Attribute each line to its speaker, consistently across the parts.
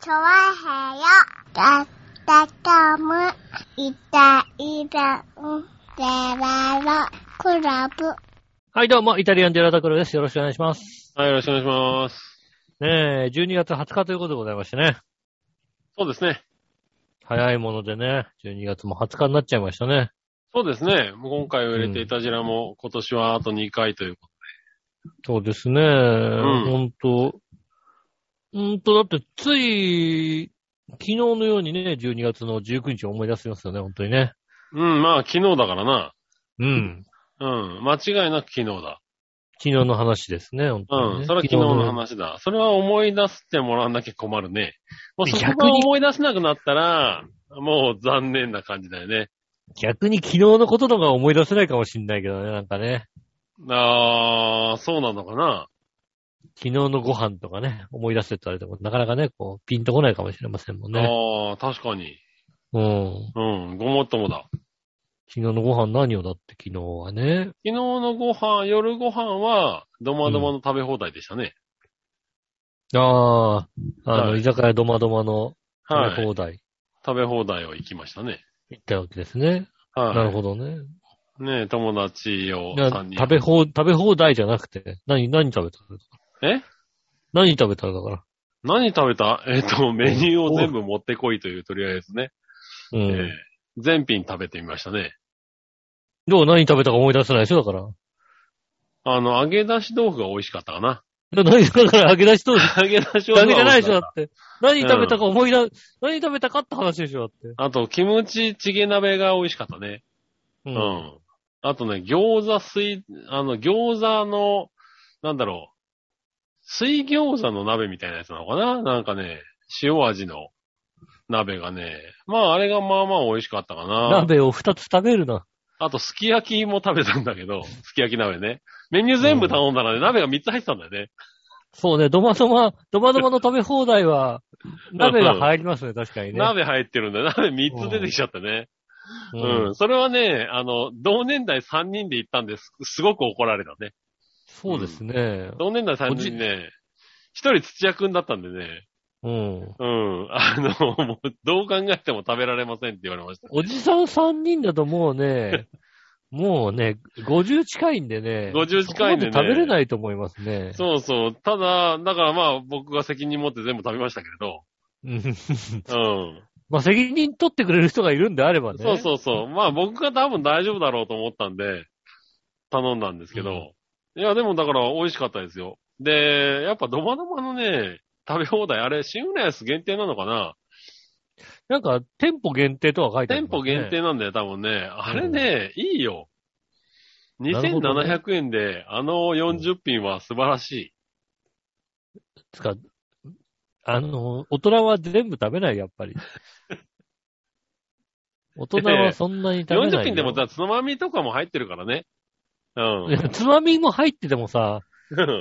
Speaker 1: チョワヘヨだったかむいたいたんでららクラブ
Speaker 2: はい、どうも、イタリアンデラタクロです。よろしくお願いします。
Speaker 3: はい、よろしくお願いします。
Speaker 2: ねえ、12月20日ということでございましてね。
Speaker 3: そうですね。
Speaker 2: 早いものでね、12月も20日になっちゃいましたね。
Speaker 3: そうですね。もう今回を入れていたじらも今年はあと2回というこ
Speaker 2: そうですね、
Speaker 3: ん
Speaker 2: ほんと。ほんと、だって、つい、昨日のようにね、12月の19日を思い出しますよね、ほんとにね。
Speaker 3: と。うん、まあ昨日だからな。
Speaker 2: うん。
Speaker 3: うん、間違いなく昨日だ。
Speaker 2: 昨日の話ですね、ほんとに、ね。
Speaker 3: うん、それは昨日の。話だ。それは思い出してもらわなきゃ困るね。もうそこ
Speaker 2: 逆
Speaker 3: が
Speaker 2: に
Speaker 3: 思い出せなくなったら、もう残念な感じだよね。
Speaker 2: 逆に昨日のことのが思い出せないかもしんないけどね、なんかね。
Speaker 3: あー、そうなのかな。
Speaker 2: 昨日のご飯とかね、思い出せって言われても、なかなかね、こう、ピンとこないかもしれませんもんね。
Speaker 3: あー、確かに。
Speaker 2: うん。
Speaker 3: うん、ごもっともだ。
Speaker 2: 昨日のご飯何をだって昨日はね。
Speaker 3: 昨日のご飯、夜ご飯は、ドマドマの食べ放題でしたね。
Speaker 2: ああ、あの、
Speaker 3: はい
Speaker 2: 居酒屋どまどまの
Speaker 3: は
Speaker 2: 食べ
Speaker 3: い。
Speaker 2: 放題
Speaker 3: 食べ放題を行きましたね。
Speaker 2: 行ったわけですね。
Speaker 3: はい。
Speaker 2: なるほどね。
Speaker 3: ねえ、友達を
Speaker 2: いや
Speaker 3: 3人。
Speaker 2: 食べ放、食べ放題じゃなくて、何、何食べたの
Speaker 3: え
Speaker 2: 何食べたのだから。
Speaker 3: 何食べた えっ、と、メニューを全部持ってこいという、とりあえずね。
Speaker 2: うん。
Speaker 3: ええ全品食べてみましたね。
Speaker 2: どう何食べたか思い出せないでしょだから。
Speaker 3: あの、揚げ出し豆腐が美味しかった かな。
Speaker 2: いや何、だから揚げ出し とる
Speaker 3: 揚げ出し豆
Speaker 2: だ
Speaker 3: 腐
Speaker 2: けじ
Speaker 3: が
Speaker 2: ゃ
Speaker 3: 美
Speaker 2: ない
Speaker 3: 味
Speaker 2: で
Speaker 3: し
Speaker 2: しょ
Speaker 3: かっ
Speaker 2: だ
Speaker 3: た。
Speaker 2: って。何食べたか思い出、何食べたかって話でしょだって。
Speaker 3: あと、キムチチゲ鍋が美味しかったね。
Speaker 2: う
Speaker 3: うん。。あとね、餃子水、あの、餃子の、なんだろう。水餃子の鍋みたいなやつなのかななんかね、塩味の鍋がね。まあ、あれがまあまあ美味しかったかな。
Speaker 2: 鍋を二つ食べるな。
Speaker 3: あと、すき焼きも食べたんだけ ど、すき焼き鍋ね。メニュー全部頼んだらね、鍋が3つ入ってたんだよね。
Speaker 2: そうね、どまどま、どまどまの食べ放題 は、鍋が入りますね、確かにね。
Speaker 3: 鍋入ってるんだよ。鍋3つ出てきちゃったね。
Speaker 2: う
Speaker 3: うん。それはね、あの、同年代3人で行ったんです。すごく怒られたね。
Speaker 2: そうですね。
Speaker 3: 同年代3人ね、一人土屋くんだったんでね、
Speaker 2: うん。
Speaker 3: うん。あの、もう、どう考えても食べられませんって言われました。
Speaker 2: おじさん3人だともう ね、もうね、50近いんでね。
Speaker 3: 50近いんでね
Speaker 2: そこま食べれないと思いますね。
Speaker 3: そうそう。ただ、だからまあ、僕が責任持って全部食べましたけれど。
Speaker 2: うん
Speaker 3: うん。
Speaker 2: まあ、責任取ってくれる人がいるんであればね。
Speaker 3: そうそ うそう。まあ僕が多分大丈夫だろうと思ったんで、頼んだんですけど。いや、でもだから美味しかったですよ。で、やっぱドバドバのね、食べ放題、あれ、新浦安限定なのかな
Speaker 2: なんか、店舗限定とは書いてある、
Speaker 3: 店舗限。定なんだよ、多分ね。あれね、いいよ。
Speaker 2: なるほどね
Speaker 3: 2700円で、あの40品は素晴らし
Speaker 2: つか、あの、大人は全部食べない、やっぱ り。大人はそんなに
Speaker 3: い。
Speaker 2: 食べないよ。
Speaker 3: 40品でもだ、つまみとかも入ってるからね。う
Speaker 2: いやつまみも入っててもさ、
Speaker 3: ん。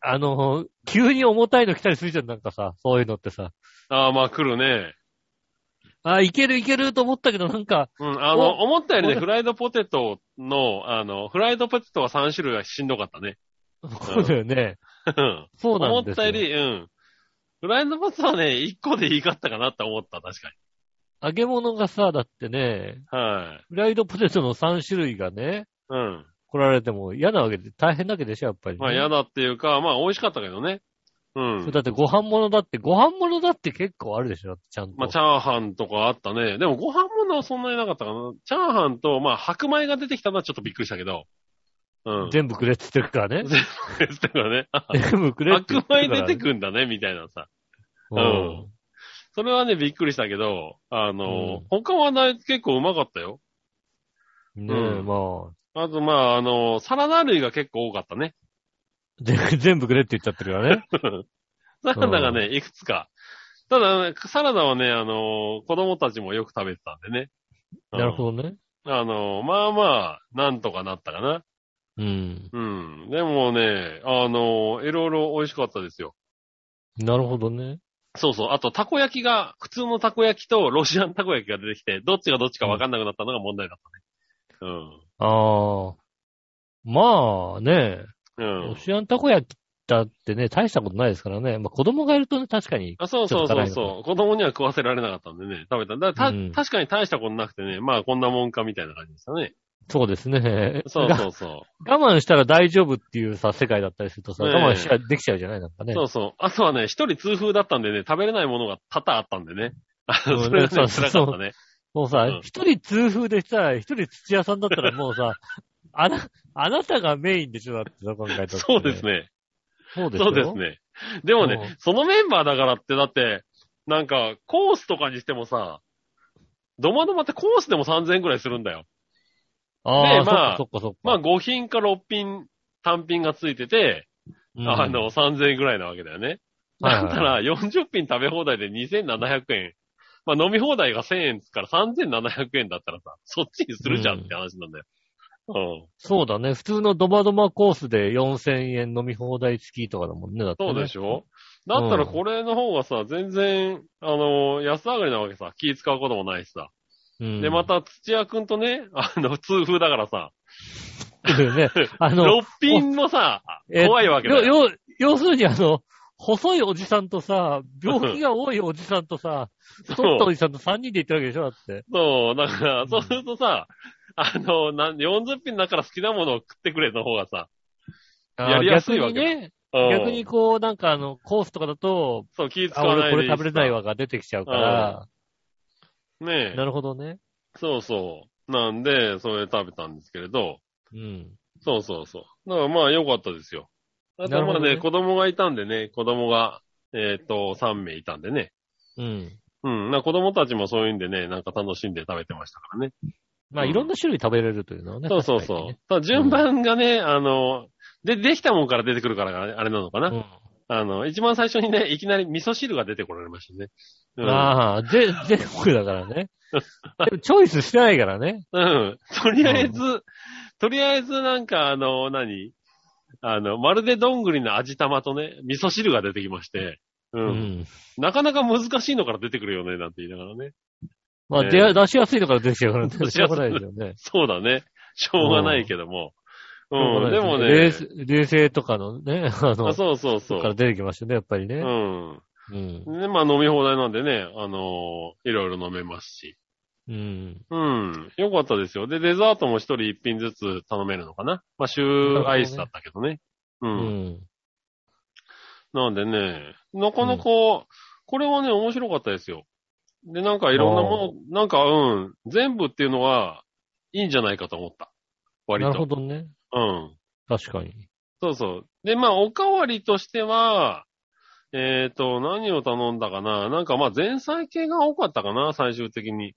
Speaker 2: あの、急に重たいの来たりするじゃん、なんかさ、そういうのってさ。
Speaker 3: ああ、まあ来るね。
Speaker 2: あ、いけるいけると思ったけど、なんか、
Speaker 3: うん、あの、
Speaker 2: お
Speaker 3: 思ったよりね、
Speaker 2: お
Speaker 3: フライドポテトの、あの、フライドポテトは3種類はしんどかったね。
Speaker 2: そうだよね。
Speaker 3: うん
Speaker 2: そうな
Speaker 3: 思
Speaker 2: んで
Speaker 3: っ
Speaker 2: す
Speaker 3: た
Speaker 2: よ。
Speaker 3: より、うん。フライドポテトはね、1個でいいかったかなって思った、確か
Speaker 2: 揚げ物がさ、だってね、
Speaker 3: に。はい。
Speaker 2: フライドポテトの3種類がね、
Speaker 3: うん。
Speaker 2: 来られても嫌なわけで、大変なわけでしょ、やっぱり、ね。
Speaker 3: まあ嫌だっていうか、まあ美味しかったけどね。う
Speaker 2: それ
Speaker 3: ん。
Speaker 2: だってご飯物だって、ご飯物だって結構あるでしょ、だってちゃんと。
Speaker 3: まあチャーハンとかあったね。でもご飯ものはそんなになかったかな。チャーハンと、まあ白米が出てきたのはちょっとびっくりしたけど。うん。
Speaker 2: 全部くれって言ってるからね。
Speaker 3: ですからね。あ
Speaker 2: 全部く れって言
Speaker 3: 白
Speaker 2: ってる
Speaker 3: 米
Speaker 2: から、ね。
Speaker 3: 出てくんだね、みたいなさ。
Speaker 2: う
Speaker 3: うん
Speaker 2: ん。
Speaker 3: それはね、びっくりしたけど、あの、
Speaker 2: うん
Speaker 3: 他はな結構うまかったよ。
Speaker 2: ねえ、
Speaker 3: うん
Speaker 2: まあ。
Speaker 3: あと、まあ、あの、サラダ類が結構多かったね。
Speaker 2: で全部くれって言っちゃってるからね。
Speaker 3: サラダがね、いくつか。ただ、サラダはね、あの、子供たちもよく食べてたんでね。うん
Speaker 2: なるほどね。
Speaker 3: あの、まあまあ、なんとかなったかな。
Speaker 2: うん。
Speaker 3: うん。でもね、あの、いろいろ美味しかったですよ。
Speaker 2: なるほどね。
Speaker 3: そうそう。あと、たこ焼きが、普通のたこ焼きとロシアンたこ焼きが出てきて、どっちがどっちかわかんなくなったのが問題だったね。
Speaker 2: ああ。まあね、
Speaker 3: うん。うん
Speaker 2: ロ。シアンたこ焼きっタってね、大したことないですからね。まあ子供がいるとね、確かに。
Speaker 3: あそうそうそう
Speaker 2: ち
Speaker 3: そう。子供には食わせられなかったんでね、食べた。だからた、
Speaker 2: うん
Speaker 3: 確かに大したことなくてね、まあこんなもんかみたいな感じでしたね。
Speaker 2: そうですね。
Speaker 3: そうそうそ
Speaker 2: が我慢したら大丈夫っていうさ、世界だったりするとさ、
Speaker 3: ねえ
Speaker 2: 我慢しちゃできちゃうじゃないなんか
Speaker 3: う。
Speaker 2: ね。
Speaker 3: そうそう。あとはね、一人痛風だったんでね、食べれないものが多々あったんでね。あの
Speaker 2: うん
Speaker 3: それがね、
Speaker 2: そう
Speaker 3: 辛
Speaker 2: そ
Speaker 3: か
Speaker 2: う
Speaker 3: ったね。
Speaker 2: もうさ
Speaker 3: うん、
Speaker 2: 一、人痛風でさ、一人土屋さんだったらもうさ、 あな、あなたがメインでしょだってさ、考えたら、
Speaker 3: そうです。ね。
Speaker 2: そうですよ
Speaker 3: そうです。ね。でも
Speaker 2: う
Speaker 3: ね
Speaker 2: ん、
Speaker 3: そのメンバーだからって、だって、なんか、コースとかにしてもさ、ドマドマってコースでも3000円くらいするんだよ。
Speaker 2: ああ、
Speaker 3: でまあ
Speaker 2: そっかそっかそ
Speaker 3: ま
Speaker 2: っ
Speaker 3: あ
Speaker 2: か。
Speaker 3: 5品か6品単品がついてて、
Speaker 2: うん
Speaker 3: あ、の、3000円くらいなわけだよね。
Speaker 2: はいは
Speaker 3: だ
Speaker 2: い
Speaker 3: ったら40品食べ放題で2700円。まあ飲み放題が1000円ですから3700円だったらさ、そっちにするじゃんって話なんだよ。うん。
Speaker 2: そうだね。普通のドバドバコースで4000円飲み放題付きとかだもんね。だってね
Speaker 3: そうでしょだったらこれの方がさ、全然、あの、安上がりなわけさ、気使うこともないしさ。
Speaker 2: うん
Speaker 3: で、また土屋くんとね、あの、痛風だからさ、
Speaker 2: ね、あ の、
Speaker 3: 6品もさ、
Speaker 2: え
Speaker 3: 怖いわけだよ。
Speaker 2: よよ要するにあの、細いおじさんとさ、病気が多いおじさんとさ、太ったおじさんと3人で行ったわけでしょだって。
Speaker 3: そう、だから、そうするとさ、あの、なん40品だから好きなものを食ってくれの方がさ、やりやすいわけだ
Speaker 2: 逆にね、
Speaker 3: うん
Speaker 2: 逆にこう、なんかあの、コースとかだと、
Speaker 3: そう、気使
Speaker 2: あ、
Speaker 3: わな
Speaker 2: 俺これ
Speaker 3: いでいいしさ
Speaker 2: 食べれない。わが出てきちゃうから、
Speaker 3: ねえ
Speaker 2: な。るほどね。
Speaker 3: そうそう。なんで、それ食べたんですけれど、
Speaker 2: うん。
Speaker 3: そうそうそう。だからまあ良かったですよ。あ
Speaker 2: な
Speaker 3: と
Speaker 2: るほ
Speaker 3: まあ
Speaker 2: ど
Speaker 3: ね、
Speaker 2: ね
Speaker 3: 子供がいたんでね、子供が、えっ、と、3名いたんでね。
Speaker 2: うん。
Speaker 3: うん。な子供たちもそういうんでね、なんか楽しんで食べてまし たからね。
Speaker 2: まあ、
Speaker 3: うん
Speaker 2: いろんな種類食べれるというのはね。
Speaker 3: そうそう
Speaker 2: 確かに
Speaker 3: そう
Speaker 2: ね。
Speaker 3: ただ順番がね、あの、で、できたもんから出てくるからね、あれなのかな。
Speaker 2: うん
Speaker 3: あの、一番最初にね、いきなり味噌汁が出てこられましたね。うん、
Speaker 2: ああ、ぜ、全国だから ね。でもチョイスしてないからね。
Speaker 3: うん。とりあえず、とりあえずなんかあの、何あの、まるでどんぐりの味玉とね、味噌汁が出てきまして、
Speaker 2: う
Speaker 3: う。
Speaker 2: んん。
Speaker 3: なかなか難しいのから出てくるよね、なんて言いながらね。
Speaker 2: まあ、
Speaker 3: ええ
Speaker 2: 出や、出しやすいのから出てきちゃうからね。
Speaker 3: 出
Speaker 2: 出
Speaker 3: し
Speaker 2: し
Speaker 3: や
Speaker 2: や
Speaker 3: すい
Speaker 2: すいですよね。
Speaker 3: そうだね。しょうがないけども。うん、でもね
Speaker 2: 冷。静、冷静とかのね、 あの、
Speaker 3: あそうそうそ
Speaker 2: から
Speaker 3: う。
Speaker 2: 出てきましたね、やっぱり
Speaker 3: う
Speaker 2: ね。
Speaker 3: ん。
Speaker 2: うん。
Speaker 3: で、まあ飲み放題なんでね、あのーいろいろ飲めますし。
Speaker 2: うん。
Speaker 3: うん。よかったですよ。で、デザートも一人一品ずつ頼めるのかな。まあ、シューアイスだったけどね。う。
Speaker 2: うんん。
Speaker 3: なんでね、なかなか、これはね、面白かったですよ。で、なんかいろんなもの、なんか、うん、全部っていうのは、いいんじゃないかと思った。割
Speaker 2: なるほ
Speaker 3: と。
Speaker 2: どね。
Speaker 3: うん。
Speaker 2: 確かに。
Speaker 3: そうそう。で、まあ、おかわりとしては、えっ、と、何を頼んだかななんかまあ、前菜系が多かったかな最終的に。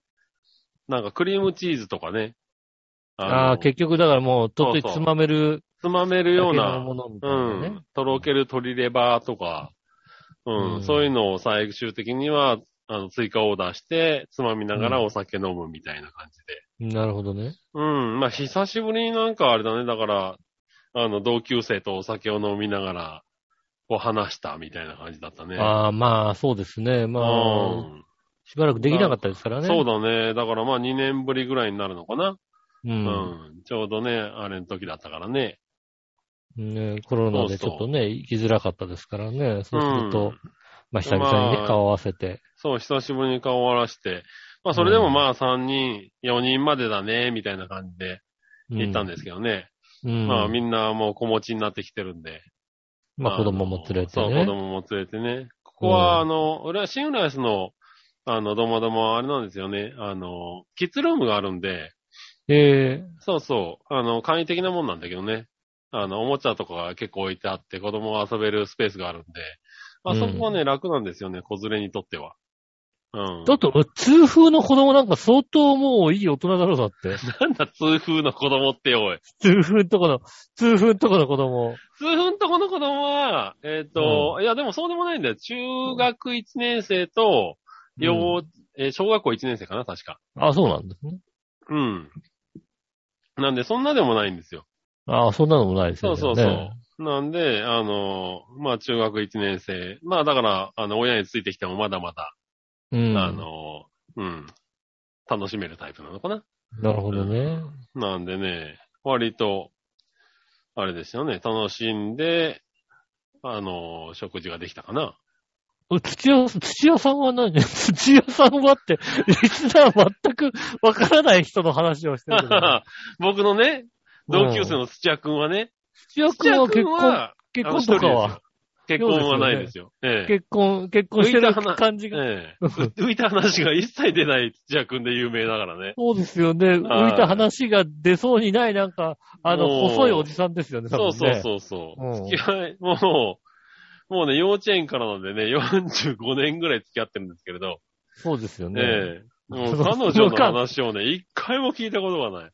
Speaker 3: なんか、クリームチーズとかね。
Speaker 2: ああ、
Speaker 3: の
Speaker 2: 結局だからもう、
Speaker 3: そうそ
Speaker 2: 取
Speaker 3: う
Speaker 2: ってつまめる
Speaker 3: つまめる
Speaker 2: だけ
Speaker 3: よう
Speaker 2: の
Speaker 3: な。
Speaker 2: ものみたいうなね。
Speaker 3: ん。とろける鶏レバーとか、うん、
Speaker 2: うん
Speaker 3: そういうのを最終的には、あの、追加オーダーして、つまみながら
Speaker 2: うん
Speaker 3: お酒飲むみたいな感じで。
Speaker 2: なるほどね。
Speaker 3: うん、まあ、久しぶりになんかあれだね、だから、あの、同級生とお酒を飲みながら、こう話したみたいな感じだったね。
Speaker 2: ああ、まあ、そうですね。ま
Speaker 3: う
Speaker 2: あ、
Speaker 3: ん。
Speaker 2: しばらくできなかったですからね。
Speaker 3: そうだね。だからまあ2年ぶりぐらいになるのかな。
Speaker 2: う。
Speaker 3: うんん。ちょうどね、あれの時だったからね。
Speaker 2: ね、コロナでちょっとね、行きづらかったですからね。そうすると、
Speaker 3: うん
Speaker 2: まあ久々に
Speaker 3: まあ
Speaker 2: ね、顔合わせて。
Speaker 3: そう、久しぶりに顔を荒らして、まあ、それでもまあ、3人、4人までだね、みたいな感じで行ったん
Speaker 2: で。
Speaker 3: ですけどね。
Speaker 2: うん。
Speaker 3: ま
Speaker 2: ま
Speaker 3: あ、みんなもう子持ちになってきてるんで。
Speaker 2: あ子供も連れて
Speaker 3: そう、子
Speaker 2: ね。
Speaker 3: 供も連れてね。ここは、あの、俺はシングライスの、あの、どもども、あれなんですよね。あの、キッズルームがあるんで、
Speaker 2: ええ
Speaker 3: そうそう、あの、簡易的なもんなんだけどね。あの、おもちゃとかが結構置いてあって、子供が遊べるスペースがあるんで、あそこはね、楽なんですよね、子連れにとっては。うん。
Speaker 2: だって俺、痛風の子供なんか相当もういい大人だろうだ って。
Speaker 3: なんだ、痛風の子供って、おい。
Speaker 2: 痛風んとこの、痛風んとこの子供。
Speaker 3: 痛風のとこの子供は、えっ、と、いや、でもそうでもないんだよ。中学1年生と、幼、えー小学校1年生かな、確か。
Speaker 2: あ、そうなんですね。
Speaker 3: うん。なんで、そんなでもないんですよ。
Speaker 2: あそんなのもないです
Speaker 3: そ
Speaker 2: よ
Speaker 3: う
Speaker 2: ね。
Speaker 3: そうそう。なんで、あの、まあ、中学1年生。まあ、だから、あの、親についてきてもまだまだ、
Speaker 2: うん。
Speaker 3: あの、うん、楽しめるタイプなのかな。
Speaker 2: なるほどね。
Speaker 3: なんでね、割と、あれですよね、楽しんで、あの、食事ができたかな。
Speaker 2: 土屋さん、土屋さんは何 土屋さんはって、リスナー全くわからない人の話をしてるけど。
Speaker 3: 僕のね、 同級生の土屋くんはね、
Speaker 2: 土屋
Speaker 3: 土
Speaker 2: 君
Speaker 3: 屋
Speaker 2: は
Speaker 3: く
Speaker 2: 結
Speaker 3: ん
Speaker 2: 婚、
Speaker 3: は、
Speaker 2: 結婚とかは、
Speaker 3: 結婚はないですよ。ええ
Speaker 2: 結婚、結婚してる感じが。
Speaker 3: ええ浮いた話が一切出ない土屋くんで有名だからね。
Speaker 2: そうですよね。
Speaker 3: はい
Speaker 2: 浮いた話が出そうにない、なんか、あの、
Speaker 3: もう
Speaker 2: 細いおじさんですよね、多分
Speaker 3: そう
Speaker 2: ね。
Speaker 3: そうそうそう。
Speaker 2: うん
Speaker 3: 付き合い、もう、もうね、幼稚園からなんでね、45年ぐらい付き合ってるんですけれど、
Speaker 2: そうですよね。
Speaker 3: ええもう
Speaker 2: そう
Speaker 3: 彼女の話をね、一回も聞いたことがない。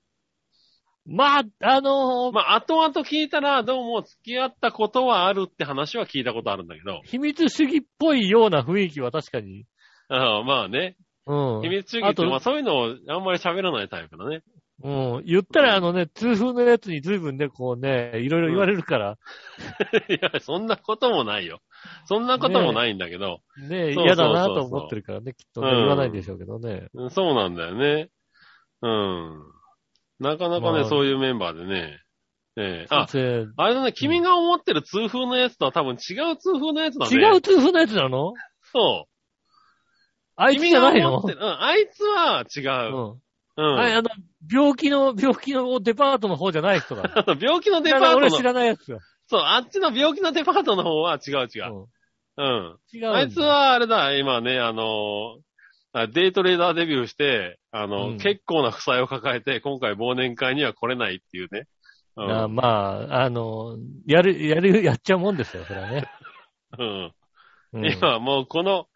Speaker 2: まあ、あのー
Speaker 3: まあ、後々聞いたら、どうも付き合ったことはあるって話は聞いたことあるんだけど、
Speaker 2: 秘密主義っぽいような雰囲気は確かに。
Speaker 3: ああまあね、
Speaker 2: うん。
Speaker 3: 秘密主義っ
Speaker 2: あ
Speaker 3: て、
Speaker 2: と
Speaker 3: まあそういうのをあんまり喋らないタイプだね。
Speaker 2: うん。言ったらあのね、通風のやつに随分ね、こうね、いろいろ言われるから、
Speaker 3: いや、そんなこともないよ。そんなこともないんだけど、
Speaker 2: ね、
Speaker 3: そうそうそうそう
Speaker 2: 嫌だなと思ってるからね、きっとね、
Speaker 3: うん
Speaker 2: 言わないでしょうけどね。
Speaker 3: うんそうなんだよね。うん。なかなか
Speaker 2: ま
Speaker 3: ね、
Speaker 2: あ
Speaker 3: そういうメンバーでね。ええあ、
Speaker 2: 先
Speaker 3: あれだね、君が思ってる通風のやつとは多分違う通風のやつだ
Speaker 2: 生
Speaker 3: ね。
Speaker 2: 違う通風のやつなの
Speaker 3: そう。
Speaker 2: あいつ
Speaker 3: 君
Speaker 2: じゃ
Speaker 3: が
Speaker 2: ないの
Speaker 3: 思ってる。うん、あいつは違
Speaker 2: う
Speaker 3: う。
Speaker 2: ん。
Speaker 3: うん。
Speaker 2: ああの、病気の、病気のデパートの方じゃない人だ。
Speaker 3: あの病気の デ
Speaker 2: だ
Speaker 3: パ
Speaker 2: から俺
Speaker 3: ー
Speaker 2: 知
Speaker 3: トの、
Speaker 2: らないやつよ。
Speaker 3: そう、あっちの病気のデパートの方は違う違う。
Speaker 2: う
Speaker 3: うん。
Speaker 2: ん違う。
Speaker 3: あいつ、はあれだ、今ね、あのあデートレーダーデビューして、あの、
Speaker 2: うん
Speaker 3: 結構な負債を抱えて、今回忘年会には来れないっていうね。うん。
Speaker 2: あまあ、あの、やる、やる、やっちゃうもんですよ、それはね。
Speaker 3: うん
Speaker 2: うん
Speaker 3: 今もうこの、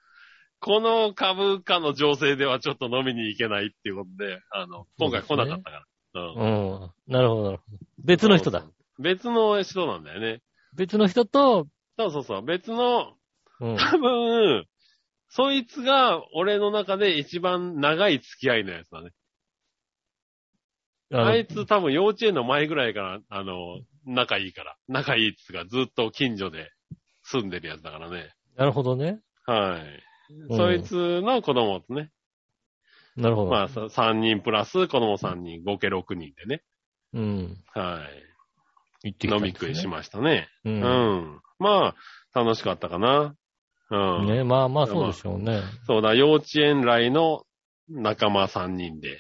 Speaker 3: この株価の情勢ではちょっと飲みに行けないっていうことで、あの、今回来なかったから。うん
Speaker 2: うん。なるほど、なるほど。別の人だ。。
Speaker 3: 別の人なんだよね。
Speaker 2: 別の人と、
Speaker 3: そうそうそう。別の、
Speaker 2: うん。
Speaker 3: 多分、そいつが俺の中で一番長い付き合いのやつだね。
Speaker 2: の
Speaker 3: あいつ多分幼稚園の前ぐらいから、あの、仲いいから。仲いいっつうか、ずっと近所で住んでるやつだからね。
Speaker 2: なるほどね。
Speaker 3: はい。
Speaker 2: うん
Speaker 3: そいつの子供とね、
Speaker 2: なるほど。
Speaker 3: まあ、さ3人プラス子供3人、合計6人でね。
Speaker 2: うん。
Speaker 3: は
Speaker 2: 行って
Speaker 3: い。
Speaker 2: きた
Speaker 3: 飲
Speaker 2: ん
Speaker 3: み
Speaker 2: ですね、
Speaker 3: 食いしましたね。
Speaker 2: う。
Speaker 3: うんん。まあ、楽しかったかな。うん。
Speaker 2: ね、まあまあそうでしょうね。
Speaker 3: そうだ、幼稚園来の仲間3人で、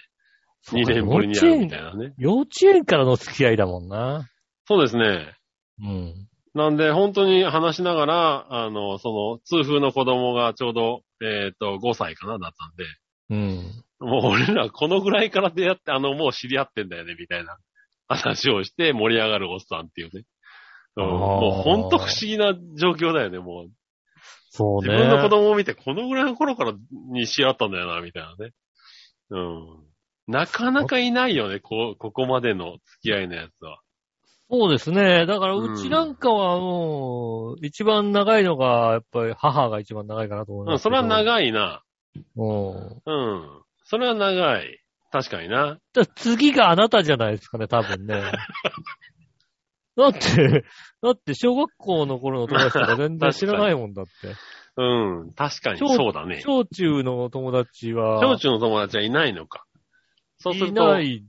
Speaker 2: そう
Speaker 3: 2
Speaker 2: か
Speaker 3: 年ぶりに会うみた
Speaker 2: 幼
Speaker 3: い
Speaker 2: 稚園
Speaker 3: なね。
Speaker 2: 幼稚園からの付き合いだもんな。
Speaker 3: そうですね。
Speaker 2: うん。
Speaker 3: なんで、本当に話しながら、あの、その、通風の子供がちょうど、えっ、と、5歳かな、だったんで、
Speaker 2: うん。
Speaker 3: もう俺らこのぐらいから出会って、あの、もう知り合ってんだよね、みたいな話をして盛り上がるおっさんっていうね。うん
Speaker 2: あー
Speaker 3: もうほんと不思議な状況だよね、もう。
Speaker 2: そう
Speaker 3: 自
Speaker 2: ね。
Speaker 3: 分の子供を見て、このぐらいの頃からに知り合ったんだよな、みたいなね。うん。なかなかいないよね、こう、ここまでの付き合いのやつは。
Speaker 2: そうですね。だから
Speaker 3: うん
Speaker 2: うちなんかはもう、一番長いのが、やっぱり母が一番長いかなと思いうま
Speaker 3: ん、
Speaker 2: すけ
Speaker 3: そ
Speaker 2: ど。
Speaker 3: れは長いな。
Speaker 2: うん。
Speaker 3: うん。それは長い。確かにな。
Speaker 2: だから次があなたじゃないですかね、多分 ね。だって、だって小学校の頃の友達とか全然知らないもんだって。
Speaker 3: うん。確かに、
Speaker 2: 小
Speaker 3: そうだね。
Speaker 2: 小中の友達は。
Speaker 3: 小中の友達はいないのか。そうする
Speaker 2: い
Speaker 3: と
Speaker 2: な、い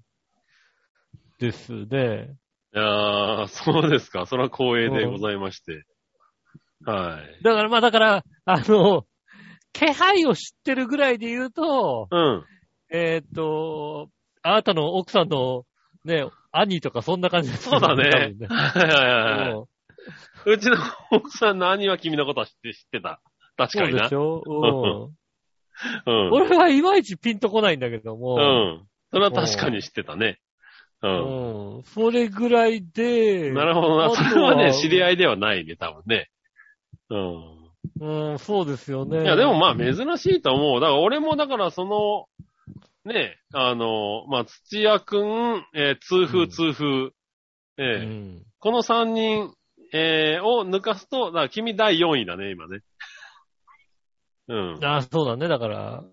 Speaker 2: ですね。
Speaker 3: いやー、そうですか。それは光栄でございまして。はい。
Speaker 2: だからまあだから、あの、気配を知ってるぐらいで言うと、
Speaker 3: うん。
Speaker 2: えーっ、と、あなたの奥さんのね、兄とかそんな感じです
Speaker 3: そうだね。はいはいはいは
Speaker 2: 多分ね
Speaker 3: い。うちの奥さんの兄は君のことは知って、知ってた。確
Speaker 2: そ
Speaker 3: か
Speaker 2: う
Speaker 3: にな。
Speaker 2: でしょ、 うん
Speaker 3: うん。
Speaker 2: 俺はいまいちピンとこないんだけど
Speaker 3: う
Speaker 2: も、
Speaker 3: ん。それは確かに知ってたね。うん。
Speaker 2: うんそれぐらいで、
Speaker 3: なるほどな。
Speaker 2: あと
Speaker 3: そ
Speaker 2: は
Speaker 3: れはね、知り合いではないね、多分ね。うん。
Speaker 2: うん、そうですよね。
Speaker 3: いや、でもまあ珍しいと思う。だから俺もだからその、ね、あの、まあ土屋くん、えー通
Speaker 2: う
Speaker 3: 風
Speaker 2: ん
Speaker 3: 通風、
Speaker 2: う
Speaker 3: えー
Speaker 2: ん、
Speaker 3: この3人、えーを抜かすと、だから君第4位だね、今ね。うん。
Speaker 2: あそうだね、だから、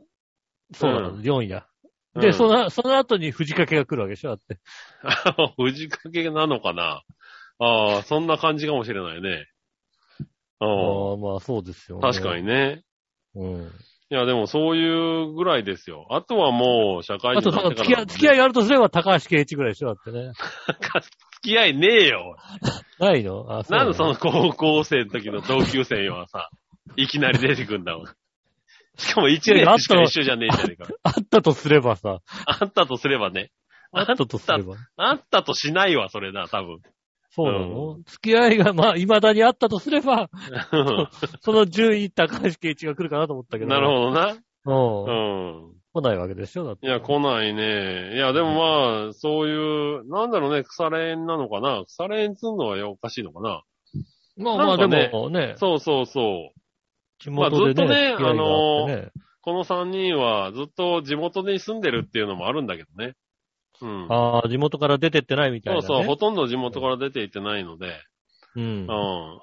Speaker 2: そうだ、
Speaker 3: う
Speaker 2: 4位だ。
Speaker 3: う
Speaker 2: で、
Speaker 3: ん
Speaker 2: その、その後に藤掛が来るわけでしょだって。
Speaker 3: 藤掛けなのかなああ、そんな感じかもしれないね。
Speaker 2: あ
Speaker 3: う
Speaker 2: あまあ、そうですよ
Speaker 3: ん。
Speaker 2: ね。
Speaker 3: 確かに。ね。
Speaker 2: うん。
Speaker 3: いや、でもそういうぐらいですよ。あとはもう、社会
Speaker 2: あ
Speaker 3: 人
Speaker 2: と、
Speaker 3: に
Speaker 2: だか
Speaker 3: なっ
Speaker 2: ら付
Speaker 3: てか
Speaker 2: き合
Speaker 3: ら、
Speaker 2: い、付き合いがあるとすれば高橋圭一ぐらいでしょだってね。
Speaker 3: なんか付き合いねえよ。
Speaker 2: ないのあ、そう
Speaker 3: なんでそ
Speaker 2: の
Speaker 3: の高校生の時の同級生は さ、いきなり出てくんだもん。しかも一年しか一緒じゃねえじゃねえか。
Speaker 2: あったとすればさ、
Speaker 3: あったとすればね。
Speaker 2: あったとすれば。
Speaker 3: あったとしないわ、それな、多分。
Speaker 2: そうなの、付き合いが、まあ、未だにあったとすれ ば、その順位、高橋圭一が来るかなと思ったけど。
Speaker 3: なるほどな。
Speaker 2: ほ
Speaker 3: う
Speaker 2: うん。
Speaker 3: ん。
Speaker 2: 来ないわけですよ、だって。
Speaker 3: いや、来ないね。いや、でもまあ、そういう、なんだろうね、腐れ縁なのかな。腐れ縁つんのはおかしいのかな。
Speaker 2: まあまあ、
Speaker 3: なんかね
Speaker 2: でもね、
Speaker 3: そうそうそう。
Speaker 2: 地元でね、
Speaker 3: まあずっとね
Speaker 2: 付き合いがあってね
Speaker 3: この3人はずっと地元に住んでるっていうのもあるんだけどね。うん。
Speaker 2: ああ、地元から出てってないみたい
Speaker 3: そ
Speaker 2: な、
Speaker 3: う
Speaker 2: ね。
Speaker 3: そう、ほとんど地元から出ていってないので、
Speaker 2: うん
Speaker 3: うん。。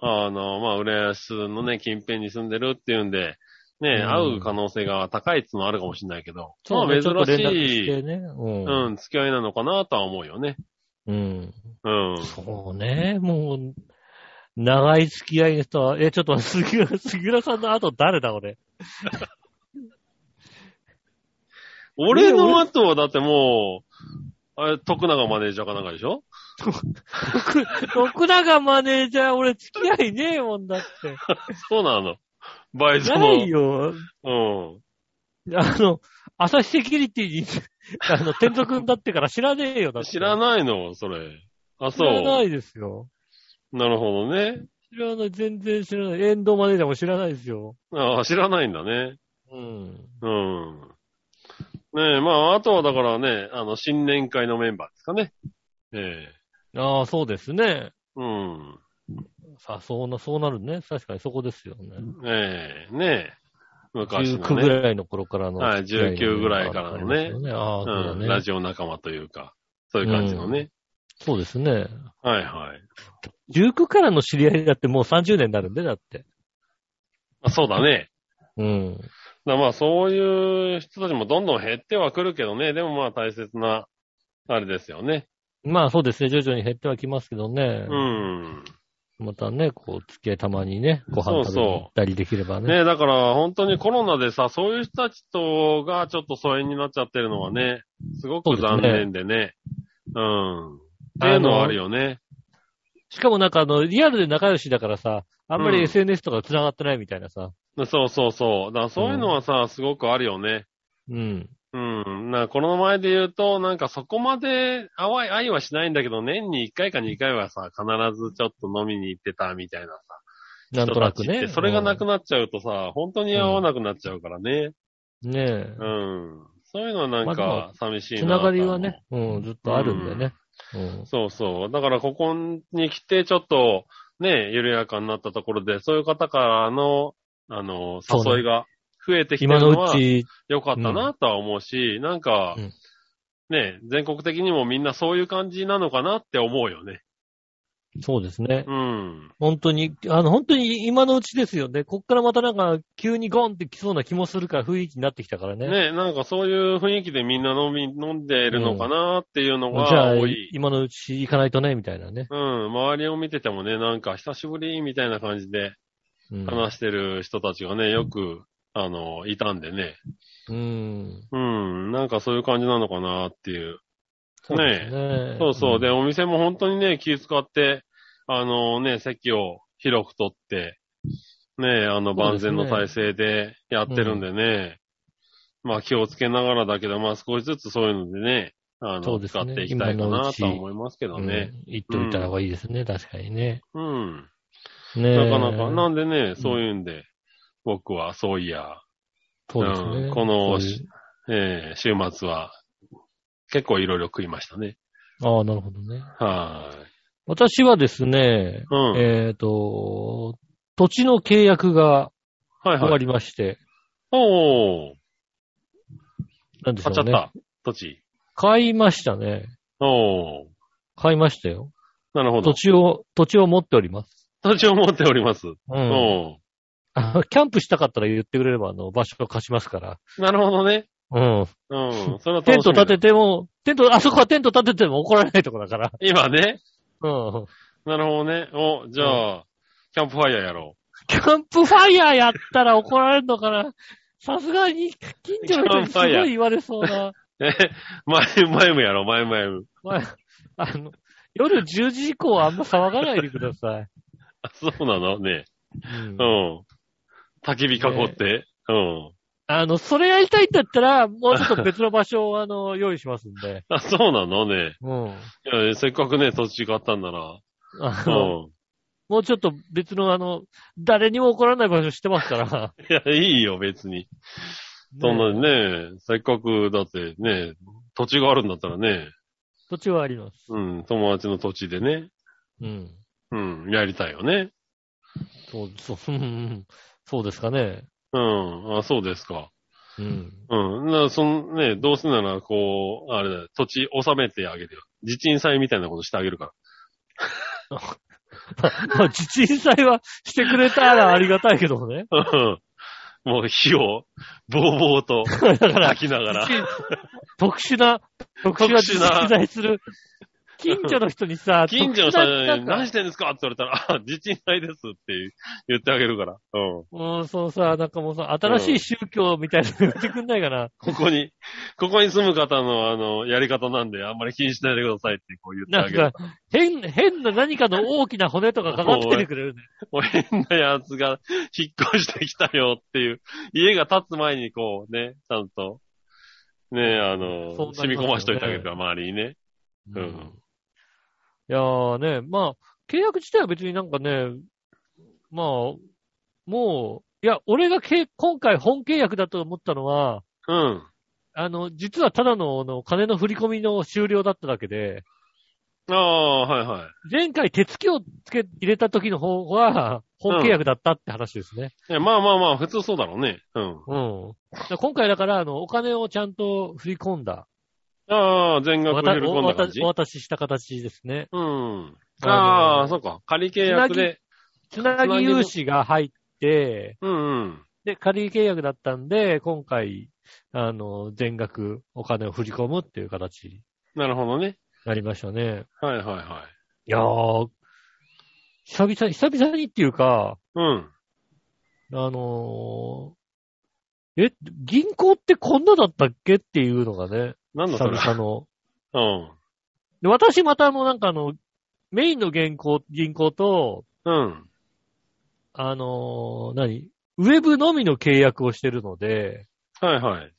Speaker 3: あの、まあ、浦安のね、近辺に住んでるっていうんで、ね、
Speaker 2: うん
Speaker 3: 会う可能性が高いっていうのはあるかもしれないけど、ま
Speaker 2: そう
Speaker 3: あ、
Speaker 2: ね
Speaker 3: 珍
Speaker 2: ちょっと
Speaker 3: し
Speaker 2: 連絡し
Speaker 3: い、
Speaker 2: てね。う。
Speaker 3: うんん、付き合いなのかなとは思うよね。
Speaker 2: うん。
Speaker 3: うん。
Speaker 2: そうね、もう、長い付き合いの人は、え、ちょっと待って杉浦、 杉浦さんの後誰だ、俺。
Speaker 3: 俺の後はだってもう、あれ、徳永マネージャーかなんかでしょ
Speaker 2: 徳徳永マネージャー、俺付き合いねえもんだ って。
Speaker 3: そうなの。バイト
Speaker 2: な
Speaker 3: の。
Speaker 2: いよ。
Speaker 3: う ん。
Speaker 2: あの、朝日セキュリティに、 あの、転属になってから知らねえよ、だって。
Speaker 3: 知ら
Speaker 2: ない。
Speaker 3: ないの、それ。あ、
Speaker 2: 知
Speaker 3: そう。
Speaker 2: らないですよ。
Speaker 3: なるほどね。
Speaker 2: 知らない、全然知らない。エンドマネージャーも知らないですよ。
Speaker 3: あ知らないんだね。
Speaker 2: うん。
Speaker 3: うん。ねえ、まあ、あとはだからね、あの、新年会のメンバーですかね。え
Speaker 2: ああ、そうですね。
Speaker 3: えうん。
Speaker 2: さあ、そうな、そうなるね。確かにそこですよね。
Speaker 3: ええねえ。昔
Speaker 2: 19
Speaker 3: の
Speaker 2: ぐ
Speaker 3: ね。
Speaker 2: らいの頃からの。
Speaker 3: はい19ぐらいからのね。
Speaker 2: ああ、そうだ
Speaker 3: う
Speaker 2: ね。
Speaker 3: ん。ラジオ仲間というか、そういう感じのね。
Speaker 2: そうですね。
Speaker 3: はいはい。
Speaker 2: 19からの知り合いだってもう30年になるんで、だって。
Speaker 3: あそうだね。
Speaker 2: うん。
Speaker 3: だまあそういう人たちもどんどん減ってはくるけどね、でもまあ大切な、あれですよね。
Speaker 2: まあそうですね。徐々に減ってはきますけどね。
Speaker 3: うん。
Speaker 2: またね、こう、付き合いたまにね、ご飯食べに行ったりできればね。
Speaker 3: ねだから本当にコロナでさ、そういう人たちとがちょっと疎遠になっちゃってるのはね、すごく残念でね。うん。っていうのはあるよね。
Speaker 2: しかもなんかあの、リアルで仲良しだからさ、あんま
Speaker 3: う
Speaker 2: り
Speaker 3: ん
Speaker 2: SNS とか繋がってないみたいなさ。
Speaker 3: そうそうそう。だからそういうのはさ、すごくあるよね。
Speaker 2: うん。
Speaker 3: うん。なこの前で言うと、なんかそこまで淡い愛はしないんだけど、年に1回か2回はさ、必ずちょっと飲みに行ってたみたいなさ。
Speaker 2: なんとなく
Speaker 3: 人たちっ
Speaker 2: ね。
Speaker 3: てそれがなく
Speaker 2: う
Speaker 3: なっちゃうとさ、本当に合わなくなっちゃうからね。
Speaker 2: んねえ
Speaker 3: う。ん。そういうのはなん
Speaker 2: まあで
Speaker 3: か寂しいな
Speaker 2: つながりはね、うん、ずっとあるんでね。うん。
Speaker 3: そうそう。だからここに来てちょっと、ね、緩やかになったところで、そういう方からの、あの、
Speaker 2: そうね
Speaker 3: 誘いが増えてきてる
Speaker 2: 今の
Speaker 3: の
Speaker 2: う
Speaker 3: は
Speaker 2: ち、
Speaker 3: 良かったなとは思うし、なんか
Speaker 2: うん、
Speaker 3: ね、全国的にもみんなそういう感じなのかなって思うよね。
Speaker 2: そうですね。
Speaker 3: うん。
Speaker 2: 本当に、あの、本当に今のうちですよね。こっからまたなんか、急にゴンって来そうな気もするから、雰囲気になってきたからね。
Speaker 3: ね、なんかそういう雰囲気でみんな飲み、飲んでいるのかなっていうの
Speaker 2: じゃ
Speaker 3: が
Speaker 2: あ
Speaker 3: 多い、。
Speaker 2: 今のうち行かないとね、みたいなね。
Speaker 3: うん、周りを見ててもね、なんか久しぶりみたいな感じで
Speaker 2: うん。
Speaker 3: 話してる人たちがね、よく、あの、いたんでね。
Speaker 2: うん。
Speaker 3: うん、なんかそういう感じなのかなっていう。
Speaker 2: そうですね
Speaker 3: そうそう。で、
Speaker 2: ん
Speaker 3: お店も本当にね、気使って、あのね、席を広く取って、ね、あ
Speaker 2: そ
Speaker 3: の、
Speaker 2: う
Speaker 3: 万
Speaker 2: です
Speaker 3: 全
Speaker 2: ね
Speaker 3: の体制でやってるんでね。まあ気をつけながらだけど、まあ少しずつそういうのでね、あ
Speaker 2: そ
Speaker 3: の、
Speaker 2: うです
Speaker 3: 使
Speaker 2: ね
Speaker 3: っていきたいか
Speaker 2: 今の
Speaker 3: な
Speaker 2: うち
Speaker 3: とは思いますけどね。
Speaker 2: うん行っといた方がいいですね、確かにね。
Speaker 3: うん
Speaker 2: ね
Speaker 3: なかなか、なんんでね、そういうんで、僕は、そういや、
Speaker 2: そうですね。
Speaker 3: うんこの
Speaker 2: そういう
Speaker 3: えー週末は、結構いろいろ食いましたね。
Speaker 2: ああ、なるほどね。
Speaker 3: は
Speaker 2: 私はですね、
Speaker 3: ーい。うん。
Speaker 2: えっ、と、土地の契約が
Speaker 3: は
Speaker 2: 終
Speaker 3: いは
Speaker 2: わ
Speaker 3: い。
Speaker 2: りまして、
Speaker 3: おー、
Speaker 2: なんでしょ
Speaker 3: 買っちゃ
Speaker 2: う
Speaker 3: っ
Speaker 2: ね。
Speaker 3: た。土地。
Speaker 2: 買いましたね。
Speaker 3: おー、
Speaker 2: 買いましたよ。
Speaker 3: なるほど
Speaker 2: 土。地を、土地を持っております。
Speaker 3: 土地を持っております。
Speaker 2: うん。
Speaker 3: お
Speaker 2: あの キャンプしたかったら言ってくれれば、あの、場所を貸しますから。
Speaker 3: ー、なるほどね。
Speaker 2: うん。
Speaker 3: うん。それは楽しみ
Speaker 2: テント立
Speaker 3: て。
Speaker 2: てても、テント、あそこはテント立てても怒られないとこだから。
Speaker 3: 今ね。
Speaker 2: うん。
Speaker 3: なるほどね。お、じゃあ、キャンプファイヤーやろ
Speaker 2: キャンプファイヤーやったら怒られるのかなさすがに、近所の人にすごい言われそうな。
Speaker 3: う。え、前、前もやろう、前もやる。
Speaker 2: まあ、あの、夜10時以降はあんま騒がないでください。
Speaker 3: あそうなのね。
Speaker 2: うん
Speaker 3: うん。焚き火囲って。うん。
Speaker 2: あの、それやりたいんだったら、もうちょっと別の場所を、あの、用意しますんで。
Speaker 3: あ、そうなのね。
Speaker 2: うん。
Speaker 3: いやせっかくね、土地買ったんなら。
Speaker 2: あ
Speaker 3: う
Speaker 2: の、
Speaker 3: ん。
Speaker 2: もうちょっと別の、あの、誰にも怒らない場所してますから。
Speaker 3: いや、いいよ、別に。 そんなに
Speaker 2: ね
Speaker 3: ね、せっかく、だってね、土地があるんだったらね、
Speaker 2: 土地はあります。
Speaker 3: うん、友達の土地でね、
Speaker 2: うん。
Speaker 3: うん、やりたいよね。
Speaker 2: そう、そう、うんそうですかね。
Speaker 3: うん、あ、そうですか。
Speaker 2: うん。
Speaker 3: うん、な、そのね、どうせなら、こう、あれだよ、土地納めてあげるよ。地鎮祭みたいなことしてあげるから。
Speaker 2: まあ、自治祭はしてくれたらありがたいけどね。
Speaker 3: うんもう火を、ぼうぼう と、
Speaker 2: だから
Speaker 3: 焚、きながら。
Speaker 2: 特殊な、特殊な自治祭する。近所の人に さ、
Speaker 3: 近所のさ、
Speaker 2: 特殊ななんか
Speaker 3: 何してんですかって言われたら、あ、地鎮祭ですって言ってあげるから。うん。
Speaker 2: もう、そうさ、なんかもうさ、新しい宗教みたいなの言ってくんないかな。
Speaker 3: ここに、ここに住む方の、あの、やり方なんで、あんまり気にしないでくださいってこう言って
Speaker 2: な
Speaker 3: あ
Speaker 2: ん
Speaker 3: げる
Speaker 2: か。、変、変な何かの大きな骨とかかかっててくれるね。
Speaker 3: もう変なやつが引っ越してきたよっていう、家が建つ前にこうね、ちゃんと、ね、あの、
Speaker 2: そうなりますよ
Speaker 3: 染
Speaker 2: ね
Speaker 3: み込ましといてあげるから、周りにね。
Speaker 2: う
Speaker 3: うんん
Speaker 2: いやーね、まあ、契約自体は別になんかね、まあ、もう、いや、俺がけ今回本契約だと思ったのは、
Speaker 3: うん。
Speaker 2: あの、実はただの、あの、金の振り込みの終了だっただけで、
Speaker 3: ああ、はいはい。
Speaker 2: 前回手付きをつけ、入れた時の方は、本契約だったって話ですね。
Speaker 3: いやまあまあまあ、普通そうだろうね。うん。
Speaker 2: うん。だから今回だから、あの、お金をちゃんと振り込んだ。
Speaker 3: ああ、全
Speaker 2: お
Speaker 3: 額振り込んだ感じ
Speaker 2: お。渡しした形ですね。
Speaker 3: うん。ああ、そうか。仮契約で。
Speaker 2: つなぎ融資が入って、
Speaker 3: うんうん。
Speaker 2: で、仮契約だったんで、今回、あの、全額お金を振り込むっていう形に
Speaker 3: なるほどね。
Speaker 2: なりましたね。
Speaker 3: はいはいはい。
Speaker 2: いやー、久々、久々にっていうか、
Speaker 3: うん。
Speaker 2: あのーえ、銀行ってこんなだったっけっていうのがね、
Speaker 3: なんだ
Speaker 2: 久
Speaker 3: それ。
Speaker 2: 々の。
Speaker 3: うん。
Speaker 2: で私またあの、なんかあの、メインの銀行、銀行と、
Speaker 3: うん。
Speaker 2: あのー何ウェブのみの契約をしてるので、
Speaker 3: はいはい。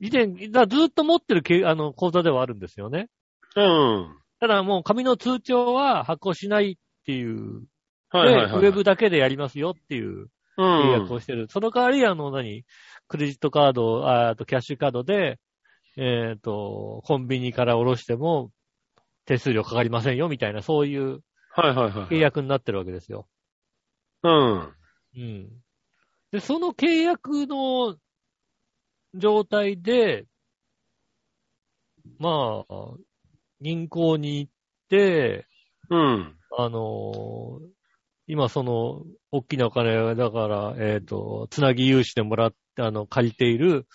Speaker 2: 以前、だずっと持ってるけあの、口座ではあるんですよね。
Speaker 3: うん。
Speaker 2: ただもう紙の通帳は発行しないっていう。
Speaker 3: はいはいはい。
Speaker 2: でウェブだけでやりますよっていう
Speaker 3: う
Speaker 2: 契約
Speaker 3: ん。
Speaker 2: をしてる。その代わり、あの、何クレジットカード、ああとキャッシュカードで、えっ、と、コンビニから下ろしても手数料かかりませんよみたいな、そういう
Speaker 3: はいはいはい。
Speaker 2: 契約になってるわけですよ。
Speaker 3: うん。
Speaker 2: うん。で、その契約の状態で、まあ、銀行に行って、
Speaker 3: うん。
Speaker 2: あのー今その、大きなお金は、だから、えっ、と、つなぎ融資でもらって、あの、借りている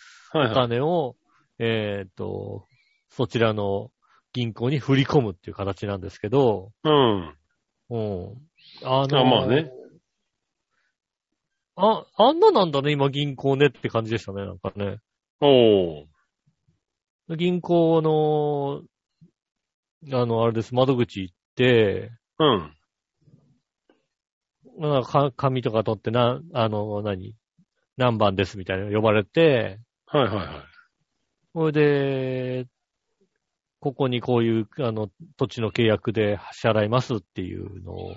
Speaker 2: お
Speaker 3: はいはい。
Speaker 2: 金を、えっ、と、そちらの銀行に振り込むっていう形なんですけど、
Speaker 3: うん。
Speaker 2: うん。あのー
Speaker 3: あまあね。
Speaker 2: あ、あんななんだね、今銀行ねって感じでしたね、なんかね。
Speaker 3: おー。
Speaker 2: 銀行の、あの、あれです、窓口行って、
Speaker 3: うん。
Speaker 2: まあか紙とか取ってな、あの、何何番ですみたいなの呼ばれて、
Speaker 3: はいはいはい。
Speaker 2: それで、ここにこういう、あの、土地の契約で支払いますっていうのを、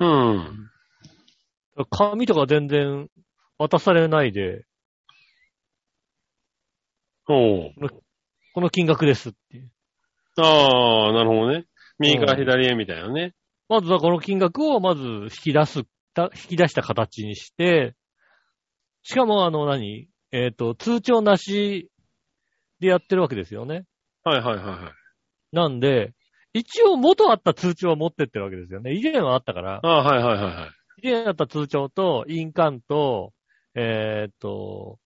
Speaker 3: うん。
Speaker 2: 紙とか全然渡されないで、
Speaker 3: おー。
Speaker 2: この金額ですっていう。
Speaker 3: ああ、なるほどね。右から左へみたいなね。
Speaker 2: まずはこの金額をまず引き出す、た引き出した形にして、しかもあの何、えっ、と、通帳なしでやってるわけですよね。
Speaker 3: はいはいはいはい。
Speaker 2: なんで、一応元あった通帳は持ってってるわけですよね。以前はあったから
Speaker 3: あ、あ、はいはいはいはい。
Speaker 2: 以前あった通帳と、印鑑と、えーっと、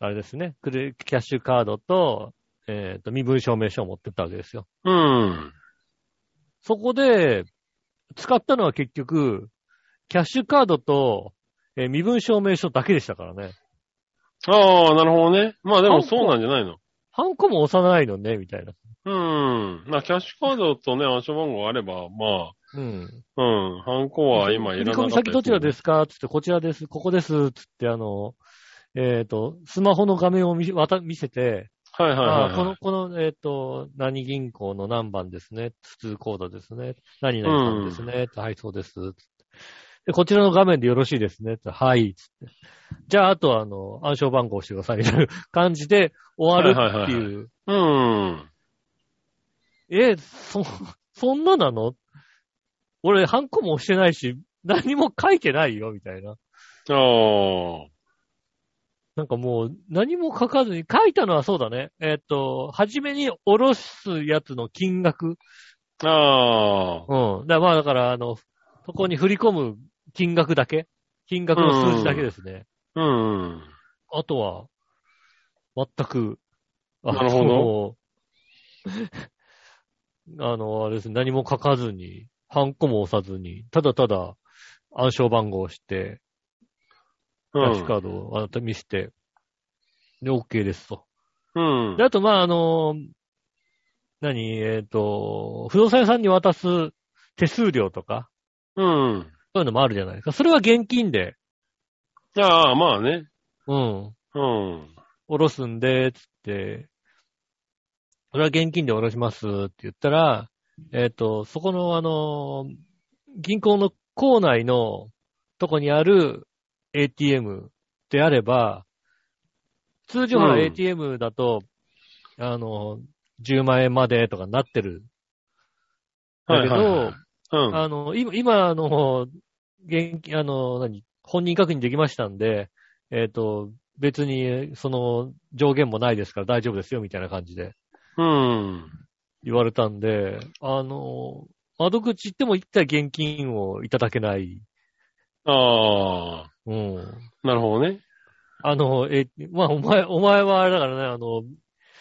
Speaker 2: あれですね、クレキャッシュカードと、えーっと、身分証明書を持ってったわけですよ。
Speaker 3: うん。
Speaker 2: そこで、使ったのは結局、キャッシュカードと、えー身分証明書だけでしたからね。
Speaker 3: ああ、なるほどね。まあでもそうなんじゃないの。
Speaker 2: ハンコも押さないのね、みたいな。
Speaker 3: うん。まあ、キャッシュカードとね、暗証番号あれば、ま
Speaker 2: うん。
Speaker 3: あ、うん。ハンコは今いらな
Speaker 2: 振
Speaker 3: かっ
Speaker 2: 込
Speaker 3: た
Speaker 2: 先どちらですすかつって、こちらです、ここです、つって、あの、えっ、と、スマホの画面を見せわた見せて、
Speaker 3: はいはいはい、はい。
Speaker 2: あこの、この、えっ、と、何銀行の何番ですね。普通コードですね。何々さんですね。はい、そうです。で、こちらの画面でよろしいですね。はい。つってじゃあ、あとは、あの、暗証番号をしてください。みたい な感じで終わるって
Speaker 3: はいはい
Speaker 2: いう。
Speaker 3: うん。
Speaker 2: え、そ、そんななの俺、ハンコも押してないし、何も書いてないよ、みたいな。
Speaker 3: ああ。
Speaker 2: なんかもう、何も書かずに、書いたのはそうだね。えっ、と、初めに下ろすやつの金額。
Speaker 3: ああ。
Speaker 2: うん。だからまあだから、あの、そこに振り込む金額だけ金額の数字だけですね。
Speaker 3: うん。
Speaker 2: あとは、全く、あ
Speaker 3: なるほど
Speaker 2: もう あの、あれですね、何も書かずに、ハンコも押さずに、ただただ暗証番号を押して、キ
Speaker 3: う
Speaker 2: ャッシュ
Speaker 3: ん。
Speaker 2: カードをあなた見せて、で、OK ですと。
Speaker 3: うん
Speaker 2: で、。あと、まあ、あの、何、えっ、と、不動産屋さんに渡す手数料とか、
Speaker 3: うん。
Speaker 2: そういうのもあるじゃないですか。それは現金で、
Speaker 3: ああ、まあね。
Speaker 2: うん、
Speaker 3: うん。
Speaker 2: おろすんで、つって、それは現金でおろしますって言ったら、えっ、と、そこの、あの、銀行の構内のとこにある ATM であれば、通常
Speaker 3: う
Speaker 2: の
Speaker 3: ん
Speaker 2: ATM だと、あの、10万円までとかなってる。だけど、
Speaker 3: はいはいはいうん。
Speaker 2: あの、今、今、あの、現金、あの、何、本人確認できましたんで、えっ、と、別に、その、上限もないですから大丈夫ですよ、みたいな感じで
Speaker 3: うん。
Speaker 2: 言われたんで、あの、窓口行っても一切現金をいただけない。
Speaker 3: ああ。
Speaker 2: うん。
Speaker 3: なるほどね。
Speaker 2: あの、え、まあ、お前、お前はあれだからね、あの、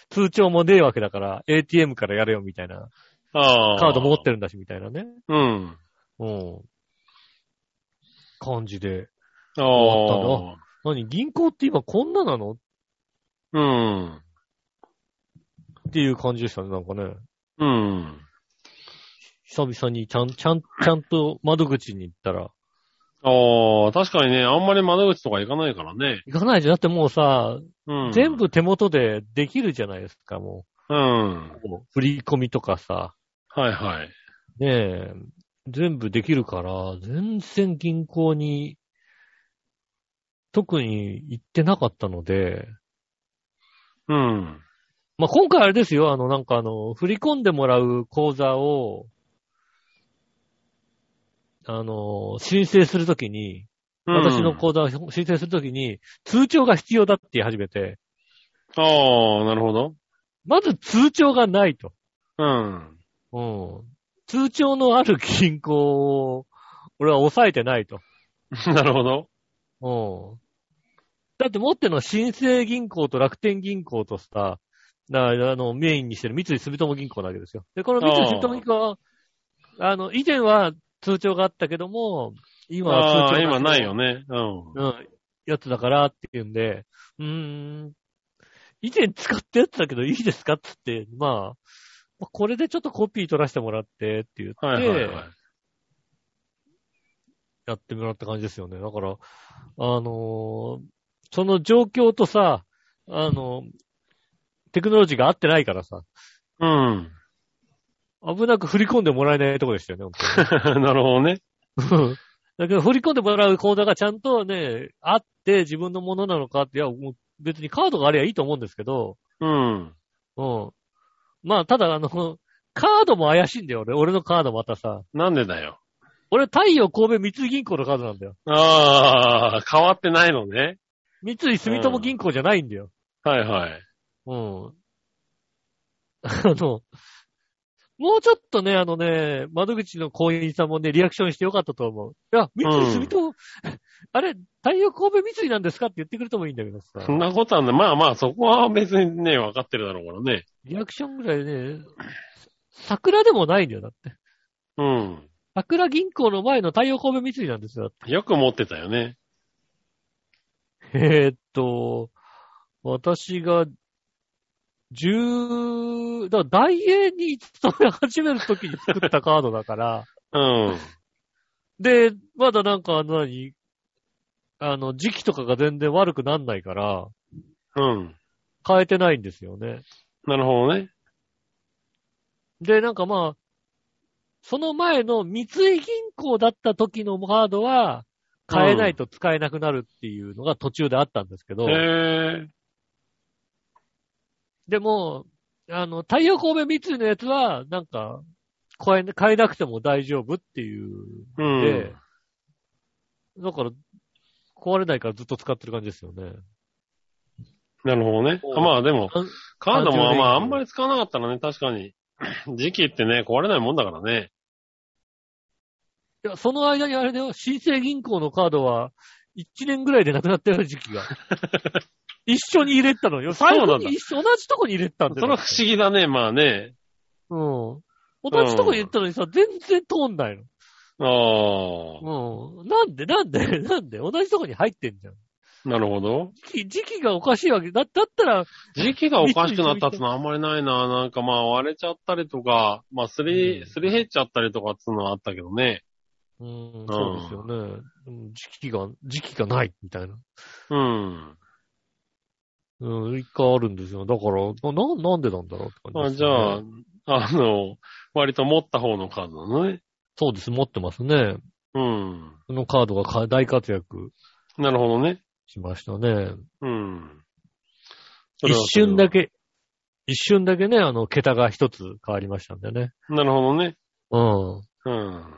Speaker 2: 通帳もねえわけだから、ATM からやれよ、みたいな。
Speaker 3: ああ。
Speaker 2: カード持ってるんだし、みたいなね。
Speaker 3: うん。
Speaker 2: うん。感じで。
Speaker 3: あ
Speaker 2: 終
Speaker 3: あ。
Speaker 2: 何銀行って今こんななの
Speaker 3: うん。
Speaker 2: っていう感じでしたね、なんかね。
Speaker 3: うん。
Speaker 2: 久々にちゃん、ちゃん、ちゃんと窓口に行ったら。
Speaker 3: ああ、確かにね、あんまり窓口とか行かないからね。
Speaker 2: 行かないじゃん。だってもうさ、
Speaker 3: うん。
Speaker 2: 全部手元でできるじゃないですか、も
Speaker 3: うん。
Speaker 2: う。振り込みとかさ。
Speaker 3: はいはい。
Speaker 2: ねえ。全部できるから、全然銀行に、特に行ってなかったので、
Speaker 3: うん。
Speaker 2: まあ、今回あれですよ、あの、なんかあの、振り込んでもらう口座を、あの、申請するときに、私の口
Speaker 3: 子。
Speaker 2: 座を申請するときに、通帳が必要だって言い始めて、
Speaker 3: ああ、なるほど。
Speaker 2: まず通帳がないと。
Speaker 3: うん。
Speaker 2: うん。通帳のある銀行を、俺は抑えてないと。
Speaker 3: なるほど。
Speaker 2: うん。だって持ってるのは新生銀行と楽天銀行とさ、なあの、メインにしてる三井住友銀行なわけですよ。で、この三井住友銀行は、あの、以前は通帳があったけども、今は
Speaker 3: あ
Speaker 2: 通
Speaker 3: あ、
Speaker 2: 帳が
Speaker 3: 今ないよ
Speaker 2: ね。
Speaker 3: ね。うん。
Speaker 2: うん、やつだからっていうんで、うーん、以前使ったやつだけどいいですかっつって、まあ、まあこれでちょっとコピー取らせてもらってって言って、
Speaker 3: はいはいはい。
Speaker 2: やってもらった感じですよね。だから、あのーその状況とさ、あのテクノロジーが合ってないからさ、
Speaker 3: うん。
Speaker 2: 危なく振り込んでもらえないとこでしたよね、本
Speaker 3: なるほどね。
Speaker 2: 当 にだけど、振り込んでもらう口座がちゃんとね、あって自分のものなのかって、いや、もう別にカードがあればいいと思うんですけど、
Speaker 3: うん。
Speaker 2: うん。まあ、ただ、あの、 カードも怪しいんだよ、俺。俺のカードまたさ。
Speaker 3: なんでだよ。
Speaker 2: 俺、太陽神戸三井銀行のカードなんだよ。
Speaker 3: ああ、変わってないのね。
Speaker 2: 三井住友銀行じゃないんだよ。
Speaker 3: はいはい。
Speaker 2: うん。あの、もうちょっとね、あのね、窓口の行員さんもね、リアクションしてよかったと思う。いや、三井住友、 あれ、太陽神戸三井なんですかって言ってくれてもいいんだけどさ
Speaker 3: そ、んなことはね、まあまあ、そこは別にね、分かってるだろうからね。
Speaker 2: リアクションぐらいね、桜でもないんだよ、だって。
Speaker 3: うん。
Speaker 2: 桜銀行の前の太陽神戸三井なんですよ。
Speaker 3: よく持ってたよね。
Speaker 2: えーっと、私が十、だから大英に勤め始めるときに作ったカードだから、
Speaker 3: うん。
Speaker 2: で、まだなんかあの何、あの、時期とかが全然悪くなんないから、
Speaker 3: うん。
Speaker 2: 変えてないんですよね。
Speaker 3: なるほどね。
Speaker 2: で、なんかまあ、その前の三井銀行だった時のカードは、変えないと使えなくなるっていうのが途中であったんですけど、
Speaker 3: へえ。
Speaker 2: でも、あの、太陽光明三井のやつは、なんか、変え、変えなくても大丈夫っていう
Speaker 3: うん。
Speaker 2: で、だから、壊れないからずっと使ってる感じですよね。
Speaker 3: なるほどね。あまあでも、カードもまああんまり使わなかったらね、確かに。 時期ってね、壊れないもんだからね。
Speaker 2: いや、その間にあれだよ、新生銀行のカードは、1年ぐらいでなくなったような時 期が。一緒に入れてたのよ。
Speaker 3: そう
Speaker 2: 最
Speaker 3: なんだ
Speaker 2: 後に一緒同じとこに入れてたんだ
Speaker 3: それ
Speaker 2: よ
Speaker 3: は。不思議だね、まあね。
Speaker 2: うん。同じとこに入れてたのにさ、全然通んない
Speaker 3: ああ、
Speaker 2: の。うん。なんで、なんで、なんで、同じとこに入ってんじゃん。
Speaker 3: なるほど。
Speaker 2: 時期、時期がおかしいわけ。だ、だったら、
Speaker 3: 時期がおかしくなったってのはあんまりないな。なんかまあ割れちゃったりとか、まあす
Speaker 2: う
Speaker 3: り、
Speaker 2: ん
Speaker 3: すり減っちゃったりとかっていうのはあったけどね。
Speaker 2: うん、そうですよね。うん時期が、時期がない、みたいな。
Speaker 3: うん。
Speaker 2: うん、一回あるんですよ。だから、な、ななんでなんだろうって感
Speaker 3: あ
Speaker 2: じです、ね。
Speaker 3: じゃあ、あの、割と持った方のカードなのね。
Speaker 2: そうです、持ってますね。
Speaker 3: うん。
Speaker 2: このカードがか大活躍
Speaker 3: なるほどね。
Speaker 2: しましたね。
Speaker 3: うん。そ
Speaker 2: 一
Speaker 3: れはそれは
Speaker 2: 瞬だ。け、一瞬だけね、あの、桁が一つ変わりましたんでね。
Speaker 3: なるほどね。
Speaker 2: うん。
Speaker 3: うん。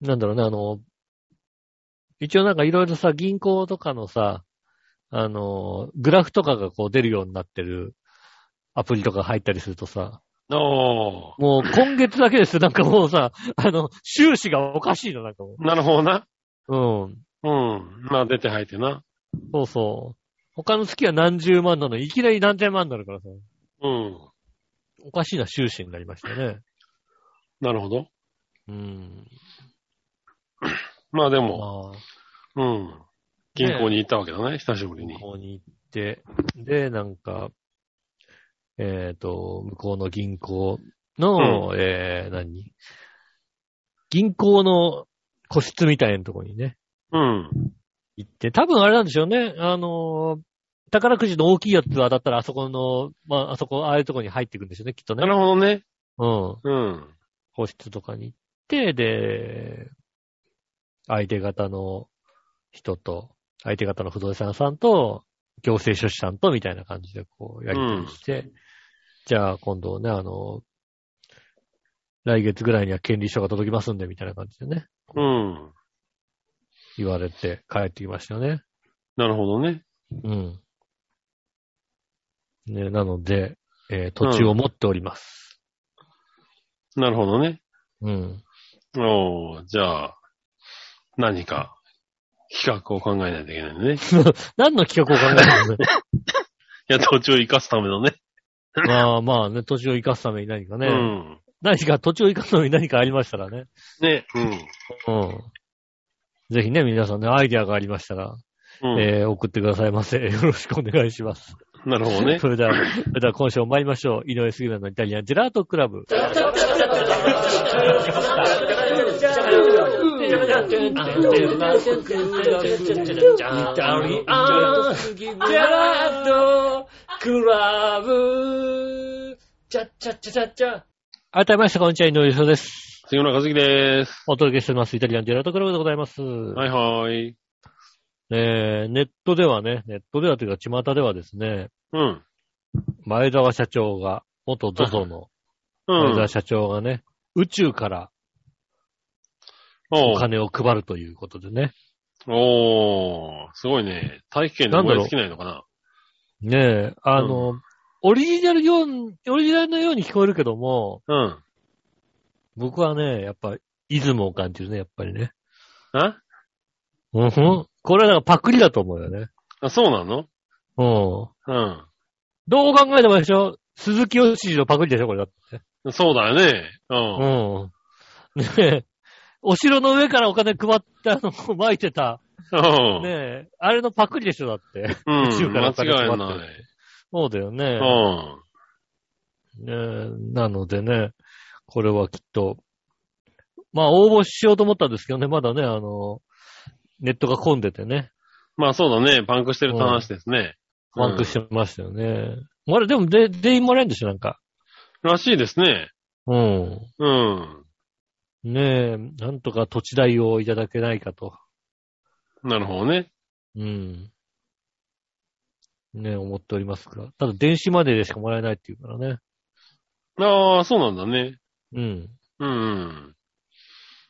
Speaker 2: なんだろうね、あの、一応なんかいろいろさ、銀行とかのさ、あの、グラフとかがこう出るようになってるアプリとか入ったりするとさ、
Speaker 3: あ
Speaker 2: もう今月だけですよ。 なんかもうさ、あの、収支がおかしいの、なんかも
Speaker 3: あ、なるほどな。
Speaker 2: う。うん。
Speaker 3: うん。まあ出て入ってな。
Speaker 2: そうそう。他の月は何十万なのに、いきなり何千万になるからさ、
Speaker 3: うん。
Speaker 2: おかしいな収支になりましたね。
Speaker 3: なるほど。
Speaker 2: うん。
Speaker 3: まあでも、
Speaker 2: まあ、
Speaker 3: うん。銀行に行ったわけだね、久しぶりに
Speaker 2: 向。こうに行って、で、なんか、えっ、と、向こうの銀行の、えー、何銀行の個室みたいなとこにね、
Speaker 3: うん。
Speaker 2: 行って、多分あれなんでしょうね、あのー宝くじの大きいやつはだったらあそこの、まあ、あそこ、ああいうとこに入っていくんでしょうね、きっと
Speaker 3: な
Speaker 2: ね。
Speaker 3: るほどね。
Speaker 2: うん。
Speaker 3: うん。
Speaker 2: 個室とかに行って、で、相手方の人と、相手方の不動産屋さんと、行政書士さんと、みたいな感じでこう、やりとりして、じゃあ今度ね、あの、来月ぐらいには権利書が届きますんで、みたいな感じでね、
Speaker 3: うん。
Speaker 2: 言われて帰ってきましたよね。
Speaker 3: なるほどね。
Speaker 2: うん。ね、なので、えー土地を持っております。
Speaker 3: なるほどね。
Speaker 2: うん。
Speaker 3: おー、じゃあ、何か、企画を考えないといけないね。い
Speaker 2: 何の企画を考えたのね。
Speaker 3: や、途中生かすためのね。
Speaker 2: まあまあね、土地を生かすために何かね、
Speaker 3: うん。
Speaker 2: 何か土地を生かすのに何かありましたらね。
Speaker 3: ね、
Speaker 2: うん。ぜひね、皆さんね、アイディアがありましたら、
Speaker 3: うん。うん。
Speaker 2: えー送ってくださいませ。よろしくお願いします。
Speaker 3: なるほど ね
Speaker 2: そ。れでは、それでは今週も参りましょう。井上杉村のイタリアンジェラートクラブ。改めまして、こんにちは、井上優勝です。
Speaker 3: 杉村和樹です。
Speaker 2: お届けしております。イタリアンジェラートクラブでございます。
Speaker 3: はいはい。
Speaker 2: えーネットではね、ネットではというか、巷ではですね、
Speaker 3: うん。
Speaker 2: 前澤社長が、元 ZOZO の
Speaker 3: う
Speaker 2: 前
Speaker 3: ん
Speaker 2: 澤。社長がね、宇宙からお
Speaker 3: おー
Speaker 2: 金を配るということでね。
Speaker 3: おー、すごいね。大気圏で燃え尽きないのかな
Speaker 2: ねえ、あの、オリジナルよう、オリジナルのように聞こえるけども、
Speaker 3: うん。
Speaker 2: 僕はね、やっぱ、出雲を感じるね、やっぱりね。
Speaker 3: あ
Speaker 2: うんふん。これはなんかパクリだと思うよね。
Speaker 3: あ、そうなの
Speaker 2: うん。
Speaker 3: う
Speaker 2: どう考えてもあれでしょ鈴木よしのパクリでしょ、これだって。
Speaker 3: ん。そうだよね。う。
Speaker 2: うんん。ねえ。お城の上からお金配って、あの、撒いてた。
Speaker 3: うん。
Speaker 2: ねえ。あれのパクリでしょ、だって。
Speaker 3: うん。
Speaker 2: 宇宙から
Speaker 3: 間
Speaker 2: お金配って
Speaker 3: 違
Speaker 2: る
Speaker 3: いない。
Speaker 2: そうだよ
Speaker 3: う
Speaker 2: ね。
Speaker 3: ん。
Speaker 2: ねなのでね、これはきっと、まあ応募しようと思ったんですけどね、まだね、あの、ネットが混んでてね、
Speaker 3: まあそうだね。パンクしてるって話ですね。
Speaker 2: パンクしてましたよね。まだでもで、全員もらえるんでしょ、なんか。
Speaker 3: らしいですね。
Speaker 2: うん。
Speaker 3: うん。
Speaker 2: ねえ、なんとか土地代をいただけないかと。
Speaker 3: なるほどね。
Speaker 2: うん。ねえ、思っておりますが。ただ電子マネーでしかもらえないっていうからね。
Speaker 3: ああ、そうなんだね。
Speaker 2: うん。
Speaker 3: うんうん。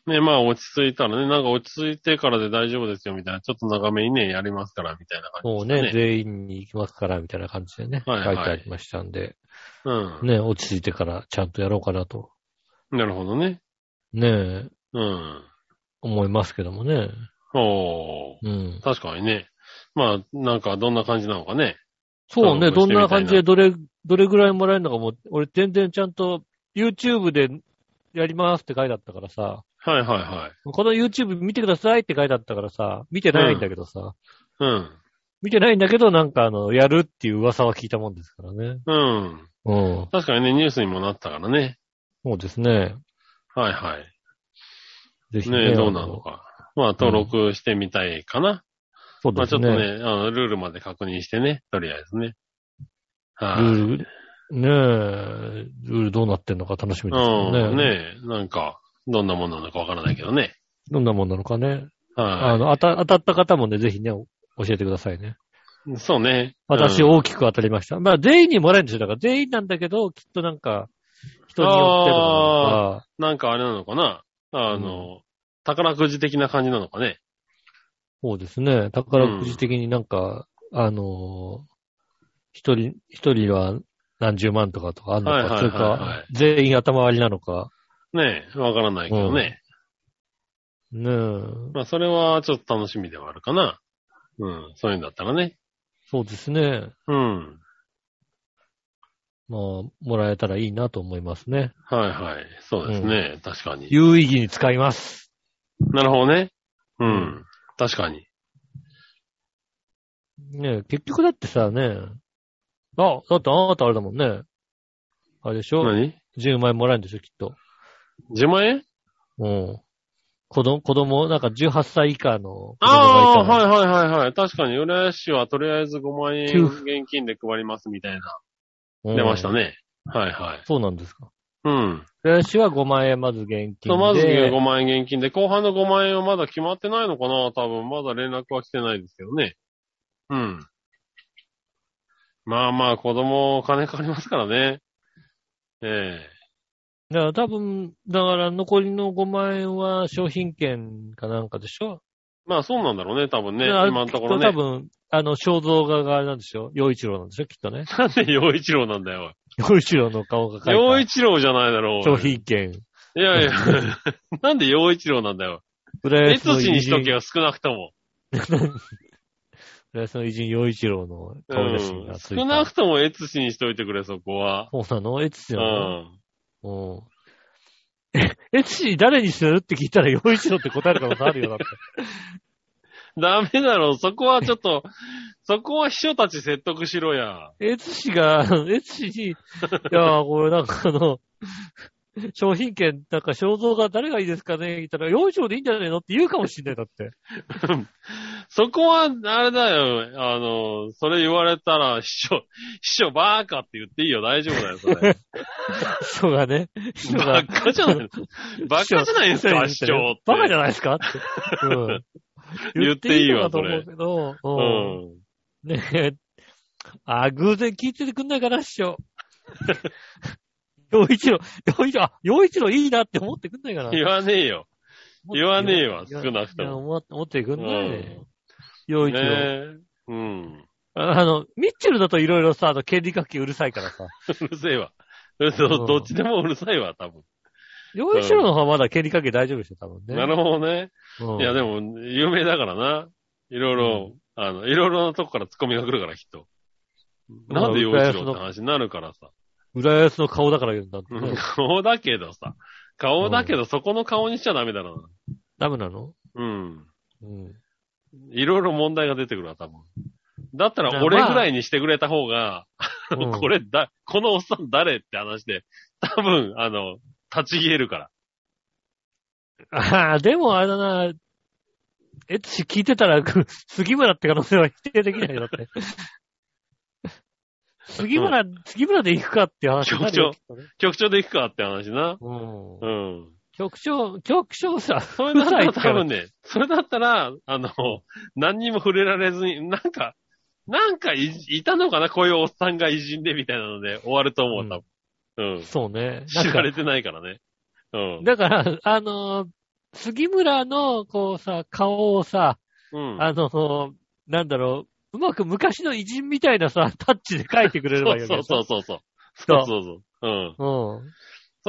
Speaker 3: ね、まあ落ち着いたらね、なんか落ち着いてからで大丈夫ですよみたいな、ちょっと長めにね、やりますからみたいな感
Speaker 2: もう
Speaker 3: じで
Speaker 2: ね、
Speaker 3: すね。
Speaker 2: 全員に行きますから、みたいな感じでね、
Speaker 3: はいはい
Speaker 2: 書いてありましたんで、
Speaker 3: う
Speaker 2: ねえ、落ち着いてからちゃんとやろうかなと、
Speaker 3: ん。なるほどね。
Speaker 2: ねえ、
Speaker 3: うん。
Speaker 2: 思いますけどもね。
Speaker 3: おー。
Speaker 2: うん。
Speaker 3: 確かにね。まあ、なんかどんな感じなのかね。
Speaker 2: そうね、
Speaker 3: そう
Speaker 2: ど
Speaker 3: してみたいなん
Speaker 2: な感じでどれ、どれぐらいもらえるのかも、俺全然ちゃんと YouTube でやりますって書いてあったからさ、
Speaker 3: はいはいはい。
Speaker 2: この YouTube 見てくださいって書いてあったからさ、見てないんだけどさ、
Speaker 3: うん。
Speaker 2: 見てないんだけど、なんかあの、やるっていう噂は聞いたもんですからね。
Speaker 3: うん。
Speaker 2: うん。
Speaker 3: 確かにね、ニュースにもなったからね。
Speaker 2: そうですね。
Speaker 3: はいはい。
Speaker 2: ぜひね。
Speaker 3: ねどうなのか。まあ、登録してみたいかな。
Speaker 2: そう
Speaker 3: ま
Speaker 2: で
Speaker 3: あ、ち
Speaker 2: す
Speaker 3: ょっ
Speaker 2: ね。
Speaker 3: とね、あの、ルールまで確認してね、とりあえずね。はい、
Speaker 2: ルール、ねえ、ルールどうなってんのか楽しみですよね。
Speaker 3: うん、ねえ、なんか、どんなものなのかわからないけどね。
Speaker 2: どんなもんなのかね。あ
Speaker 3: は
Speaker 2: の、当た当たった方もね、ぜひね、教えてくださいね。
Speaker 3: い。そうね。
Speaker 2: 私
Speaker 3: うん
Speaker 2: 大きく当たりました。まあ、全員にもらえるんですよ。だから全員なんだけど、きっとなんか、人によってとかなんか
Speaker 3: なんかあれなのかなあの、宝くじ的な感じなのかね。
Speaker 2: そうですね。宝くじ的になんか、あのー一人、一人は何十万とかとかあるのか、
Speaker 3: はいはいはいはい
Speaker 2: それか、全員頭割りなのか、
Speaker 3: ねえ、わからないけどね。
Speaker 2: ねえ、
Speaker 3: まあ、それはちょっと楽しみではあるかな。うん、そういうんだったらね。
Speaker 2: そうですね。
Speaker 3: うん。
Speaker 2: まあ、もらえたらいいなと思いますね。
Speaker 3: はいはい。そうですね。確かに。
Speaker 2: 有意義に使います。
Speaker 3: なるほどね。う。
Speaker 2: うん
Speaker 3: 確かに。
Speaker 2: ねえ、結局だってさ、ねえ、あ、だってあなたあれだもんね。あれでしょ
Speaker 3: 何
Speaker 2: ?10 万円もらえるんでしょ、きっと。
Speaker 3: ?10 万円
Speaker 2: うん。子供、子供、なんか18歳以下の子供がいた
Speaker 3: ああ、
Speaker 2: ら
Speaker 3: はいはいはいはい。確かに、浦安市はとりあえず5万円
Speaker 2: 給
Speaker 3: 現金で配りますみたいな。
Speaker 2: うん
Speaker 3: 出ましたね。はいはい。
Speaker 2: そうなんですか。
Speaker 3: うん。
Speaker 2: 私は5万円まず現金で。
Speaker 3: まず5万円現金で、後半の5万円はまだ決まってないのかな多分、まだ連絡は来てないですけどね。うん。まあまあ、子供、金かかりますからね。え
Speaker 2: だから多分、だから残りの5万円は商品券かなんかでしょ
Speaker 3: えまあそうなんだろうね、多分ね。
Speaker 2: だから
Speaker 3: 今のところね
Speaker 2: きっ。多分、あの、肖像画があれなんでしょ洋一郎なんでしょきっ とね。
Speaker 3: なんで洋一郎なんだよ。
Speaker 2: 洋一郎の顔が描いた
Speaker 3: 洋一郎じゃないだろう。
Speaker 2: 商品券。
Speaker 3: いや いや、なんで洋一郎なんだよ。
Speaker 2: 浦
Speaker 3: 別
Speaker 2: 安の
Speaker 3: 地に
Speaker 2: 偉
Speaker 3: しと
Speaker 2: 人
Speaker 3: け、よ、少なくとも。
Speaker 2: 浦安の偉人洋一郎の
Speaker 3: う
Speaker 2: 顔写真
Speaker 3: ん
Speaker 2: がついた。
Speaker 3: 少なくとも越地にしといてくれ、そこは。
Speaker 2: そうなのエツシ
Speaker 3: う
Speaker 2: なの
Speaker 3: ん。
Speaker 2: うん。えエツシ誰にするって聞いたら洋一郎って答える可能性あるよ、だって。
Speaker 3: ダメだろ、そこはちょっ と、そこは秘書たち説得しろや。
Speaker 2: エツシが、 エツシ に、いやー、これなんかあの、商品券、なんか肖像画誰がいいですかね言ったら、4章でいいんじゃないのって言うかもしんない、だ って。
Speaker 3: そこは、あれだよ、あの、それ言われたら、秘書、秘書バーカって言っていいよ、大丈夫だよ、そ れ。
Speaker 2: 人がね。人
Speaker 3: バ
Speaker 2: が。
Speaker 3: ッカじ ゃないのバッカじゃないんですか、秘書って。
Speaker 2: バカじゃ
Speaker 3: な
Speaker 2: ない
Speaker 3: い。
Speaker 2: ですかって。うん。
Speaker 3: 言っていいわ
Speaker 2: 言っていいのかと思うけど、うん。
Speaker 3: うん。
Speaker 2: ねえ。あ、偶然聞いててくんないかな、師 匠。洋一郎、洋一郎、あ、洋一郎いいなって思ってくんないかな。
Speaker 3: 言わねえよ。言わねえわ、
Speaker 2: いや
Speaker 3: 少なくと
Speaker 2: いや
Speaker 3: も。
Speaker 2: 思っ思ってくんないね。
Speaker 3: う
Speaker 2: 洋
Speaker 3: ん。
Speaker 2: 一
Speaker 3: ね
Speaker 2: 郎。
Speaker 3: え。うん。
Speaker 2: あの、ミッチェルだといろいろさ、あの、権利書きうるさいからさ。
Speaker 3: うるせえわ。うるせえ
Speaker 2: うん
Speaker 3: どっちでもうるさいわ、多分。
Speaker 2: ヨイシロの方はまだ権利書き大丈夫でしょ、多分ね。
Speaker 3: なるほどね。
Speaker 2: ほ
Speaker 3: いや、でも、有名だからな。いろいろ、あの、いろいろなとこからツッコミが来るから、きっと。
Speaker 2: まあ
Speaker 3: なんで洋一郎って話になるからさ。
Speaker 2: 浦安の顔だから言うんだって、
Speaker 3: うん
Speaker 2: ね。
Speaker 3: 顔だけどさ。顔だけど、そこの顔にしちゃダメだろ
Speaker 2: ダメなの
Speaker 3: うな。うん。
Speaker 2: うん。
Speaker 3: いろいろ問題が出てくるわ、多分。だったら、俺ぐらいにしてくれた方が、
Speaker 2: うん
Speaker 3: これだ、このおっさん誰って話で、多分、あの、立ち消えるから。
Speaker 2: ああ、でもあれだな、エツシ聞いてたら、 く杉村って可能性は否定できないよ、だ って。杉村、杉村で行くかっていう話になるよ。
Speaker 3: 局長で行くかって話な。
Speaker 2: うん
Speaker 3: う。ん。
Speaker 2: 局長、局長さ、
Speaker 3: それだったら
Speaker 2: 行くか
Speaker 3: 多
Speaker 2: ら
Speaker 3: 分ね、 それだったら、あの、何にも触れられずに、なんか、なんかい、いたのかなこういうおっさんが偉人でみたいなので終わると思う、多分。うん。
Speaker 2: そうね。
Speaker 3: 知
Speaker 2: なんから
Speaker 3: れてないからね。うん。
Speaker 2: だから、あのー杉村の、こうさ、顔をさ、
Speaker 3: うん。
Speaker 2: あのーなんだろう、うまく昔の偉人みたいなさ、タッチで描いてくれればいいわけ
Speaker 3: そう
Speaker 2: でし
Speaker 3: そ
Speaker 2: ょ
Speaker 3: うそうそう。そ
Speaker 2: そう
Speaker 3: うそうそう。う
Speaker 2: う
Speaker 3: ん。
Speaker 2: ん。
Speaker 3: そ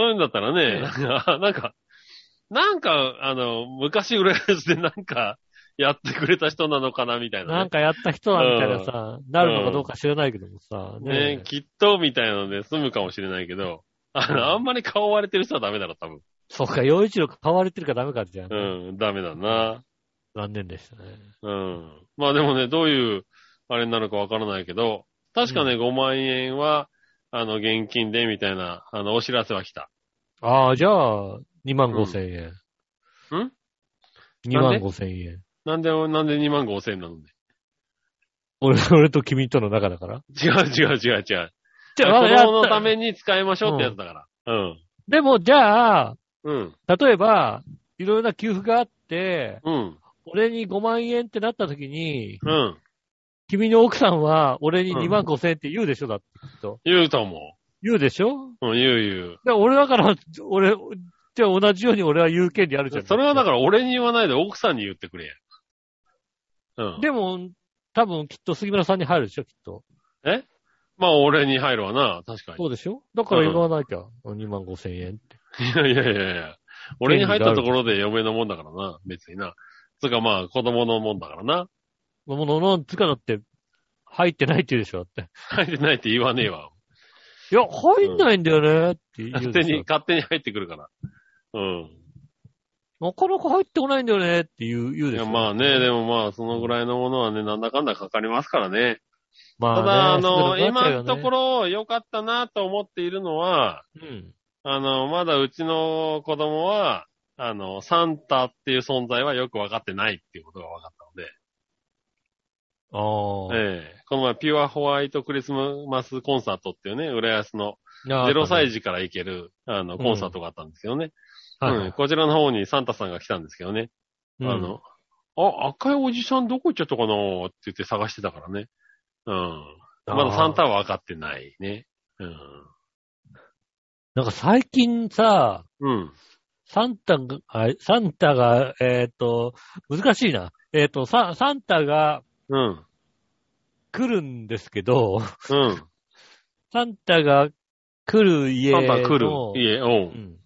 Speaker 3: ういうんだったらね、なんか、 なんか、あの、昔裏安でなんか、やってくれた人なのかな、みたい
Speaker 2: な
Speaker 3: なん
Speaker 2: かやった人だみたいなさ、なるのかどうか知らないけどもさ、
Speaker 3: ね。ね
Speaker 2: ねえ
Speaker 3: きっと、みたいなので済むかもしれないけど、あ
Speaker 2: うん
Speaker 3: の、あんまり顔割れてる人はダメだろ、多分。
Speaker 2: そうか、洋一郎買われてるからダメかじゃん。
Speaker 3: うん、ダメだな。
Speaker 2: 残念でしたね。
Speaker 3: うん。まあでもね、どういう、あれになるかわからないけど、確かね、5万円は、あの、現金で、みたいな、あの、お知らせは来た。
Speaker 2: ああ、じゃあ、2万5千円。
Speaker 3: うん
Speaker 2: 2万5千円。
Speaker 3: なんで、なんで2万5千円なのね。
Speaker 2: 俺、俺と君との中だから。
Speaker 3: 違う違う違う違う。
Speaker 2: じ
Speaker 3: 子供のた
Speaker 2: め。
Speaker 3: めに使いましょうってやつだから。うん。
Speaker 2: でも、じゃあ、
Speaker 3: うん。
Speaker 2: 例えば、いろいろな給付があって、
Speaker 3: うん。
Speaker 2: 俺に5万円ってなった時に、
Speaker 3: うん。
Speaker 2: 君の奥さんは俺に
Speaker 3: うん
Speaker 2: 2万5千円って言うでしょだって。
Speaker 3: 言うと思
Speaker 2: 言うでしょ
Speaker 3: う。うん、言う
Speaker 2: で俺だから、俺、じゃあ同じように俺は言う権利あるじ
Speaker 3: 言
Speaker 2: ゃ
Speaker 3: う。
Speaker 2: ん。
Speaker 3: それはだから俺に言わないで奥さんに言ってくれや。うん。
Speaker 2: でも、多分きっと杉村さんに入るでしょ、きっと。
Speaker 3: まあ俺に入るわな、確か
Speaker 2: そ
Speaker 3: に。
Speaker 2: うでしょだから言わなきゃ、2万5千円って。
Speaker 3: いやいやいやいや。俺に入ったところで嫁のもんだからな、別にな。つうかまあ子供のもんだからな。
Speaker 2: ものの、つかだって、入ってないって言うでしょ、だって。
Speaker 3: 入ってないって言わねえわ。
Speaker 2: いや、入んないんだよねって言
Speaker 3: 勝
Speaker 2: う
Speaker 3: 手
Speaker 2: でし
Speaker 3: に、
Speaker 2: ょ。
Speaker 3: 勝手に入ってくるから。うん。
Speaker 2: なかなか入ってこないんだよねって言う言う
Speaker 3: い
Speaker 2: でし
Speaker 3: や
Speaker 2: ょ。
Speaker 3: まあね、でもまあそのぐらいのものはね、なんだかんだかかりますからね。
Speaker 2: ま
Speaker 3: ただ、あ
Speaker 2: ね
Speaker 3: の、
Speaker 2: 少なくなっ
Speaker 3: 今の
Speaker 2: ちゃうよね
Speaker 3: ところ良かったなと思っているのは、
Speaker 2: うん。
Speaker 3: あの、まだうちの子供は、あの、サンタっていう存在はよく分かってないっていうことが分かっ
Speaker 2: あ
Speaker 3: たので、ええこの前ピュアホワイトクリスマスコンサートっていうね、浦安の
Speaker 2: あ
Speaker 3: 0歳児から行ける、あの、コンサートがあったんですけどね、
Speaker 2: はい
Speaker 3: うんこちらの方にサンタさんが来たんですけどね、あの、あ、赤いおじさんどこ行っちゃったかなーって言って探してたからね。うん。まだサ
Speaker 2: う
Speaker 3: ン。
Speaker 2: んあー
Speaker 3: タは分かってないね。うん。
Speaker 2: なんか最近さ、
Speaker 3: うん。
Speaker 2: サンタが、あサンタが、えっ、と、難しいな。えっ、とサ、サンタが
Speaker 3: うん。
Speaker 2: 来るんですけど、
Speaker 3: うん。
Speaker 2: サンタが来る家
Speaker 3: サ
Speaker 2: の。
Speaker 3: ンタ来る。いえ、お
Speaker 2: う。
Speaker 3: うん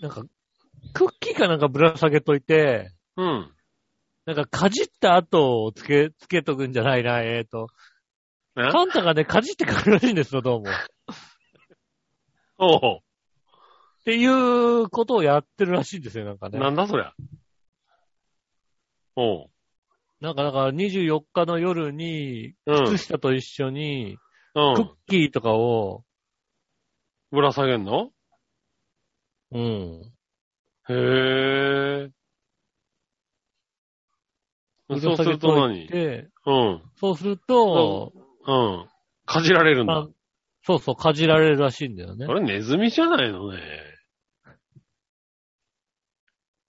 Speaker 2: なんか、クッキーかなんかぶら下げといて、
Speaker 3: うん。
Speaker 2: なんかかじった後をつけ、つけとくんじゃないな、えっ、と。
Speaker 3: え
Speaker 2: サンタがね、かじってくるらしいんですよ、どうも。
Speaker 3: おう
Speaker 2: っていうことをやってるらしいんですよ、なんかね。
Speaker 3: なんだそりゃ。おう。
Speaker 2: なんか、だから24日の夜に、
Speaker 3: うん
Speaker 2: 靴。下と一緒に、
Speaker 3: う
Speaker 2: クッ
Speaker 3: ん。
Speaker 2: キーとかを、
Speaker 3: ぶら下げんの
Speaker 2: うん。
Speaker 3: へえ。そうすると何
Speaker 2: で、
Speaker 3: うん。
Speaker 2: そうすると、
Speaker 3: うん。かじられるんだ
Speaker 2: あ。そうそう、かじられるらしいんだよね
Speaker 3: あ。れ、ネズミじゃないのね。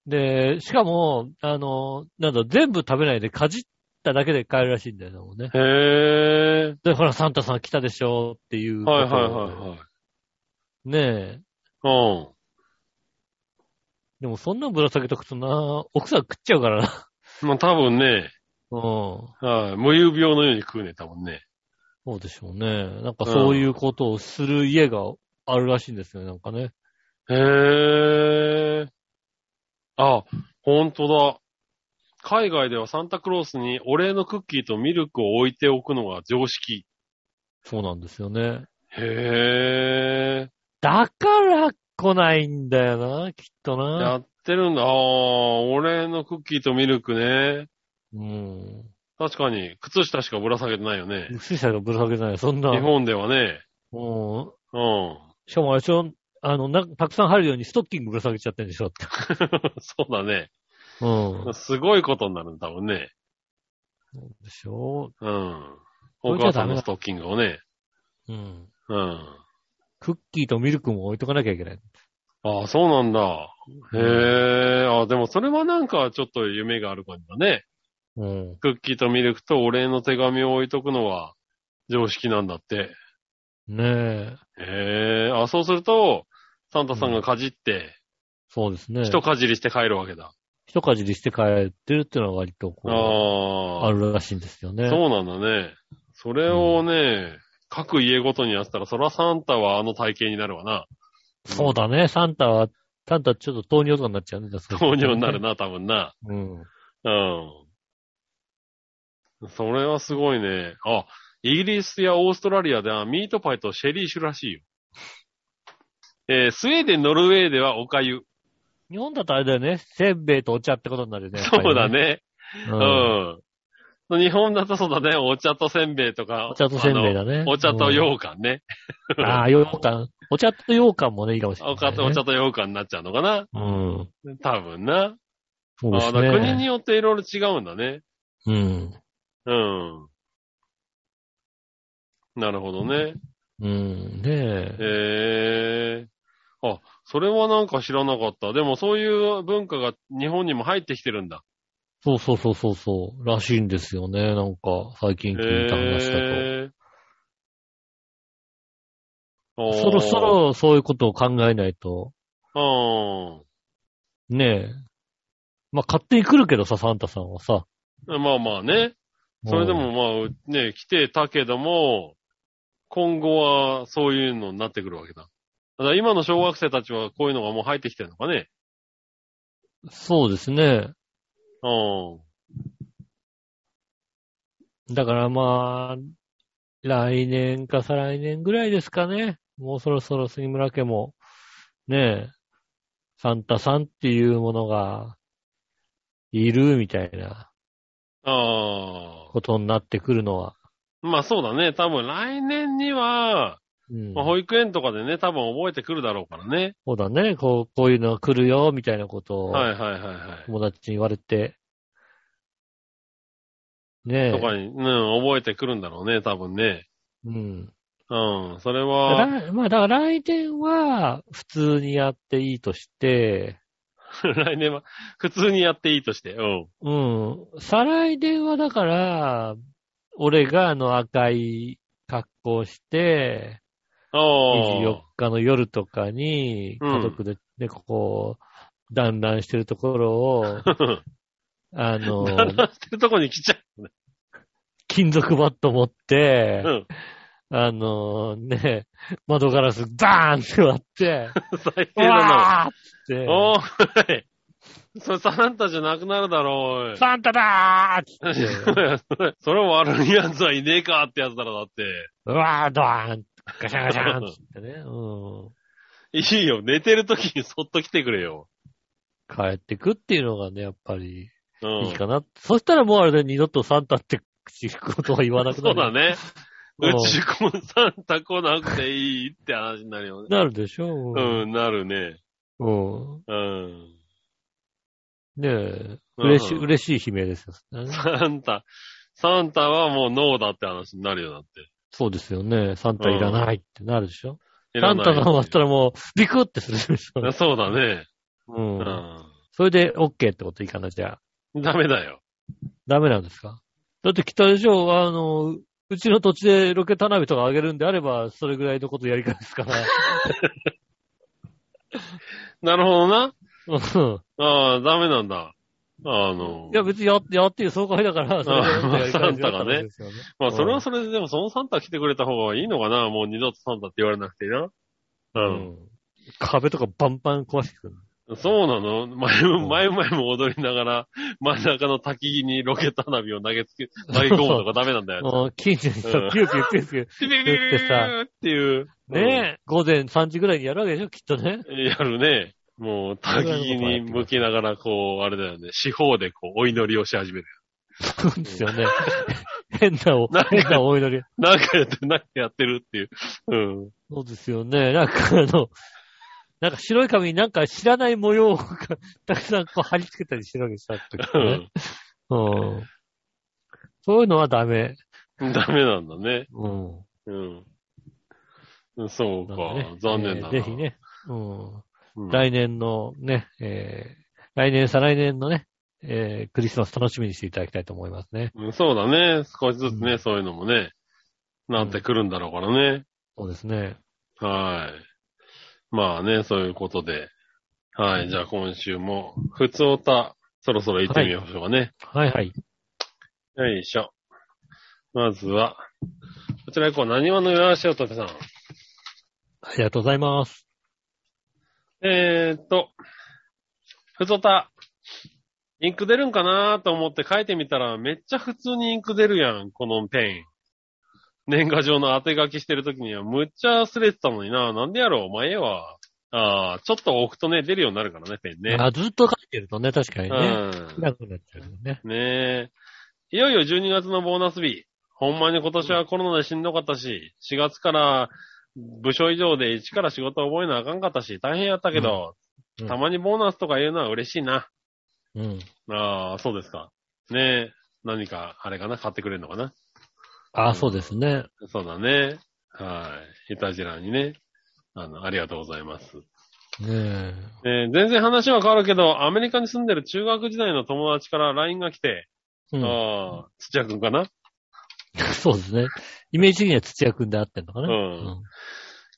Speaker 2: で、しかも、あの、なんだ、全部食べないでかじっただけで帰るらしいんだよね、もうね。
Speaker 3: へえ。
Speaker 2: で、ほら、サンタさん来たでしょっていう。。
Speaker 3: はいはいはい
Speaker 2: ねえ。
Speaker 3: いはい。
Speaker 2: でも、そんなんぶら下げとくとな、奥さん食っちゃうからな。
Speaker 3: うん。まあ多分ね、
Speaker 2: うん。
Speaker 3: はい。無遊病のように食うね、多分ね。
Speaker 2: そうでしょうね。なんか、そういうことをする家があるらしいんですよね、なんかね。
Speaker 3: へえ。あ、ほんとだ。海外ではサンタクロースにお礼のクッキーとミルクを置いておくのが常識。
Speaker 2: そうなんですよね。
Speaker 3: へえ。
Speaker 2: だから来ないんだよな、きっと
Speaker 3: や
Speaker 2: な。
Speaker 3: ってるんだ。ああ、お礼のクッキーとミルクね。
Speaker 2: うん。
Speaker 3: 確かに、靴下しかぶら下げてないよね。
Speaker 2: 靴下がぶら下げてない。そんな。
Speaker 3: 日本ではね。
Speaker 2: うん。
Speaker 3: うん。
Speaker 2: しかもあれでしょあの、な、たくさん入るようにストッキングぶら下げちゃってるんでしょって。
Speaker 3: そうだね。
Speaker 2: うん。
Speaker 3: すごいことになるんだもんね。
Speaker 2: でしょ
Speaker 3: うん。
Speaker 2: そ
Speaker 3: お
Speaker 2: れじゃ
Speaker 3: 母
Speaker 2: ダ
Speaker 3: さ
Speaker 2: メ
Speaker 3: ん
Speaker 2: だ
Speaker 3: のストッキングをね。
Speaker 2: うん。
Speaker 3: うん。
Speaker 2: クッキーとミルクも置いとかなきゃいけない。
Speaker 3: ああ、そうなんだ。へえ。ああ、でもそれはなんかちょっと夢がある感じだね。
Speaker 2: うん。
Speaker 3: クッキーとミルクとお礼の手紙を置いとくのは常識なんだって。
Speaker 2: ねえ。
Speaker 3: へえ。あそうすると、サンタさんがかじって、
Speaker 2: そうですね。
Speaker 3: 一かじりして帰るわけだ。
Speaker 2: 一かじりして帰ってるっていうのは割とこう、
Speaker 3: あ
Speaker 2: あ
Speaker 3: あ。
Speaker 2: るらしいんですよね。
Speaker 3: そうなんだね。それをね、各家ごとにやってたら、そらサンタはあの体型になるわな。
Speaker 2: そうだね。サンタは、サンタちょっと糖尿とかになっちゃうね。
Speaker 3: 糖尿になる。な、多分な。
Speaker 2: うん。
Speaker 3: うん。それはすごいね。あ、イギリスやオーストラリアではミートパイとシェリー酒らしいよ。えースウェーデン、ノルウェーではおかゆ。
Speaker 2: 日本だとあれだよね。せんべいとお茶ってことになるよね。やっぱ
Speaker 3: そ
Speaker 2: り
Speaker 3: うだ。ね。
Speaker 2: う。
Speaker 3: うんん。日本だとそうだね。お茶とせんべいとか。
Speaker 2: お茶とせんべい
Speaker 3: あ
Speaker 2: だね。
Speaker 3: のお茶と羊羹ね。
Speaker 2: うんああ、羊羹。お茶と羊羹もね、いいかもしれない、
Speaker 3: お
Speaker 2: ね。
Speaker 3: 茶とお茶と羊羹になっちゃうのかな
Speaker 2: うん。
Speaker 3: 多分な。
Speaker 2: そうで
Speaker 3: あ
Speaker 2: す
Speaker 3: あだか
Speaker 2: ね。
Speaker 3: ら国によっていろいろ違うんだね。
Speaker 2: うん。
Speaker 3: うん。なるほどね。
Speaker 2: うん。ねえ。
Speaker 3: へえ。あ、それはなんか知らなかった。でもそういう文化が日本にも入ってきてるんだ。
Speaker 2: そうそうそうそうそう。らしいんですよね。なんか、最近聞いた話だ
Speaker 3: へえ。
Speaker 2: と。そろそろそういうことを考えないと、
Speaker 3: ろ。
Speaker 2: ねえ。まあ、勝手に来るけどさ、サンタさんはさ。
Speaker 3: うん。まあまあね。それでもまあね、来てたけども、今後はそういうのになってくるわけだ。だから今の小学生たちはこういうのがもう入ってきてるのかね。
Speaker 2: うん。そうですね。
Speaker 3: うん。
Speaker 2: だからまあ、来年か再来年ぐらいですかね。もうそろそろ杉村家も、ねえ、サンタさんっていうものが、いるみたいな
Speaker 3: あ
Speaker 2: ことになってくるのは。
Speaker 3: あ。まあそうだね。多分来年には、
Speaker 2: うん
Speaker 3: まあ、保育園とかでね、多分覚えてくるだろうからね。
Speaker 2: そうだね。こう、こういうのが来るよ、みたいなことを
Speaker 3: はいはいはいはい。
Speaker 2: 友達に言われて。ねえ。
Speaker 3: とかに、うん、覚えてくるんだろうね、多分ね。
Speaker 2: うん。
Speaker 3: うん、それ
Speaker 2: だ
Speaker 3: は、
Speaker 2: まあ、だから来年は普通にやっていいとして、
Speaker 3: 来年は、普通にやっていいとして、うん。
Speaker 2: うん。再来年はだから、俺があの赤い格好をして、24
Speaker 3: あ
Speaker 2: 日の夜とかに、
Speaker 3: うん
Speaker 2: 家族で、ね、ここ、団らんしてるところ を、
Speaker 3: あ。
Speaker 2: あの、
Speaker 3: だらしてるとこに来ちゃうね。
Speaker 2: 金属バット持って、
Speaker 3: うん。
Speaker 2: あのね、窓ガラスバーンって割っ て、
Speaker 3: 最低
Speaker 2: う
Speaker 3: だな。
Speaker 2: わーっつって、
Speaker 3: おー い。それサンタじゃなくなるだろう、
Speaker 2: サンタだーっ
Speaker 3: おい。
Speaker 2: つって、
Speaker 3: それ悪いやつはいねえかってやつだろ、だって。
Speaker 2: うわードワーンガシャンガシャンっつってね、うん、
Speaker 3: いいよ、寝てる時にそっと来てくれよ。
Speaker 2: 帰ってくっていうのがね、やっぱり
Speaker 3: うん。
Speaker 2: いいかな。そしたらもうあれで二度とサンタって口ことは言わなく
Speaker 3: そ
Speaker 2: な
Speaker 3: う
Speaker 2: る。
Speaker 3: だ
Speaker 2: う
Speaker 3: ね。
Speaker 2: ん
Speaker 3: うちこサンタ来なくていいって話になるよね。
Speaker 2: なるでしょ
Speaker 3: うん、なるね。
Speaker 2: うん。
Speaker 3: うん。
Speaker 2: ねえ、嬉しい、
Speaker 3: うん
Speaker 2: 嬉しい悲鳴ですよ、ね。
Speaker 3: サンタ、サンタはもうノーだって話になるよ、だって。
Speaker 2: そうですよね。サンタいらないってなるでしょ、
Speaker 3: い
Speaker 2: サ
Speaker 3: ら
Speaker 2: ン
Speaker 3: ない
Speaker 2: タの方だったらもう、ビクってするでしょ、
Speaker 3: そうだね。
Speaker 2: うん。
Speaker 3: う
Speaker 2: それで OK ってこといいかな、じゃあ。
Speaker 3: ん。ダメだよ。
Speaker 2: ダメなんですかだって北でしょあの、うちの土地でロケ花火とかあげるんであれば、それぐらいのことやり返す から。
Speaker 3: なるほどな。
Speaker 2: うん
Speaker 3: ああ、ダメなんだ。あの
Speaker 2: い、や、別にやって、やっていう爽快だから、それでやり返すよって話ですよね。
Speaker 3: まあそれはそれで、でもそのサンタ来てくれた方がいいのかな。もう二度とサンタって言われなくていいな。う。
Speaker 2: うんん。壁とかバンバン壊してくる。
Speaker 3: そうなの前も、前々も踊りながら、真ん中の焚き木にロケット花火を投げつけ、投げ込むとかダメなんだよ。
Speaker 2: もう、近所にさ、
Speaker 3: うん
Speaker 2: ピューピューピューピュー。
Speaker 3: ピピピピピーっていう。
Speaker 2: ねえ、午前3時ぐらいにやるわけでしょ、きっとね。
Speaker 3: え。やるね。もう、焚き木に向きながら、こう、あれだよね。四方でこう、お祈りをし始める。
Speaker 2: そうですよね。変なお、
Speaker 3: なんか
Speaker 2: 変なお祈り。
Speaker 3: なんかやって、なんかやってるっていう。うん。
Speaker 2: そうですよね。なんかあの、なんか白い紙になんか知らない模様がたくさんこう貼り付けたりしてるわけですよ
Speaker 3: うん
Speaker 2: うん。そういうのはダメ。
Speaker 3: ダメなんだね。
Speaker 2: うん。
Speaker 3: うん。そうか。
Speaker 2: なんでね
Speaker 3: 残念だな、
Speaker 2: えーぜひね。うん。
Speaker 3: うん。
Speaker 2: 来年のね、えー来年、再来年のね、えークリスマス楽しみにしていただきたいと思いますね。
Speaker 3: うんそうだね。少しずつね、
Speaker 2: うん
Speaker 3: そういうのもね、なってくるんだろうからね。
Speaker 2: そうですね。
Speaker 3: はい。まあね、そういうことで。はい。じゃあ今週も、ふつおた、そろそろ行ってみましょうかね。
Speaker 2: はいはい。
Speaker 3: よいしょ。まずは、こちら以降、何話のよやしおとけさん。
Speaker 2: ありがとうございます。
Speaker 3: えーっと、ふつおた。インク出るんかなと思って書いてみたら、めっちゃ普通にインク出るやん、このペン。年賀状の当て書きしてるときには、むっちゃ忘れてたのにな。なんでやろう、お前は。ああ、ちょっと置くとね、出るようになるからね、ペンね。
Speaker 2: あずっと書いてるとね、確かにね。
Speaker 3: うん。
Speaker 2: 暗くなっちゃうよね。
Speaker 3: ねえ。いよいよ12月のボーナス日。ほんまに今年はコロナでしんどかったし、4月から部署以上で一から仕事覚えなあかんかったし、大変やったけど、
Speaker 2: うんうん
Speaker 3: たまにボーナスとか言うのは嬉しいな。
Speaker 2: うん。
Speaker 3: ああ、そうですか。ねえ。何か、あれかな買ってくれるのかな
Speaker 2: あ、そうですね。
Speaker 3: そうだね。はい。いたじらにね。あの、ありがとうございます。
Speaker 2: ね
Speaker 3: えー全然話は変わるけど、アメリカに住んでる中学時代の友達から LINE が来て、
Speaker 2: え。うん。
Speaker 3: ああ、土屋くんかな
Speaker 2: そうですね。イメージ的には土屋くんで合ってんのかな。
Speaker 3: うん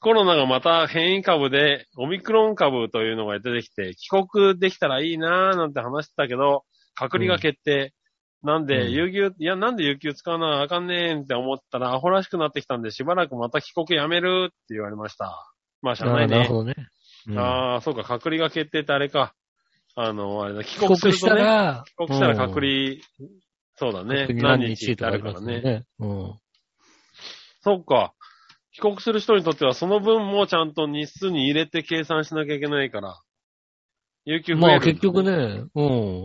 Speaker 3: コロナがまた変異株で、オミクロン株というのが出てきて、帰国できたらいいなーなんて話してたけど、隔離が決定。な
Speaker 2: う
Speaker 3: んで、
Speaker 2: ん
Speaker 3: 有給、いや、なんで有給使わなあかんねーんって思ったら、アホらしくなってきたんで、しばらくまた帰国やめるって言われました。まあ、しゃあ
Speaker 2: あ
Speaker 3: な
Speaker 2: あ
Speaker 3: い
Speaker 2: なる
Speaker 3: ね。
Speaker 2: ほどね。うん
Speaker 3: ああ、そうか、隔離が決定ってあれか。あの、あれだ、帰
Speaker 2: 帰
Speaker 3: 国
Speaker 2: 国
Speaker 3: する
Speaker 2: した
Speaker 3: とね、
Speaker 2: ら、
Speaker 3: 帰国したら隔
Speaker 2: うん
Speaker 3: 離、そうだね、
Speaker 2: 特に
Speaker 3: 何日ってあ
Speaker 2: あ
Speaker 3: る
Speaker 2: り
Speaker 3: か
Speaker 2: ま
Speaker 3: ら
Speaker 2: す
Speaker 3: ね
Speaker 2: よ。ね。うん。
Speaker 3: そっか。帰国する人にとっては、その分もちゃんと日数に入れて計算しなきゃいけないから。有給増
Speaker 2: ま
Speaker 3: える
Speaker 2: あ結局
Speaker 3: ね。
Speaker 2: ね、う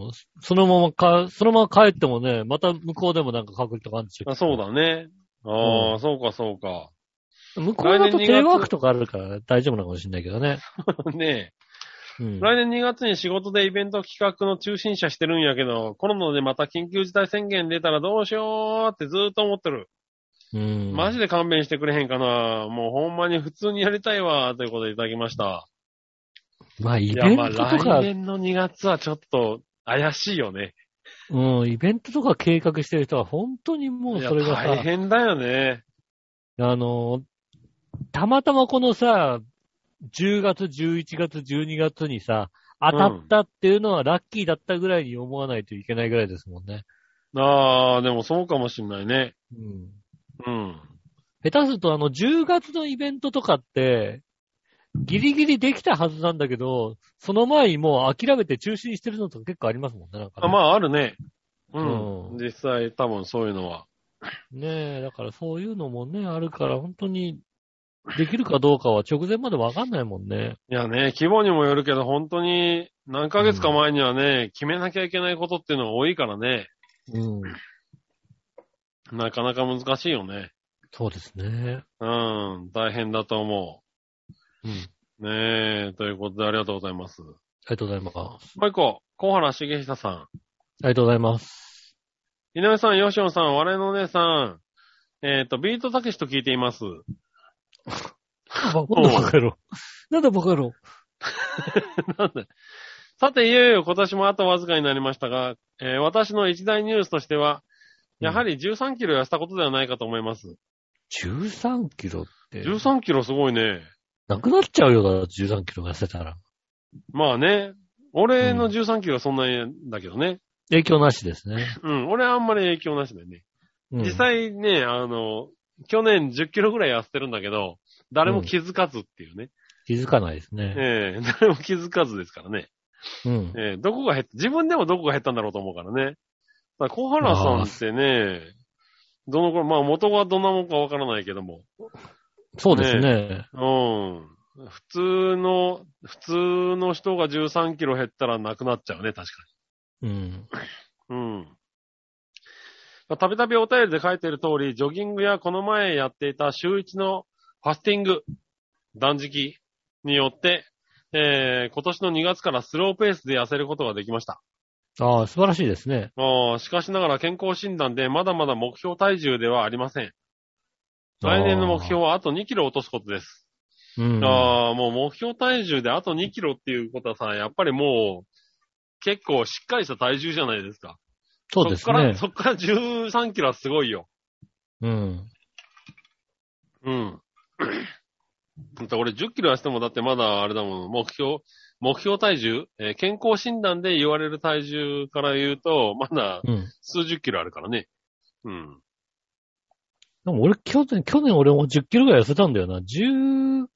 Speaker 2: ん。そのままか、そのまま帰ってもね、また向こうでもなんか隔離とかあるんでしょ。
Speaker 3: あそうだね。ああ、
Speaker 2: う
Speaker 3: そうか、そうか。
Speaker 2: 向こうだと
Speaker 3: 来年2
Speaker 2: テ
Speaker 3: 月
Speaker 2: レワークとかあるから大丈夫なのかもしれないけどね。
Speaker 3: ね
Speaker 2: うん
Speaker 3: え。。来年2月に仕事でイベント企画の中心者してるんやけど、コロナでまた緊急事態宣言出たらどうしようってずーっと思ってる。
Speaker 2: うん。
Speaker 3: マジで勘弁してくれへんかな。もうほんまに普通にやりたいわ、ということでいただきました。
Speaker 2: まあイ
Speaker 3: い
Speaker 2: ベ
Speaker 3: や、
Speaker 2: ン
Speaker 3: まあ
Speaker 2: トとか
Speaker 3: 来、年の2月はちょっと怪しいよね。
Speaker 2: うん、イベントとか計画してる人は本当にもう
Speaker 3: いや
Speaker 2: それが
Speaker 3: 大
Speaker 2: さ、
Speaker 3: 変だよね。
Speaker 2: あの、たまたまこのさ、10月、11月、12月にさ、当たったっていうのはラッキーだったぐらいに思わないといけないぐらいですもんね。
Speaker 3: ああ、でもそうかもしんないね。
Speaker 2: うん。
Speaker 3: うん。
Speaker 2: 下手すると、あの、10月のイベントとかって、ギリギリできたはずなんだけど、その前にもう諦めて中止にしてるのとか結構ありますもんね、なんか、ね。
Speaker 3: あまあ、あるね。うん。
Speaker 2: うん
Speaker 3: 実際、多分そういうのは。
Speaker 2: ねえ、だからそういうのもね、あるから、本当に、できるかどうかは直前までわかんないもんね。
Speaker 3: いやね、規模にもよるけど、本当に、何ヶ月か前にはね、決めなきゃいけないことっていうのが多いからね、
Speaker 2: うん。
Speaker 3: なかなか難しいよね。
Speaker 2: そうですね。
Speaker 3: うん、大変だと思
Speaker 2: うん。あ
Speaker 3: う。ねえ、ということでありがとうございます。も
Speaker 2: りがとうございます。
Speaker 3: う一個、小原茂久さん。
Speaker 2: ありがとうございます。
Speaker 3: 井上さん、吉野さん、我のお姉さん。えっ、と、ビートたけしと聞いています。
Speaker 2: なんでバカ野郎。なんでバカ野郎。
Speaker 3: なんだ さて、いよいよ今年もあとわずかになりましたが、えー私の一大ニュースとしては、やはり13キロ痩せたことではないかと思います。
Speaker 2: 13キロって。
Speaker 3: 13キロすごいね。
Speaker 2: なくなっちゃうよ、だから13キロ痩せたら。
Speaker 3: まあね、俺
Speaker 2: う
Speaker 3: の
Speaker 2: ん
Speaker 3: 13キロはそんなにだけどね。
Speaker 2: 影響なしですね。
Speaker 3: うん、俺はあんまり影響なしだよね。
Speaker 2: うん
Speaker 3: 実際ね、あの、去年10キロぐらい痩せてるんだけど、誰も気づかずっていうね。
Speaker 2: 気づかないですね。
Speaker 3: ええ誰も気づかずですからね。
Speaker 2: うん。
Speaker 3: ええどこが減った、自分でもどこが減ったんだろうと思うからね。だから小原さんってね、どの頃、まあ元がどんなもんかわからないけども、
Speaker 2: そうですね。
Speaker 3: うん。普通の、普通の人が13キロ減ったらなくなっちゃうね、確か
Speaker 2: うん。
Speaker 3: に。うん。まあたびたびお便りで書いている通り、ジョギングやこの前やっていた週一のファスティング、断食によって、えー今年の2月からスローペースで痩せることができました。
Speaker 2: ああ、素晴らしいですね。
Speaker 3: あーしかしながら健康診断でまだまだ目標体重ではありません。来年の目標はあと2キロ落とすことです。
Speaker 2: うん。
Speaker 3: ああ、もう目標体重であと2キロっていうことはさ、やっぱりもう、結構しっかりした体重じゃないですか。
Speaker 2: そうです
Speaker 3: そっから、
Speaker 2: ね。
Speaker 3: そっから13キロはすごいよ。
Speaker 2: うん。
Speaker 3: うん。だって俺10キロ痩せてもだってまだあれだもん、目標、目標体重、えー健康診断で言われる体重から言うと、まだ
Speaker 2: うん。
Speaker 3: 数十キロあるからね。うん。
Speaker 2: でも俺、去年、去年俺も10キロぐらい痩せたんだよな。11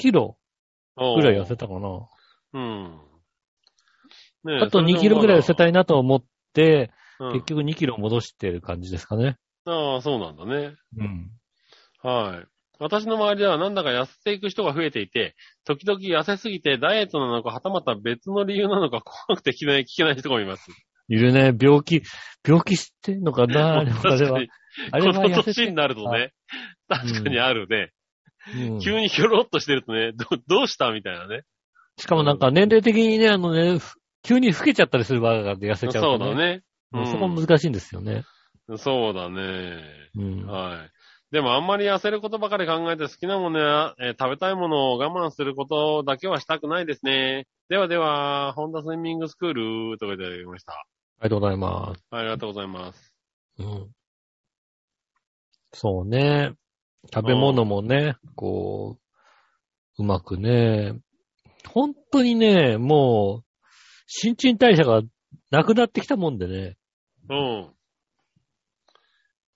Speaker 2: キロぐらい痩せたかな。
Speaker 3: うん。ねえ
Speaker 2: あと2キロぐらい痩せたいなと思って、
Speaker 3: うん
Speaker 2: 結局2キロ戻してる感じですかね。
Speaker 3: ああ、そうなんだね。
Speaker 2: うん。
Speaker 3: はい。私の周りではなんだか痩せていく人が増えていて、時々痩せすぎてダイエットなのか、はたまた別の理由なのか怖くて聞けない、聞けない人もいます。
Speaker 2: いるね。病気、病気してんのか な あれは、あれ
Speaker 3: 確か
Speaker 2: は
Speaker 3: に、
Speaker 2: あれは
Speaker 3: この
Speaker 2: 痩せ
Speaker 3: 年
Speaker 2: て
Speaker 3: になるとね、
Speaker 2: ん
Speaker 3: 確かにあるね。
Speaker 2: うん
Speaker 3: 急にひょろっとしてるとね、ど、どうしたみたいなね。
Speaker 2: しかもなんか年齢的にね、あのね、ふ急に老けちゃったりする場合があって痩せちゃう
Speaker 3: そう
Speaker 2: と
Speaker 3: だね。
Speaker 2: う
Speaker 3: うんん
Speaker 2: そこ難しいんですよね。
Speaker 3: そうだね。
Speaker 2: うん。
Speaker 3: はい。でもあんまり痩せることばかり考えて好きなものや、えー食べたいものを我慢することだけはしたくないですね。ではでは、ホンダスイミングスクールとかいただきました。
Speaker 2: ありがとうございます。
Speaker 3: ありがとうございます。
Speaker 2: うん。そうね。食べ物もね、こう、うまくね。本当にね、もう、新陳代謝がなくなってきたもんでね。
Speaker 3: うん。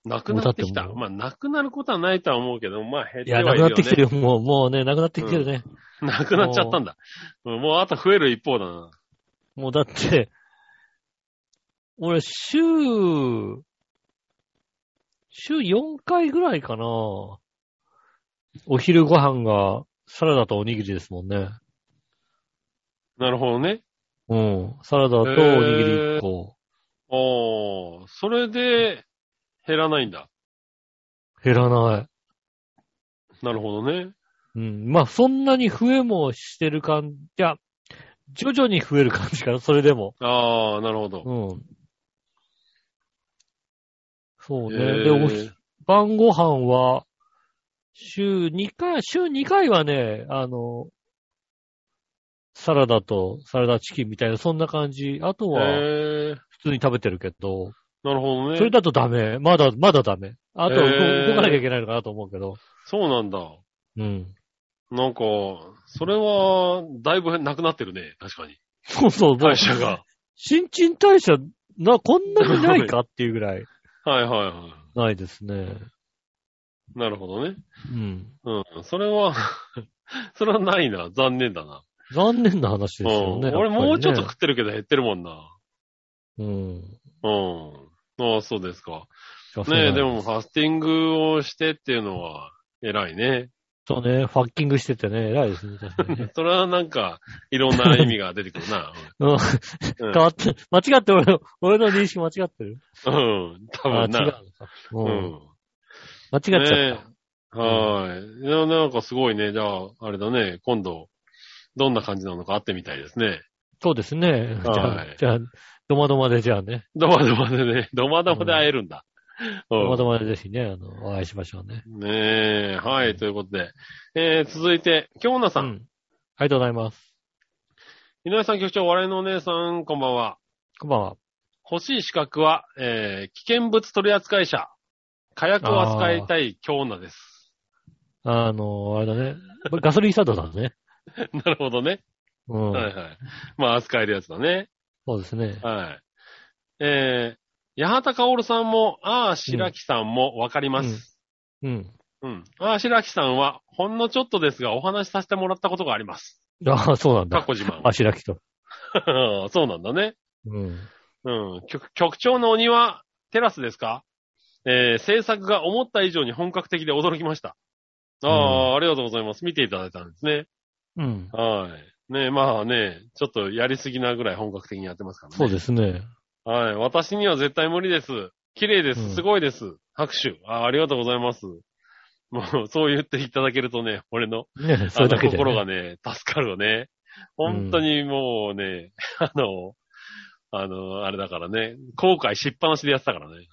Speaker 3: なくなってきた。
Speaker 2: もうだってもう
Speaker 3: まあ、なくなることはないとは思うけど、まあ、減っ
Speaker 2: い
Speaker 3: ては
Speaker 2: や、
Speaker 3: いる
Speaker 2: な
Speaker 3: よ、ね。
Speaker 2: くなってきてるよ。もう、もうね、なくなってきてるね。
Speaker 3: なくなっちゃったんだ。うんもうあと増える一方だな。
Speaker 2: もうだって、俺、週、週4回ぐらいかな。お昼ご飯がサラダとおにぎりですもんね。
Speaker 3: なるほどね。
Speaker 2: うん。サラダとおにぎり1個。
Speaker 3: おー、それで、減らないんだ。
Speaker 2: 減らない。
Speaker 3: なるほどね。
Speaker 2: うん。まあ、そんなに増えもしてる感じ、いや、徐々に増える感じかな、それでも。
Speaker 3: あー、なるほど。
Speaker 2: うん。そうね。
Speaker 3: え
Speaker 2: で、
Speaker 3: ー
Speaker 2: おひ晩ご飯は、週2回、週2回はね、あの、サラダとサラダチキンみたいな、そんな感じ。あとは、
Speaker 3: えー、
Speaker 2: 普通に食べてるけど、
Speaker 3: なるほどね。
Speaker 2: それだとダメ。まだ、まだダメ。あと、動
Speaker 3: えー
Speaker 2: 動かなきゃいけないのかなと思うけど。
Speaker 3: そうなんだ。
Speaker 2: うん。
Speaker 3: なんか、それは、だいぶなくなってるね。確かに。
Speaker 2: そうそう、もう
Speaker 3: 会、社が。
Speaker 2: 新陳代謝、な、こんなにないかっていうぐらい、
Speaker 3: はいはいは
Speaker 2: ないですね。
Speaker 3: い。なるほどね。
Speaker 2: うん。
Speaker 3: うん。それは、 それはないな。残念だな。
Speaker 2: 残念な話
Speaker 3: う
Speaker 2: ですよ
Speaker 3: ん。
Speaker 2: ね。
Speaker 3: 俺もうちょっと
Speaker 2: やぱ
Speaker 3: 食ってるけど減ってるもんな。
Speaker 2: りね。うん。
Speaker 3: うん。ああ、そうですか。
Speaker 2: い
Speaker 3: ね
Speaker 2: や
Speaker 3: え、で。もファスティングをしてっていうのは、偉いね。
Speaker 2: そうね、ファッキングしててね、偉いですね、確かにね。
Speaker 3: それはなんか、いろんな意味が出てくるな。
Speaker 2: うん変わって、 間違って俺の、俺の認識間違ってる。
Speaker 3: うん。多
Speaker 2: あ、違う
Speaker 3: 分
Speaker 2: の
Speaker 3: な
Speaker 2: か。。う。
Speaker 3: うんん。
Speaker 2: 間違っちゃっ
Speaker 3: ねえはい。いやなんかすごいね。じゃあ、あれだね。今度、どんな感じなのか会ってみたいですね。
Speaker 2: た。そうですね。じゃ
Speaker 3: は
Speaker 2: あ
Speaker 3: い、
Speaker 2: じゃあ、どまどまでじゃあね。
Speaker 3: ドマドマでね。ドマドマで会えるんだ。うん
Speaker 2: どまどまでぜひね、あの、お会いしましょうね。
Speaker 3: ねえ。はい。ということで。えー、続いて、京奈
Speaker 2: う
Speaker 3: さん。
Speaker 2: ん。ありがとうございます。
Speaker 3: 井上さん局長、我々のお姉さん、こんばんは。
Speaker 2: こんばんは。
Speaker 3: 欲しい資格は、えー、危険物取扱者。火薬を扱いたい京奈です。
Speaker 2: あの、あれだね。ガソリンスタンドさんね。
Speaker 3: なるほどね。
Speaker 2: うん。
Speaker 3: はいはい。まあ、扱えるやつだね。
Speaker 2: そうですね。
Speaker 3: はい。えー、八幡薫さんも、ああ、白木さんもわかります。
Speaker 2: うん。
Speaker 3: うん。ああ、白木さんは、ほんのちょっとですが、お話しさせてもらったことがあります。
Speaker 2: ああ、そうなん
Speaker 3: かっ
Speaker 2: だ。
Speaker 3: こ自慢
Speaker 2: あ、。白木と。
Speaker 3: そうなんだね。
Speaker 2: うん。
Speaker 3: うん。局局長のお庭、テラスですかえー、制作が思った以上に本格的で驚きました。ああ、ありがとうございます。見ていただいたんですね。
Speaker 2: うん。
Speaker 3: はい。ねまあね、ちょっとやりすぎなぐらい本格的にやってますからね。
Speaker 2: そうですね。
Speaker 3: はい。私には絶対無理です。綺麗で
Speaker 2: うん
Speaker 3: す。すごいです。拍手。あありがとうございます。もう、そう言っていただけるとね、俺の、
Speaker 2: ね、それ
Speaker 3: あの、
Speaker 2: だけで、ね。
Speaker 3: 心がね、助かるよね。本当にもうね、 あの、あの、あれだからね、後悔しっぱなしでやってたからね。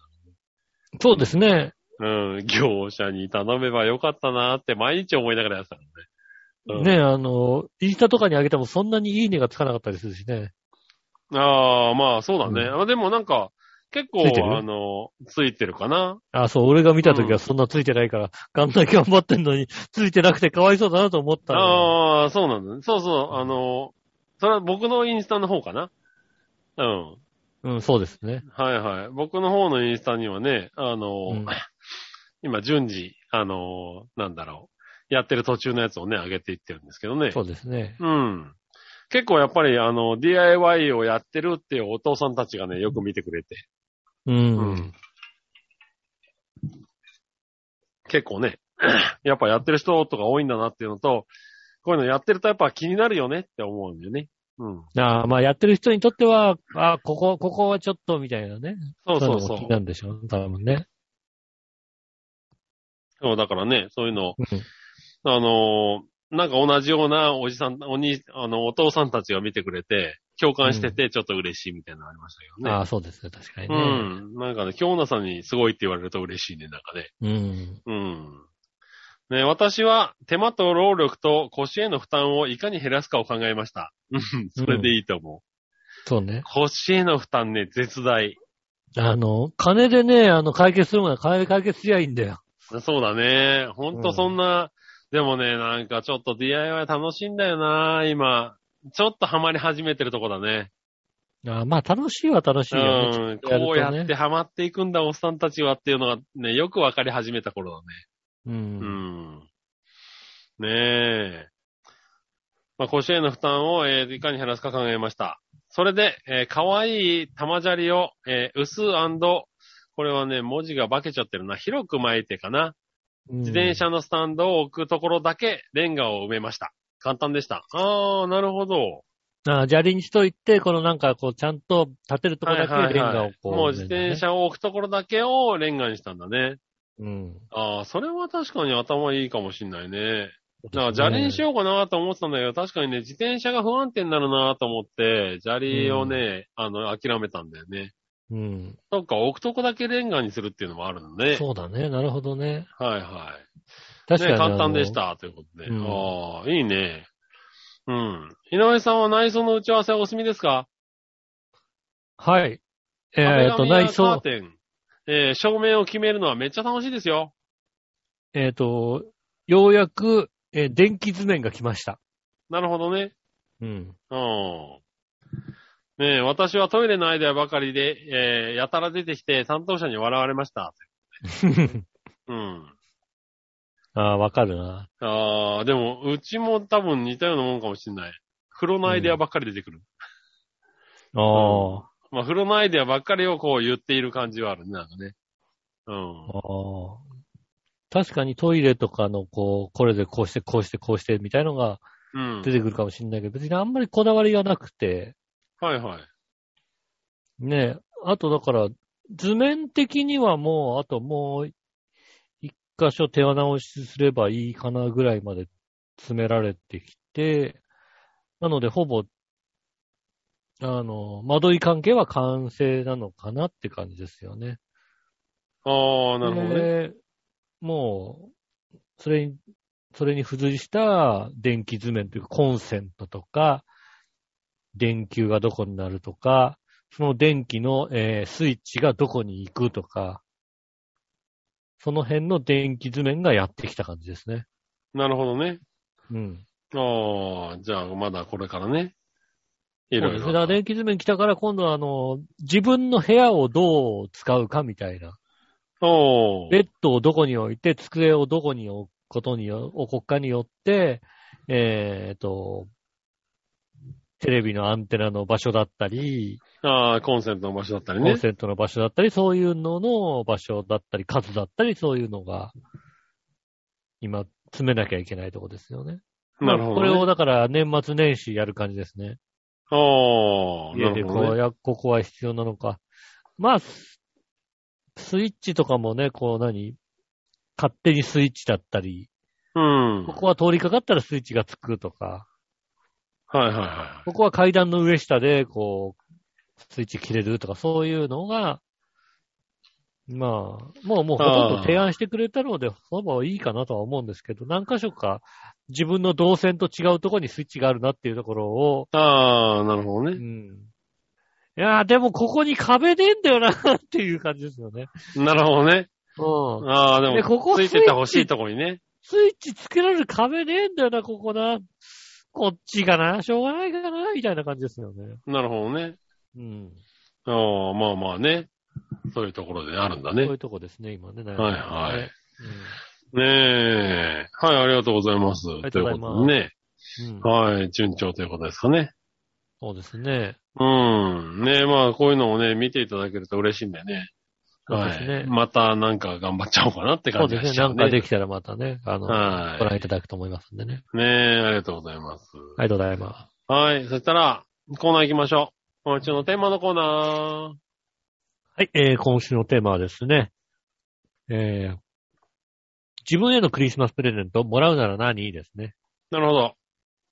Speaker 2: そうですね。
Speaker 3: うん、業者に頼めばよかったなーって毎日思いながらやってたからね。うん、
Speaker 2: ね、あの、インスタとかに上げてもそんなにいいねがつかなかったりするしね。
Speaker 3: ああ、まあそうだね。
Speaker 2: う
Speaker 3: あでもなんか、結構
Speaker 2: ついて、る
Speaker 3: あの、ついてるかな。
Speaker 2: あ、そう、俺が見た時はそんなついてないから、あんだけ頑張ってんのに、ついてなくてかわいそうだなと思ったの
Speaker 3: ああ、そうなんだね。そうそう、あの、それは僕のインスタの方かな。うん。
Speaker 2: うん、そうですね。
Speaker 3: はいはい。僕の方のインスタにはね、あの、
Speaker 2: うん
Speaker 3: 今順次、あの、なんだろう、やってる途中のやつをね、上げていってるんですけどね。
Speaker 2: そうですね。
Speaker 3: うん。結構やっぱり、あの、DIY をやってるっていうお父さんたちがね、よく見てくれて。
Speaker 2: うん。
Speaker 3: うん結構ね、 やっぱやってる人とか多いんだなっていうのと、こういうのやってるとやっぱ気になるよねって思うんだよね。うん。
Speaker 2: ああまあ、やってる人にとっては、あここ、ここはちょっと、みたいなね。
Speaker 3: そうそう
Speaker 2: いの
Speaker 3: そ
Speaker 2: も気
Speaker 3: う
Speaker 2: に。なんでしょう、多分ね。
Speaker 3: そう、だからね、そういうの、
Speaker 2: うん
Speaker 3: あのーなんか同じようなおじさん、おに、あの、お父さんたちが見てくれて、共感してて、ちょっと嬉しいみたいなのありましたけど
Speaker 2: あ
Speaker 3: ね。
Speaker 2: あ、そうですね、確かに
Speaker 3: う
Speaker 2: ね。
Speaker 3: ん。なんかね、京奈さんにすごいって言われると嬉しいね、なんかね。
Speaker 2: うん。
Speaker 3: うん。ね、私は手間と労力と腰への負担をいかに減らすかを考えました。うんそれでいいと思う。
Speaker 2: そうね。
Speaker 3: 腰への負担ね、絶大。
Speaker 2: あの、金でね、あの、解決するものは金で解決すりゃいいんだよ。
Speaker 3: そうだね。ほんとそんな、でもね、なんかちょっと DIY 楽しいんだよな、今。ちょっとハマり始めてるとこだね。
Speaker 2: ああまあ、楽しいは楽しいうよね。
Speaker 3: ん。
Speaker 2: ちょっと
Speaker 3: こう
Speaker 2: や
Speaker 3: や
Speaker 2: るとね
Speaker 3: ってハマっていくんだ、おっさんたちはっていうのがね、よくわかり始めた頃
Speaker 2: う。
Speaker 3: だね。うんん。ねえ。まあ、腰への負担を、えーいかに減らすか考えました。それで、えー、かわいい玉砂利を、えー薄これはね、文字が化けちゃってるな。広く巻いてかな。自転車のスタンドを置くところだけレンガを埋めました。簡単でした。あー、なるほど。
Speaker 2: ああ砂利にしといて、このなんか、こう、ちゃんと立てるとこ
Speaker 3: はい
Speaker 2: だけ
Speaker 3: はい
Speaker 2: レンガ
Speaker 3: は
Speaker 2: を
Speaker 3: い。
Speaker 2: こう、
Speaker 3: もう自転車を置くところだけをレンガにしたんだね。
Speaker 2: うん。
Speaker 3: あー、それは確かに頭いいかもしんないね。だから
Speaker 2: じゃ
Speaker 3: 砂利にしようかなと思ってたんだけど、確かにね、自転車が不安定になるなと思って、砂利をね、あの、諦めたんだよね。
Speaker 2: うん。
Speaker 3: そっか、置くとこだけレンガにするっていうのもあるのね。
Speaker 2: そうだね。なるほどね。
Speaker 3: はいはい。
Speaker 2: 確かに。
Speaker 3: ね、簡単でし。た、ということで。
Speaker 2: うん
Speaker 3: ああ、いいね。うん。井上さんは内装の打ち合わせお済みですか
Speaker 2: はい。えっと、
Speaker 3: 壁紙や
Speaker 2: 内
Speaker 3: カー
Speaker 2: 装、
Speaker 3: テン、えー照明を決めるのはめっちゃ楽しいですよ。
Speaker 2: えっと、ようやく、えー電気図面が来ました。
Speaker 3: なるほどね。
Speaker 2: うん。
Speaker 3: うん。ねえ、私はトイレのアイデアばかりで、えーやたら出てきて担当者に笑われました。うん。
Speaker 2: ああ、わかるな。
Speaker 3: ああ、でも、うちも多分似たようなもんかもしんない。風呂のアイデアばっかり出てくる。
Speaker 2: ああ、
Speaker 3: まあ、風呂のアイデアばっかりをこう言っている感じはあるね、なんかね。うん。
Speaker 2: ああ。確かにトイレとかの、こう、これでこうして、こうして、こうして、みたいのが
Speaker 3: うん
Speaker 2: 出てくるかもしれないけど、別にあんまりこだわりがなくて、
Speaker 3: はいはい。
Speaker 2: ねえ。あとだから、図面的にはもう、あともう、一箇所手直しすればいいかなぐらいまで詰められてきて、なのでほぼ、あの、窓い関係は完成なのかなって感じですよね。
Speaker 3: ああ、なるほどね。
Speaker 2: でもう、それに、それに付随した電気図面というかコンセントとか、電球がどこになるとか、その電気の、えースイッチがどこに行くとか、その辺の電気図面がやってきた感じですね。
Speaker 3: なるほどね。
Speaker 2: うん。
Speaker 3: ああ、じゃあまだこれからね。いろい
Speaker 2: そうですねだから
Speaker 3: ろ。
Speaker 2: 電気図面来たから今度はあの、自分の部屋をどう使うかみたいな。
Speaker 3: おお。
Speaker 2: ベッドをどこに置いて、机をどこに置くことによ、置くかによって、えー、と、テレビのアンテナの場所だったり、
Speaker 3: ああ、コンセントの場所だったり
Speaker 2: コン
Speaker 3: ね。
Speaker 2: セントの場所だったり、そういうのの場所だったり、数だったり、そういうのが、今、詰めなきゃいけないとこですよね。
Speaker 3: なるほ
Speaker 2: これ
Speaker 3: ど、
Speaker 2: を
Speaker 3: ね。
Speaker 2: だから年末年始やる感じですね。
Speaker 3: ああ、な
Speaker 2: 家で
Speaker 3: る
Speaker 2: こ
Speaker 3: ほど、
Speaker 2: う
Speaker 3: ね。
Speaker 2: や、ここは必要なのか。まあ、スイッチとかもね、こう何勝手にスイッチだったり、
Speaker 3: うん。
Speaker 2: ここは通りかかったらスイッチがつくとか、
Speaker 3: はいはいは
Speaker 2: ここは階段の上下で、こう、スイッチ切れるとか、そういうのが、まあ、もうもうほとんど提案してくれたので、ほぼいいかなとは思うんですけど、何箇所か自分の動線と違うところにスイッチがあるなっていうところを、
Speaker 3: い。ああ、なるほ
Speaker 2: う
Speaker 3: どね。
Speaker 2: ん。いやーでもここに壁ねえんだよなっていう感じですよね。
Speaker 3: なるほどね。
Speaker 2: うん。
Speaker 3: ああ、で
Speaker 2: で
Speaker 3: も、
Speaker 2: ここ
Speaker 3: ついてってほしいとこにね。
Speaker 2: スイッチつけられる壁ねえんだよな、ここな。こっちかな、しょうがないかな、みたいな感じですよね。
Speaker 3: なるほどね。
Speaker 2: うん。
Speaker 3: ああ、まあまあね。そういうところであるんだね。
Speaker 2: そうい
Speaker 3: は
Speaker 2: うとこですね、今ね。はい
Speaker 3: はい。
Speaker 2: うん
Speaker 3: ねえ。はい、ありがとうございます。
Speaker 2: りがとうございます
Speaker 3: ということでね。
Speaker 2: うん
Speaker 3: はい、順調ということですかね。
Speaker 2: そうですね。
Speaker 3: うん。ねえ、まあ、こういうのをね、見ていただけると嬉しいんでね。
Speaker 2: そう
Speaker 3: は
Speaker 2: ですね
Speaker 3: い。。またなんか頑張っちゃおうかなって
Speaker 2: そ
Speaker 3: 感
Speaker 2: うで
Speaker 3: じが
Speaker 2: すね
Speaker 3: し。ち
Speaker 2: な
Speaker 3: ゃうんね。
Speaker 2: かできたらまたね、あの、ご覧
Speaker 3: はい
Speaker 2: ただくと思いますんでね。
Speaker 3: い。ねえ、ありがとうございます。
Speaker 2: ありがとうございま
Speaker 3: はい。そしたら、コーナー行きましょう。今週のテーマのコーナー。
Speaker 2: す。はい、えー、今週のテーマはですね、えー、自分へのクリスマスプレゼントもらうなら何ですね。
Speaker 3: なるほど。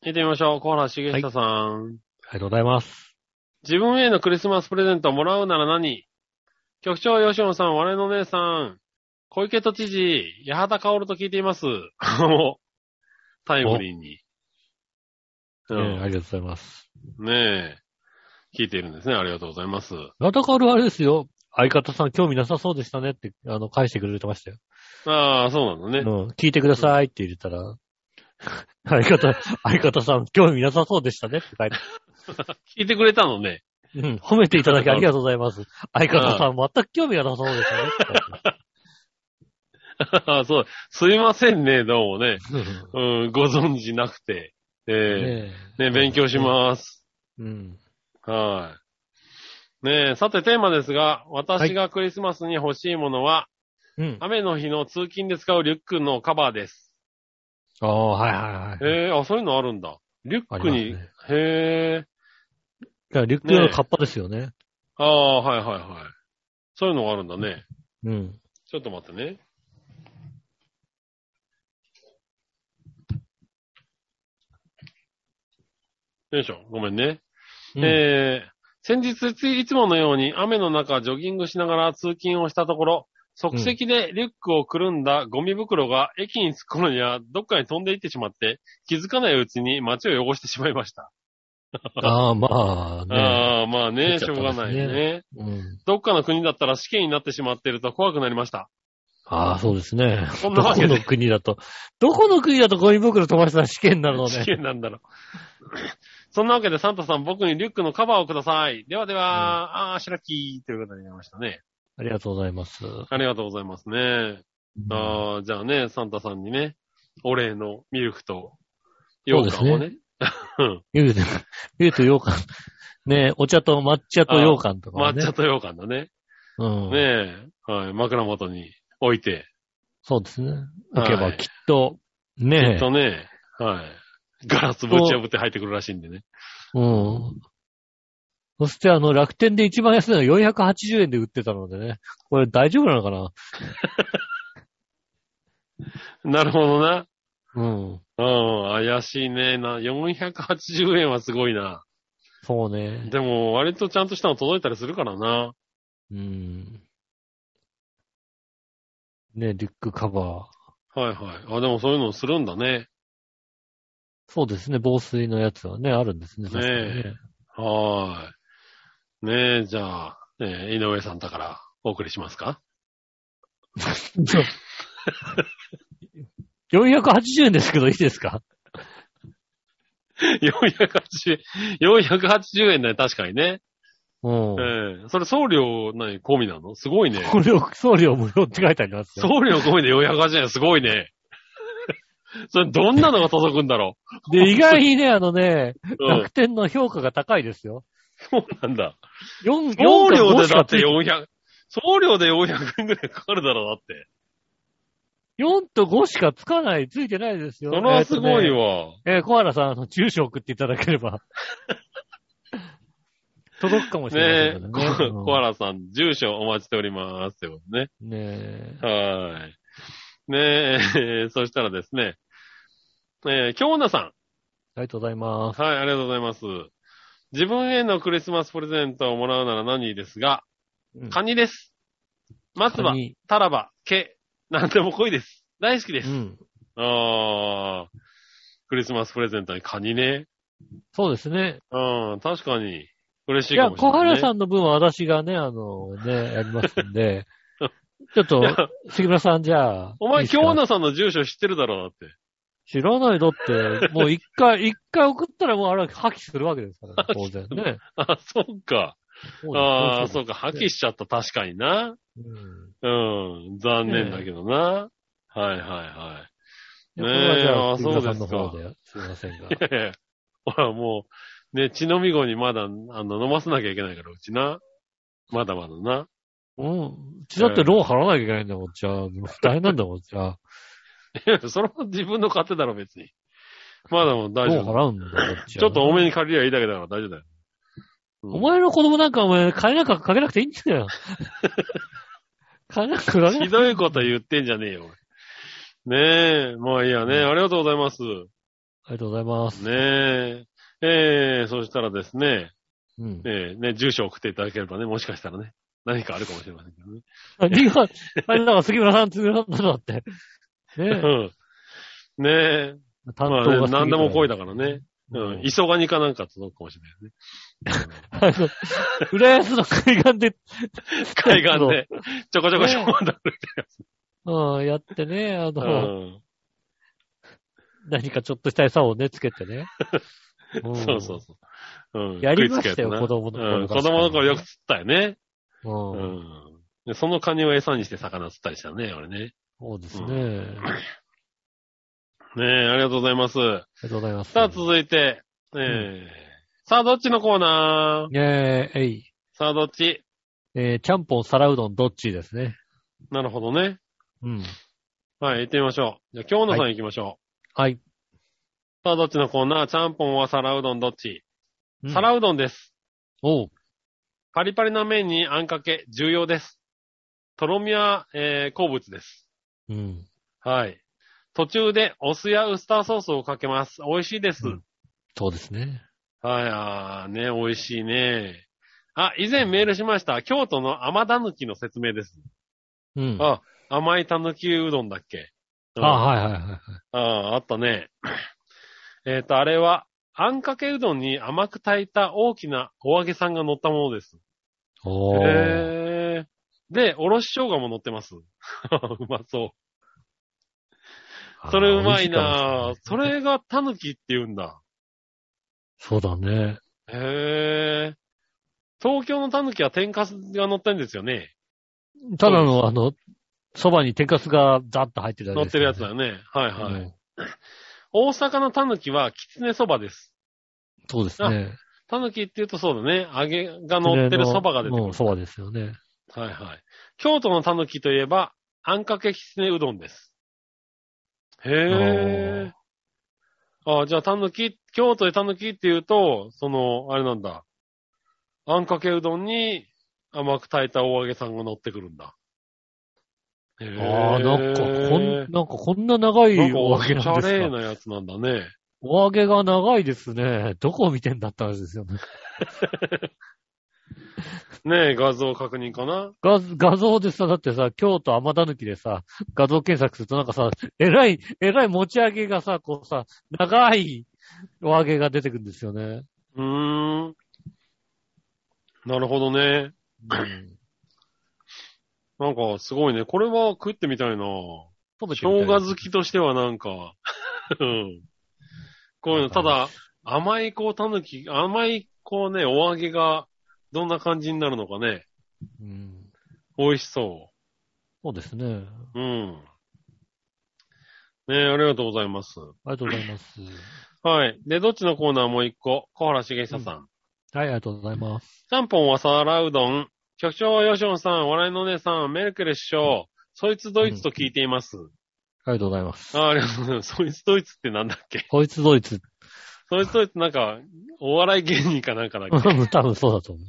Speaker 3: 行ってみましょう。コーナーしげひたさん。
Speaker 2: ありがとうございます。
Speaker 3: 自分へのクリスマスプレゼントをもらうなら何局長吉野さん、我の姉さん、小池都知事、八幡薫と聞いています。 もうタイムリーに。
Speaker 2: え
Speaker 3: う
Speaker 2: ーあり
Speaker 3: ん、
Speaker 2: がとうございます。
Speaker 3: ねえ。聞いているんですね。ありがとうございます。
Speaker 2: ラタカルあれですよ。相方さん興味なさそうでしたねって、あの、返してくれてましたよ。
Speaker 3: ああ、そうなの
Speaker 2: う
Speaker 3: ね。
Speaker 2: ん、聞いてくださいって入れたら、 相方、相方さん興味なさそうでしたねって書いて
Speaker 3: 聞いてくれたのね。
Speaker 2: うん、褒めていただきありがとうございます。相方さん、全く興味がなさそうです
Speaker 3: ああそう。すいませんね、どうもね。
Speaker 2: ね。
Speaker 3: うん、ご存知なくて。え
Speaker 2: ね
Speaker 3: えね勉強します。
Speaker 2: す。うん。
Speaker 3: はい。ねえ、さてテーマですが、私がクリスマスに欲しいものは、
Speaker 2: うん。
Speaker 3: 雨の日の通勤で使うリュックのカバーです。
Speaker 2: ああ、はいはいはい。
Speaker 3: へえあ、そういうのあるんだ。リュック
Speaker 2: あり
Speaker 3: に、
Speaker 2: ます
Speaker 3: へえ、
Speaker 2: だからリュック用のカッパですよね。
Speaker 3: ああ、はいはいはい。そういうのがあるんだね。
Speaker 2: うん。
Speaker 3: ちょっと待ってね。よいしょ、ごめんね。
Speaker 2: え
Speaker 3: えー先日つい、いつものように雨の中ジョギングしながら通勤をしたところ、即席でリュックをくるんだゴミ袋が駅に着く頃にはどっかに飛んでいってしまって、気づかないうちに街を汚してしまいました。
Speaker 2: ああ、まあね。
Speaker 3: ああ、まあ
Speaker 2: 出
Speaker 3: ね、
Speaker 2: ち
Speaker 3: し
Speaker 2: ゃっ
Speaker 3: ょ
Speaker 2: た
Speaker 3: うが
Speaker 2: ですね
Speaker 3: ないね。
Speaker 2: うん。
Speaker 3: どっかの国だったら死刑になってしまってると怖くなりました。
Speaker 2: ああ、そうですね。
Speaker 3: そん
Speaker 2: ど
Speaker 3: なわ
Speaker 2: こ
Speaker 3: け
Speaker 2: の
Speaker 3: で。
Speaker 2: 国だと、どこの国だとゴミ袋飛ばしたら試験になるの
Speaker 3: 死
Speaker 2: ね。
Speaker 3: 刑なんだろう。そんなわけでサンタさん僕にリュックのカバーをください。ではでは、ああ、白木ということになりましたね。
Speaker 2: ありがとうございます。
Speaker 3: ありがとうございますね。ああ、じゃあね、サンタさんにね、お礼のミルクと、
Speaker 2: そう
Speaker 3: 羊
Speaker 2: です
Speaker 3: 羹
Speaker 2: ね
Speaker 3: をね、
Speaker 2: ゆうと、ゆうと羊羹。ねえお茶と抹茶と羊羹とかね。
Speaker 3: 抹茶と羊羹だね。
Speaker 2: うん。
Speaker 3: ねえ、はい、枕元に置いて、
Speaker 2: そうですね。置けば
Speaker 3: はい
Speaker 2: きっと、ねえ
Speaker 3: きっとね、はい、ガラスぶち破って入ってくるらしいんでね。
Speaker 2: うん。そしてあの、楽天で一番安いのが480円で売ってたのでね。これ大丈夫なのかな
Speaker 3: なるほどな。
Speaker 2: うん。
Speaker 3: うん、怪しいね。な、480円はすごいな。
Speaker 2: そうね。
Speaker 3: でも、割とちゃんとしたの届いたりするからな。
Speaker 2: うん。ね、リュックカバー。
Speaker 3: はいはい。あ、でもそういうのをするんだね。
Speaker 2: そうですね、防水のやつはね、あるんですね。確かにね
Speaker 3: はーい。ねえ、じゃあ、えー井上さんだからお送りしますか。
Speaker 2: 480円ですけどいいですか
Speaker 3: 480円、480円だね、確かにね。
Speaker 2: うん。
Speaker 3: ええそれ送料、何、込みなのすごいね。
Speaker 2: これを送料無料って書いてありますよ。
Speaker 3: 送料込みで480円、すごいね。それ、どんなのが届くんだろ
Speaker 2: で、意外にね、あのね、
Speaker 3: う。うん
Speaker 2: 楽、天の評価が高いですよ。
Speaker 3: そうなんだ。
Speaker 2: 4、
Speaker 3: 送料
Speaker 2: 4
Speaker 3: でだ
Speaker 2: か
Speaker 3: っ
Speaker 2: 5しかつ
Speaker 3: て
Speaker 2: い
Speaker 3: 400、送料で400円ぐらいかかるだろう、だって。
Speaker 2: 4と5しかつかない、ついてないですよ。
Speaker 3: それはすごい
Speaker 2: よ
Speaker 3: わ。
Speaker 2: えーコアラさん、あの、住所送っていただければ。 届くかもしれ
Speaker 3: ね
Speaker 2: ない
Speaker 3: え、
Speaker 2: けどね。
Speaker 3: ココアラさん、住所お待ちしております。ってことね。
Speaker 2: うんね
Speaker 3: はーい。ねえ、そしたらですね、えー、京女さん。
Speaker 2: え。ありがとうございます。
Speaker 3: はい、ありがとうございます。自分へのクリスマスプレゼントをもらうなら何ですが、
Speaker 2: うん
Speaker 3: カニです。松葉
Speaker 2: カニ、
Speaker 3: タラバ、毛、なんでも濃いです。大好きで
Speaker 2: う
Speaker 3: す。
Speaker 2: ん。
Speaker 3: あー、クリスマスプレゼントにカニね。
Speaker 2: そうですね。
Speaker 3: うん、確かに、嬉し
Speaker 2: い
Speaker 3: いか
Speaker 2: や、
Speaker 3: もしれ
Speaker 2: 小
Speaker 3: ない、ね。
Speaker 2: 原さんの分は私がね、あの、 ね、やりますんで、ちょっと
Speaker 3: いや、
Speaker 2: 杉村さんじゃあ。
Speaker 3: お前、
Speaker 2: いいです
Speaker 3: 京
Speaker 2: か
Speaker 3: 女さんの住所知ってるだろう、だって。
Speaker 2: 知らないだって、もう一回、一回送ったらもうあれは破棄するわけ ですからね、当然ね。
Speaker 3: あ、そうか。ああ、そうか。破棄しちゃった。確かにな。
Speaker 2: ですうん。
Speaker 3: うん。残念だけどな。はいは
Speaker 2: これはじゃあ、
Speaker 3: ねえ
Speaker 2: 杉村さんの
Speaker 3: あ
Speaker 2: 方
Speaker 3: そう
Speaker 2: で、すいませんが。
Speaker 3: いはい。 ほら、もう、ね、血のみ子にまだ、あの、飲ませなきゃいけないから、うちな。まだまだな。
Speaker 2: うん。うちだってローン払わなきゃいけないんだもん、じゃあ。大変なんだもん、じゃあ。
Speaker 3: それは自分の勝手だろ、別に。まだもう
Speaker 2: ロ
Speaker 3: 大
Speaker 2: ー
Speaker 3: 丈
Speaker 2: ン
Speaker 3: 夫。
Speaker 2: 払うんだもん、じゃあ
Speaker 3: ちょっと多めに借りりゃいいだけだから大丈夫だよ。うん
Speaker 2: お前の子供なんかお前、金なんかかけなくていいんだ よ。金なんかかけなくてい
Speaker 3: ひ
Speaker 2: い。
Speaker 3: どいこと言ってんじゃねえよ、おいねえ、まあいいやね。ありがとうございます。
Speaker 2: ありがとうございます。
Speaker 3: ねえ。ええそしたらですね、
Speaker 2: うん。
Speaker 3: ええね、住所送っていただければね、もしかしたらね、何かあるかもしれませんけどね。
Speaker 2: 何が、あれだから杉村さん、杉村さんなんだって。ね
Speaker 3: うん。ねえ、
Speaker 2: え、担当
Speaker 3: ま
Speaker 2: が
Speaker 3: あ
Speaker 2: 杉
Speaker 3: ね、
Speaker 2: 村
Speaker 3: 何でも恋だからね。うん。急がにかなんか届くかもしれない
Speaker 2: あ
Speaker 3: よね。
Speaker 2: の、浦安の海岸で、
Speaker 3: 海岸で、ちょこちょこちょこだる
Speaker 2: うん、やってね、あ
Speaker 3: う
Speaker 2: の、何かちょっとした餌をね、つけてね。
Speaker 3: ん。そうそうそう。うん。
Speaker 2: やりましたよ
Speaker 3: 食
Speaker 2: 子
Speaker 3: いつ
Speaker 2: 供
Speaker 3: け
Speaker 2: の
Speaker 3: やつ
Speaker 2: 頃
Speaker 3: なうん。子供の頃よく釣ったよね。
Speaker 2: うん。
Speaker 3: う
Speaker 2: うん。
Speaker 3: ん。でそのカニを餌にして魚釣ったりしたね、俺ね。
Speaker 2: そうですね。あ
Speaker 3: ねえ、ありがとうございます。
Speaker 2: りがとうございます。
Speaker 3: さあ、続いて、えーさあ、どっちのコーナー
Speaker 2: ねえ、えい。
Speaker 3: さあ、どっち
Speaker 2: えー、ちゃんぽん、皿うどん、どっちですね。
Speaker 3: なるほどね。
Speaker 2: うん。
Speaker 3: はい、行ってみましょう。じゃあ、京野さん行きましょう。
Speaker 2: はい。
Speaker 3: さあ、どっちのコーナーちゃんぽんは皿うどんどっち
Speaker 2: うん
Speaker 3: 皿うどんです。
Speaker 2: おう。
Speaker 3: パリパリな麺にあんかけ、重要です。とろみは、えー、好物です。
Speaker 2: うん。
Speaker 3: はい。途中でお酢やウスターソースをかけます。美味しいです。
Speaker 2: うんそうですね。
Speaker 3: はい、あーね、美味しいね。あ、以前メールしました。京都の甘たぬきの説明です。
Speaker 2: うん。
Speaker 3: あ、甘いたぬきうどんだっけ、うん
Speaker 2: あ、はいはいはいはい。
Speaker 3: ああ、あったね。えっと、あれは、あんかけうどんに甘く炊いた大きなお揚げさんが乗ったものです。
Speaker 2: おー。
Speaker 3: へえ。で、おろし生姜も乗ってます。 うまそ
Speaker 2: あー
Speaker 3: う。それうまい
Speaker 2: 美
Speaker 3: な
Speaker 2: 味し
Speaker 3: そ
Speaker 2: かったですね
Speaker 3: れがタヌキって言うんだ。
Speaker 2: そうだね。
Speaker 3: へえ。東京のタヌキは天かすが乗ってんですよね。
Speaker 2: ただの、あの、そばに天かすがザッと入ってるだ
Speaker 3: 乗
Speaker 2: けで
Speaker 3: っ
Speaker 2: す
Speaker 3: て
Speaker 2: ね
Speaker 3: るやつだよね。はいはい。
Speaker 2: うん
Speaker 3: 大阪のタヌキはきつねそばです。
Speaker 2: そうですね。
Speaker 3: タヌキって言うとそうだね。揚げが乗ってるそばが出てく
Speaker 2: う
Speaker 3: る
Speaker 2: ん。そばですよね。
Speaker 3: はいはい。京都のタヌキといえば、あんかけきつねうどんです。へえ。ああ、じゃあタヌキ、京都でタヌキっていうと、その、あれなんだ。あんかけうどんに甘く炊いたお揚げさんが乗ってくるんだ。へえ
Speaker 2: ああ、なんか、こん、なんかこんな長いお揚げ
Speaker 3: な
Speaker 2: な
Speaker 3: んか
Speaker 2: ん
Speaker 3: お
Speaker 2: で
Speaker 3: しゃれ
Speaker 2: すか。
Speaker 3: なやつなんだね。
Speaker 2: お揚げが長いですね。どこを見てんだったんですよね。
Speaker 3: ねえ、画像確認かな
Speaker 2: 画画像でさ、だってさ、京都天田抜きでさ、画像検索するとなんかさ、えらい、えらい持ち上げがさ、こうさ、長いお揚げが出てくるんですよね。
Speaker 3: うーん。なるほどね。
Speaker 2: うん。
Speaker 3: なんか、すごいね。これは食ってみたいな
Speaker 2: 食べてみた
Speaker 3: 生
Speaker 2: い
Speaker 3: 姜好きとしてはなんか、 うん。こういうの、ただ、甘いこう、たぬき、甘いこうね、お揚げが、どんな感じになるのかね。
Speaker 2: うん。
Speaker 3: 美味しそ
Speaker 2: そうですね。
Speaker 3: う。うん。ねえ、ありがとうございます。
Speaker 2: ありがとうございます。
Speaker 3: はい。で、どっちのコーナーもう一個。小原茂久さん。
Speaker 2: はい、ありがとうございます。
Speaker 3: ちゃんぽんは皿うどん。局長、ヨシオンさん、笑いのお姉さん、メルケル首相。そいつドイツと聞いています。
Speaker 2: ありがとうございます。
Speaker 3: ああ、ありがとうございます。そいつドイツってなんだっけ
Speaker 2: こいつドイツ。
Speaker 3: そいつといつなんか、お笑い芸人かなんかだっけ
Speaker 2: 多分そうだと思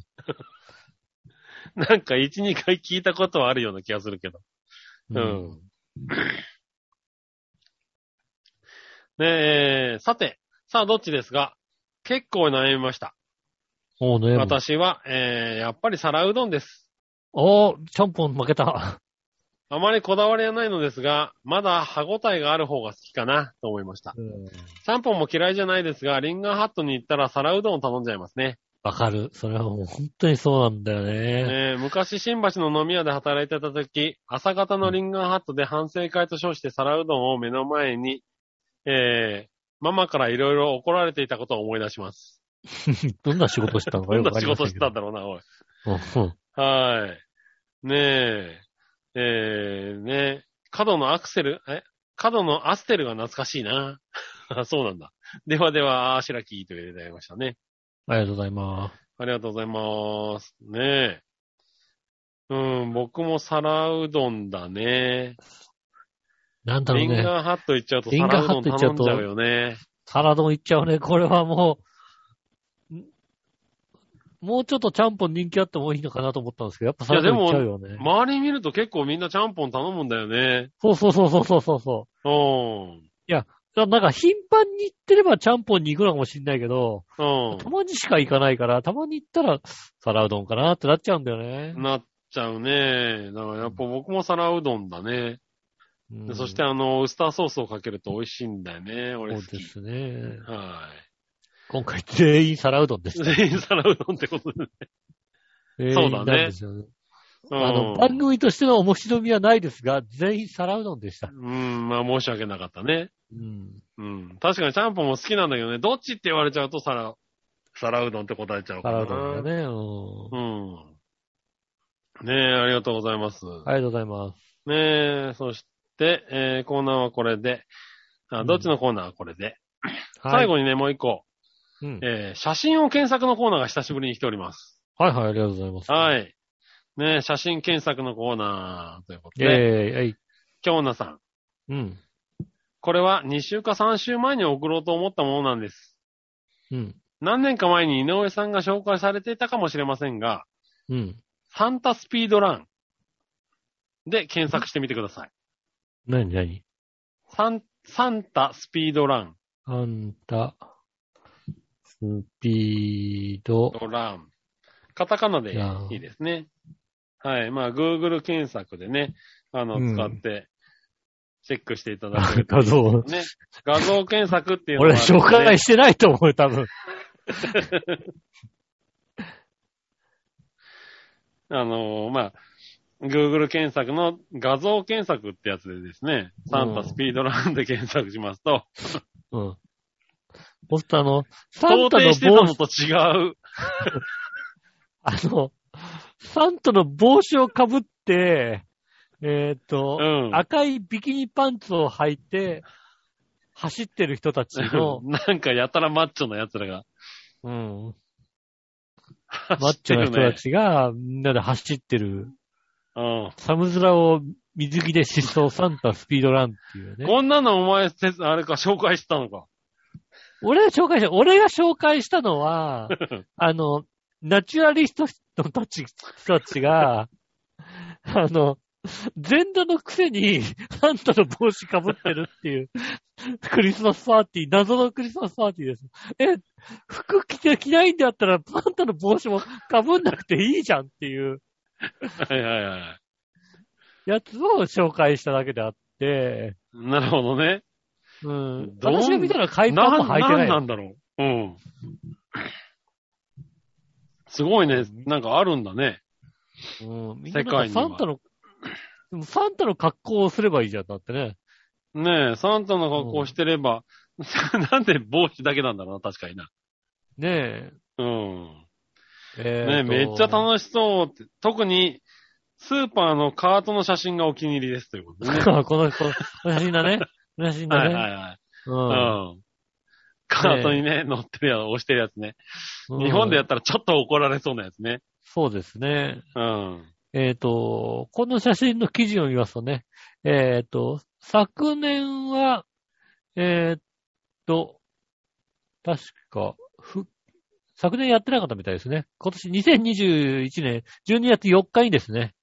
Speaker 3: なんか1、2回聞いたことはあるような気がするけど。
Speaker 2: う。
Speaker 3: うん。ねえ、さて、さあどっちですが、結構悩みました。
Speaker 2: もうね、私。
Speaker 3: 私は、えー、やっぱり皿うどんです。
Speaker 2: おー、ちゃんぽん負けた。
Speaker 3: あまりこだわりはないのですが、まだ歯応えがある方が好きかなと思いました。三本も嫌いじゃないですが、リンガーハットに行ったら皿うどんを頼んじゃいますね。
Speaker 2: わかる。それはもう本当にそうなんだよね。
Speaker 3: えー昔新橋の飲み屋で働いてた時、朝方のリンガーハットで反省会と称して皿うどんを目の前に、えーママからいろいろ怒られていたことを思い出します。
Speaker 2: どんな仕事してたのか
Speaker 3: ど
Speaker 2: よ
Speaker 3: ん
Speaker 2: く
Speaker 3: な
Speaker 2: わか
Speaker 3: 仕
Speaker 2: りませ
Speaker 3: 事
Speaker 2: ん
Speaker 3: し
Speaker 2: け
Speaker 3: てた
Speaker 2: ど
Speaker 3: ん。だろうな、おい。
Speaker 2: うんうん
Speaker 3: はい。ねえ、えー、ねえ、角のアクセル、え角のアステルが懐かしいな。 あそうなんだ。ではでは、あしらきといういただきましたね。
Speaker 2: ありがとうございます。
Speaker 3: ありがとうございます。ねえ。うん、僕も皿うどんだね。
Speaker 2: なんだろ
Speaker 3: リ
Speaker 2: う
Speaker 3: ン
Speaker 2: ね。
Speaker 3: ガーハット行っちゃうと
Speaker 2: リンガー
Speaker 3: 皿
Speaker 2: ハッ
Speaker 3: うどん
Speaker 2: ト行っちゃ
Speaker 3: 頼
Speaker 2: うんと
Speaker 3: じゃうよね。
Speaker 2: サラドンいっちゃうね。これはもう、んもうちょっとちゃんぽん人気あってもいいのかなと思ったんですけど、やっぱサラドンいっちゃうよね。
Speaker 3: 周り見ると結構みんなちゃんぽん頼むんだよね。
Speaker 2: そうそうそうそうそうそうそう。
Speaker 3: うん。
Speaker 2: だからなんか頻繁に行ってればちゃんぽんに行くのかもしんないけど、
Speaker 3: うん
Speaker 2: た。まにしか行かないから、たまに行ったら、皿うどんかなってなっちゃうんだよね。
Speaker 3: なっちゃうね。だからやっぱ僕も皿うどんだね。
Speaker 2: うん
Speaker 3: でそして、あの、ウスターソースをかけると美味しいんだよね。俺
Speaker 2: そ
Speaker 3: 好
Speaker 2: うで
Speaker 3: き。
Speaker 2: すね。
Speaker 3: は
Speaker 2: 今回全員皿うどんで
Speaker 3: い。
Speaker 2: す。
Speaker 3: 全員皿うどんってことで。
Speaker 2: 全員
Speaker 3: そう
Speaker 2: な
Speaker 3: だね
Speaker 2: んですよね。
Speaker 3: うん
Speaker 2: あの、番組としての面白みはないですが、全員皿うどんでした。
Speaker 3: うん、まあ申し訳なかったね。
Speaker 2: うん。
Speaker 3: うん。確かにちゃんぽんも好きなんだけどね。どっちって言われちゃうと皿、皿うどんって答えちゃうから
Speaker 2: 皿
Speaker 3: な。
Speaker 2: うどんだね。うん
Speaker 3: うん。ねえ、ありがとうございます。
Speaker 2: ありがとうございます。
Speaker 3: ねえ、そして、えーコーナーはこれで。
Speaker 2: う
Speaker 3: あ、
Speaker 2: ん
Speaker 3: どっちのコーナーはこれで。
Speaker 2: はい
Speaker 3: 最後にね、もう一個。
Speaker 2: うん
Speaker 3: えー写真を検索のコーナーが久しぶりに来ております。
Speaker 2: はいはい、ありがとうございます。い。
Speaker 3: はい。ねえ、写真検索のコーナーというこ
Speaker 2: え
Speaker 3: とで、
Speaker 2: ー、はい。
Speaker 3: 京奈さん。
Speaker 2: うん。
Speaker 3: これは2週か3週前に送ろうと思ったものなんです。
Speaker 2: うん。
Speaker 3: 何年か前に井上さんが紹介されていたかもしれませんが、
Speaker 2: うん。
Speaker 3: サンタスピードランで検索してみてください。
Speaker 2: なになに
Speaker 3: サン、サンタスピードラン、
Speaker 2: あんた、スピード、
Speaker 3: ドラン。カタカナでいいですね。はい。まあ、Google 検索でね、あ
Speaker 2: う
Speaker 3: の、
Speaker 2: ん
Speaker 3: 使って、チェックしていただけると、
Speaker 2: 画像。
Speaker 3: ね。画像検索っていうの
Speaker 2: 俺、
Speaker 3: があるの
Speaker 2: 紹
Speaker 3: で
Speaker 2: 介してないと思う、多分。
Speaker 3: あのーまあ、Google 検索の画像検索ってやつでですね、サンタスピードランで検索しますと、
Speaker 2: うん。ポスターの、サン
Speaker 3: 想
Speaker 2: タ
Speaker 3: 定
Speaker 2: の
Speaker 3: してた
Speaker 2: 帽
Speaker 3: の
Speaker 2: 子、
Speaker 3: と違う。
Speaker 2: あの、サンタの帽子をかぶって、えーっと
Speaker 3: う、ん。、
Speaker 2: 赤いビキニパンツを履いて、走ってる人たちの
Speaker 3: なんかやたらマッチョな奴らが
Speaker 2: うん、 マ
Speaker 3: 走
Speaker 2: ッ
Speaker 3: っ
Speaker 2: チ
Speaker 3: て
Speaker 2: ョな
Speaker 3: る
Speaker 2: 人た
Speaker 3: ね。
Speaker 2: ちが、みんなで走ってる、
Speaker 3: うん。
Speaker 2: 寒空を水着で疾走サンタスピードランっていうね。
Speaker 3: こんなのお前、せあれか、紹介してたのか。
Speaker 2: 俺が紹介した、俺が紹介したのは、あの、ナチュラリストのたち、人たちが、あの、全裸のくせに、サンタの帽子かぶってるっていう、クリスマスパーティー、謎のクリスマスパーティーです。え、服着て着ないんだったら、サンタの帽子もかぶんなくていいじゃんっていう
Speaker 3: はいはいはい。
Speaker 2: やつを紹介しただけであって、
Speaker 3: なるほどね。
Speaker 2: うん。
Speaker 3: どん
Speaker 2: 私が見たら海パン
Speaker 3: な
Speaker 2: も
Speaker 3: ん、
Speaker 2: 履いて
Speaker 3: な
Speaker 2: なんい。
Speaker 3: なんだろう。うん。すごいね。なんかあるんだね。
Speaker 2: うん、みん
Speaker 3: 世
Speaker 2: な
Speaker 3: 界
Speaker 2: なん
Speaker 3: に
Speaker 2: か
Speaker 3: は
Speaker 2: サンタの、でもサンタの格好をすればいいじゃん、だってね。
Speaker 3: ねえ、サンタの格好してれば、 なんで帽子だけなんだろうな、確かにな。
Speaker 2: ね
Speaker 3: うん。
Speaker 2: え。え
Speaker 3: ねえ、めっちゃ
Speaker 2: し
Speaker 3: 楽しそうって。特に、スーパーのカートの写真がお気に入りですというこ とでね。
Speaker 2: い。この、この、この写真だね。この写真だ
Speaker 3: は
Speaker 2: ね。
Speaker 3: いはいはい。
Speaker 2: うん
Speaker 3: うん。カートにね、乗ってるやつ、押してるやつね。
Speaker 2: うん
Speaker 3: 日本でやったらちょっと怒られそうなやつね。
Speaker 2: そうですね。
Speaker 3: うん。
Speaker 2: えっ、と、この写真の記事を見ますとね、えっ、と、昨年は、えっ、と、確か、ふ、昨年やってなかったみたいですね。今年2021年12月4日にですね、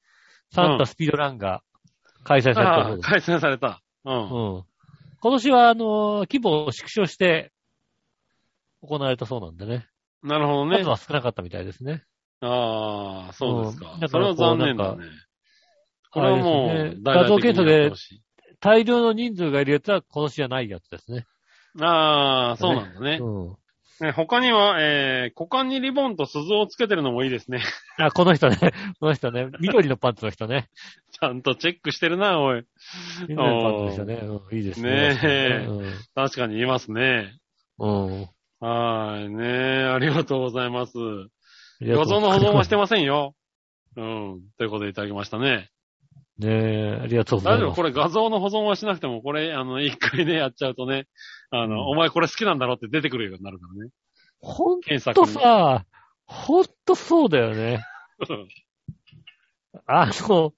Speaker 2: サンタスピードランが開催された
Speaker 3: あ
Speaker 2: そう
Speaker 3: あ、
Speaker 2: です。
Speaker 3: 解散された。うん。
Speaker 2: うん。今年は、あのー、規模を縮小して行われたそうなんでね。
Speaker 3: なるほどね
Speaker 2: 数。は少なかったみたいですね。
Speaker 3: ああ、そうですか
Speaker 2: うん。だ
Speaker 3: そ
Speaker 2: か
Speaker 3: れ
Speaker 2: ら
Speaker 3: は残念だね。これはも
Speaker 2: あれです
Speaker 3: う
Speaker 2: ね、
Speaker 3: 大
Speaker 2: 画像
Speaker 3: 々的
Speaker 2: 検
Speaker 3: に
Speaker 2: 査
Speaker 3: やって
Speaker 2: で
Speaker 3: ほしい。
Speaker 2: 大量の人数がいるやつは今年じゃないやつですね。
Speaker 3: ああ、そうなんだね。
Speaker 2: うん。
Speaker 3: ね他には、えー、股間にリボンと鈴をつけてるのもいいですね。
Speaker 2: あ、この人ね。この人ね。緑のパンツの人ね。
Speaker 3: ちゃんとチェックしてるな、おい。
Speaker 2: 緑のパンツの人ね。うんいいですね。
Speaker 3: ねえ確かにいますね。
Speaker 2: うん。うん。
Speaker 3: はーい、ねえ、ありがとうございます。
Speaker 2: 画
Speaker 3: 画像の保存はしてませんよ。うん。ということでいただきましたね。
Speaker 2: ねえ、ありがとうござ
Speaker 3: 大
Speaker 2: い
Speaker 3: 丈夫
Speaker 2: ます。
Speaker 3: これ画像の保存はしなくても、これ、あの、一回ね、やっちゃうとね、あの、
Speaker 2: うん
Speaker 3: お前これ好きなんだろって出てくるようになるからね。
Speaker 2: ほん
Speaker 3: 検索
Speaker 2: と
Speaker 3: に。
Speaker 2: さ、ほんとそうだよね。あの、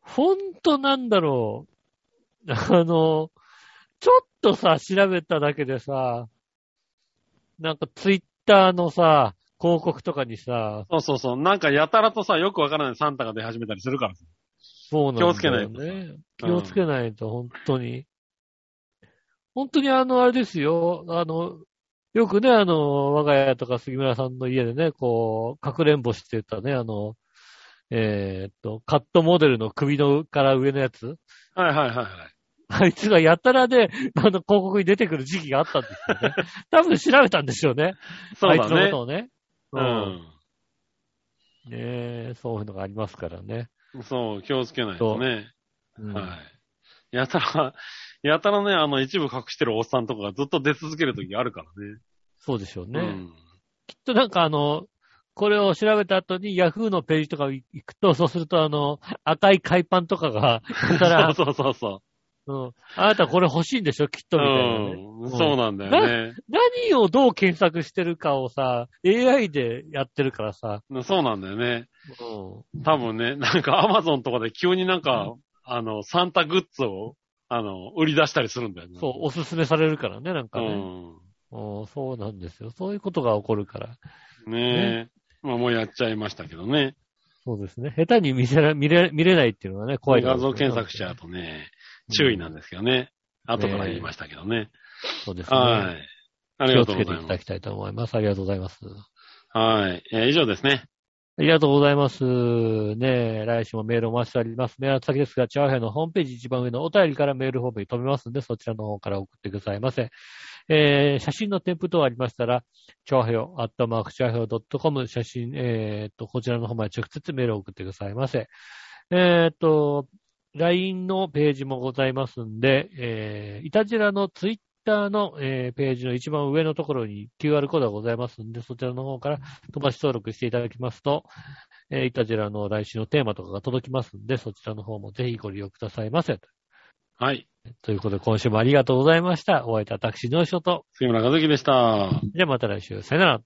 Speaker 2: ほんとなんだろう。あの、ちょっとさ、調べただけでさ、なんかツイッターのさ、広告とかにさ、
Speaker 3: そうそうそう。なんかやたらとさ、よくわからないサンタが出始めたりするからさ。
Speaker 2: そうなんだよね。
Speaker 3: 気をつけないと
Speaker 2: 気をつけないと、本当に。本当にあの、あれですよ。あの、よくね、あの、我が家とか杉村さんの家でね、こう、かくれんぼしてたね、あの、えーっと、カットモデルの首のから上のやつ。
Speaker 3: はいはいはいはい。
Speaker 2: あいつがやたらで、あの、広告に出てくる時期があったんですよね。 多分調べたんでしょうね。
Speaker 3: そう
Speaker 2: あい
Speaker 3: だ
Speaker 2: つのこ
Speaker 3: ね
Speaker 2: と。をね。
Speaker 3: う。
Speaker 2: ねえ、そういうのがありますからね。
Speaker 3: ん。そう、気をつけないとね。
Speaker 2: うん
Speaker 3: はい。やたら、やたらね、あの、一部隠してるおっさんとかがずっと出続けるときあるからね。
Speaker 2: そうでしょうね。
Speaker 3: うん。、
Speaker 2: きっとなんかあの、これを調べた後に Yahoo のページとか行くと、そうするとあの、赤い海パンとかが、だから
Speaker 3: そうそうそう
Speaker 2: うん、あなたこれ欲しいんでしょきっ
Speaker 3: そ
Speaker 2: と
Speaker 3: う。
Speaker 2: みたいなね。
Speaker 3: うん。そうなんだよ
Speaker 2: 何をどう検索してるかをさ、AI でやってるからさ。
Speaker 3: ね。 そうなんだよね。
Speaker 2: うん
Speaker 3: 多分ね、なんかアマゾンとかで急になんか、あの、サンタグッズを、あの、売り出したりするんだよね。
Speaker 2: そう、おすすめされるからね、なんか
Speaker 3: う
Speaker 2: ね、うんそうなんですよ。そういうことが起こるから。
Speaker 3: ん。ねえ。まあもうやっちゃいましたけどね。
Speaker 2: そうですね。下手に見せら見れ見れないっていうのはね、怖い
Speaker 3: 画像検索しちゃう
Speaker 2: う。
Speaker 3: とね、注意なんですけどね。後から言いましたけどね。
Speaker 2: そうですね。
Speaker 3: はい。あり
Speaker 2: 気を
Speaker 3: が
Speaker 2: つ
Speaker 3: とう
Speaker 2: け
Speaker 3: ご
Speaker 2: ていた
Speaker 3: ざいま
Speaker 2: だ
Speaker 3: す。
Speaker 2: きたいと思います。ありがとうございます。
Speaker 3: はい。えー以上ですね。
Speaker 2: ありがとうございます。ねえ、来週もメールを回しております。メールの先ですが、チャワヘアのホームページ一番上のお便りからメールフォームに飛べますので、そちらの方から送ってくださいませ。えー写真の添付等ありましたら、チャワヘア、アットマークチャワヘア .com、写真、えーっと、こちらの方まで直接メールを送ってくださいませ。えーっと、LINE のページもございますんで、えー、イタジラのツイッターの、えーページの一番上のところに QR コードがございますんで、そちらの方から飛ばし登録していただきますと、えーイタジラの来週のテーマとかが届きますんで、そちらの方もぜひご利用くださいませ。
Speaker 3: はい。
Speaker 2: ということで、今週もありがとうございました。お会いいた私、ノーショット。
Speaker 3: 杉村和樹でした。
Speaker 2: じゃあまた来週、さよなら。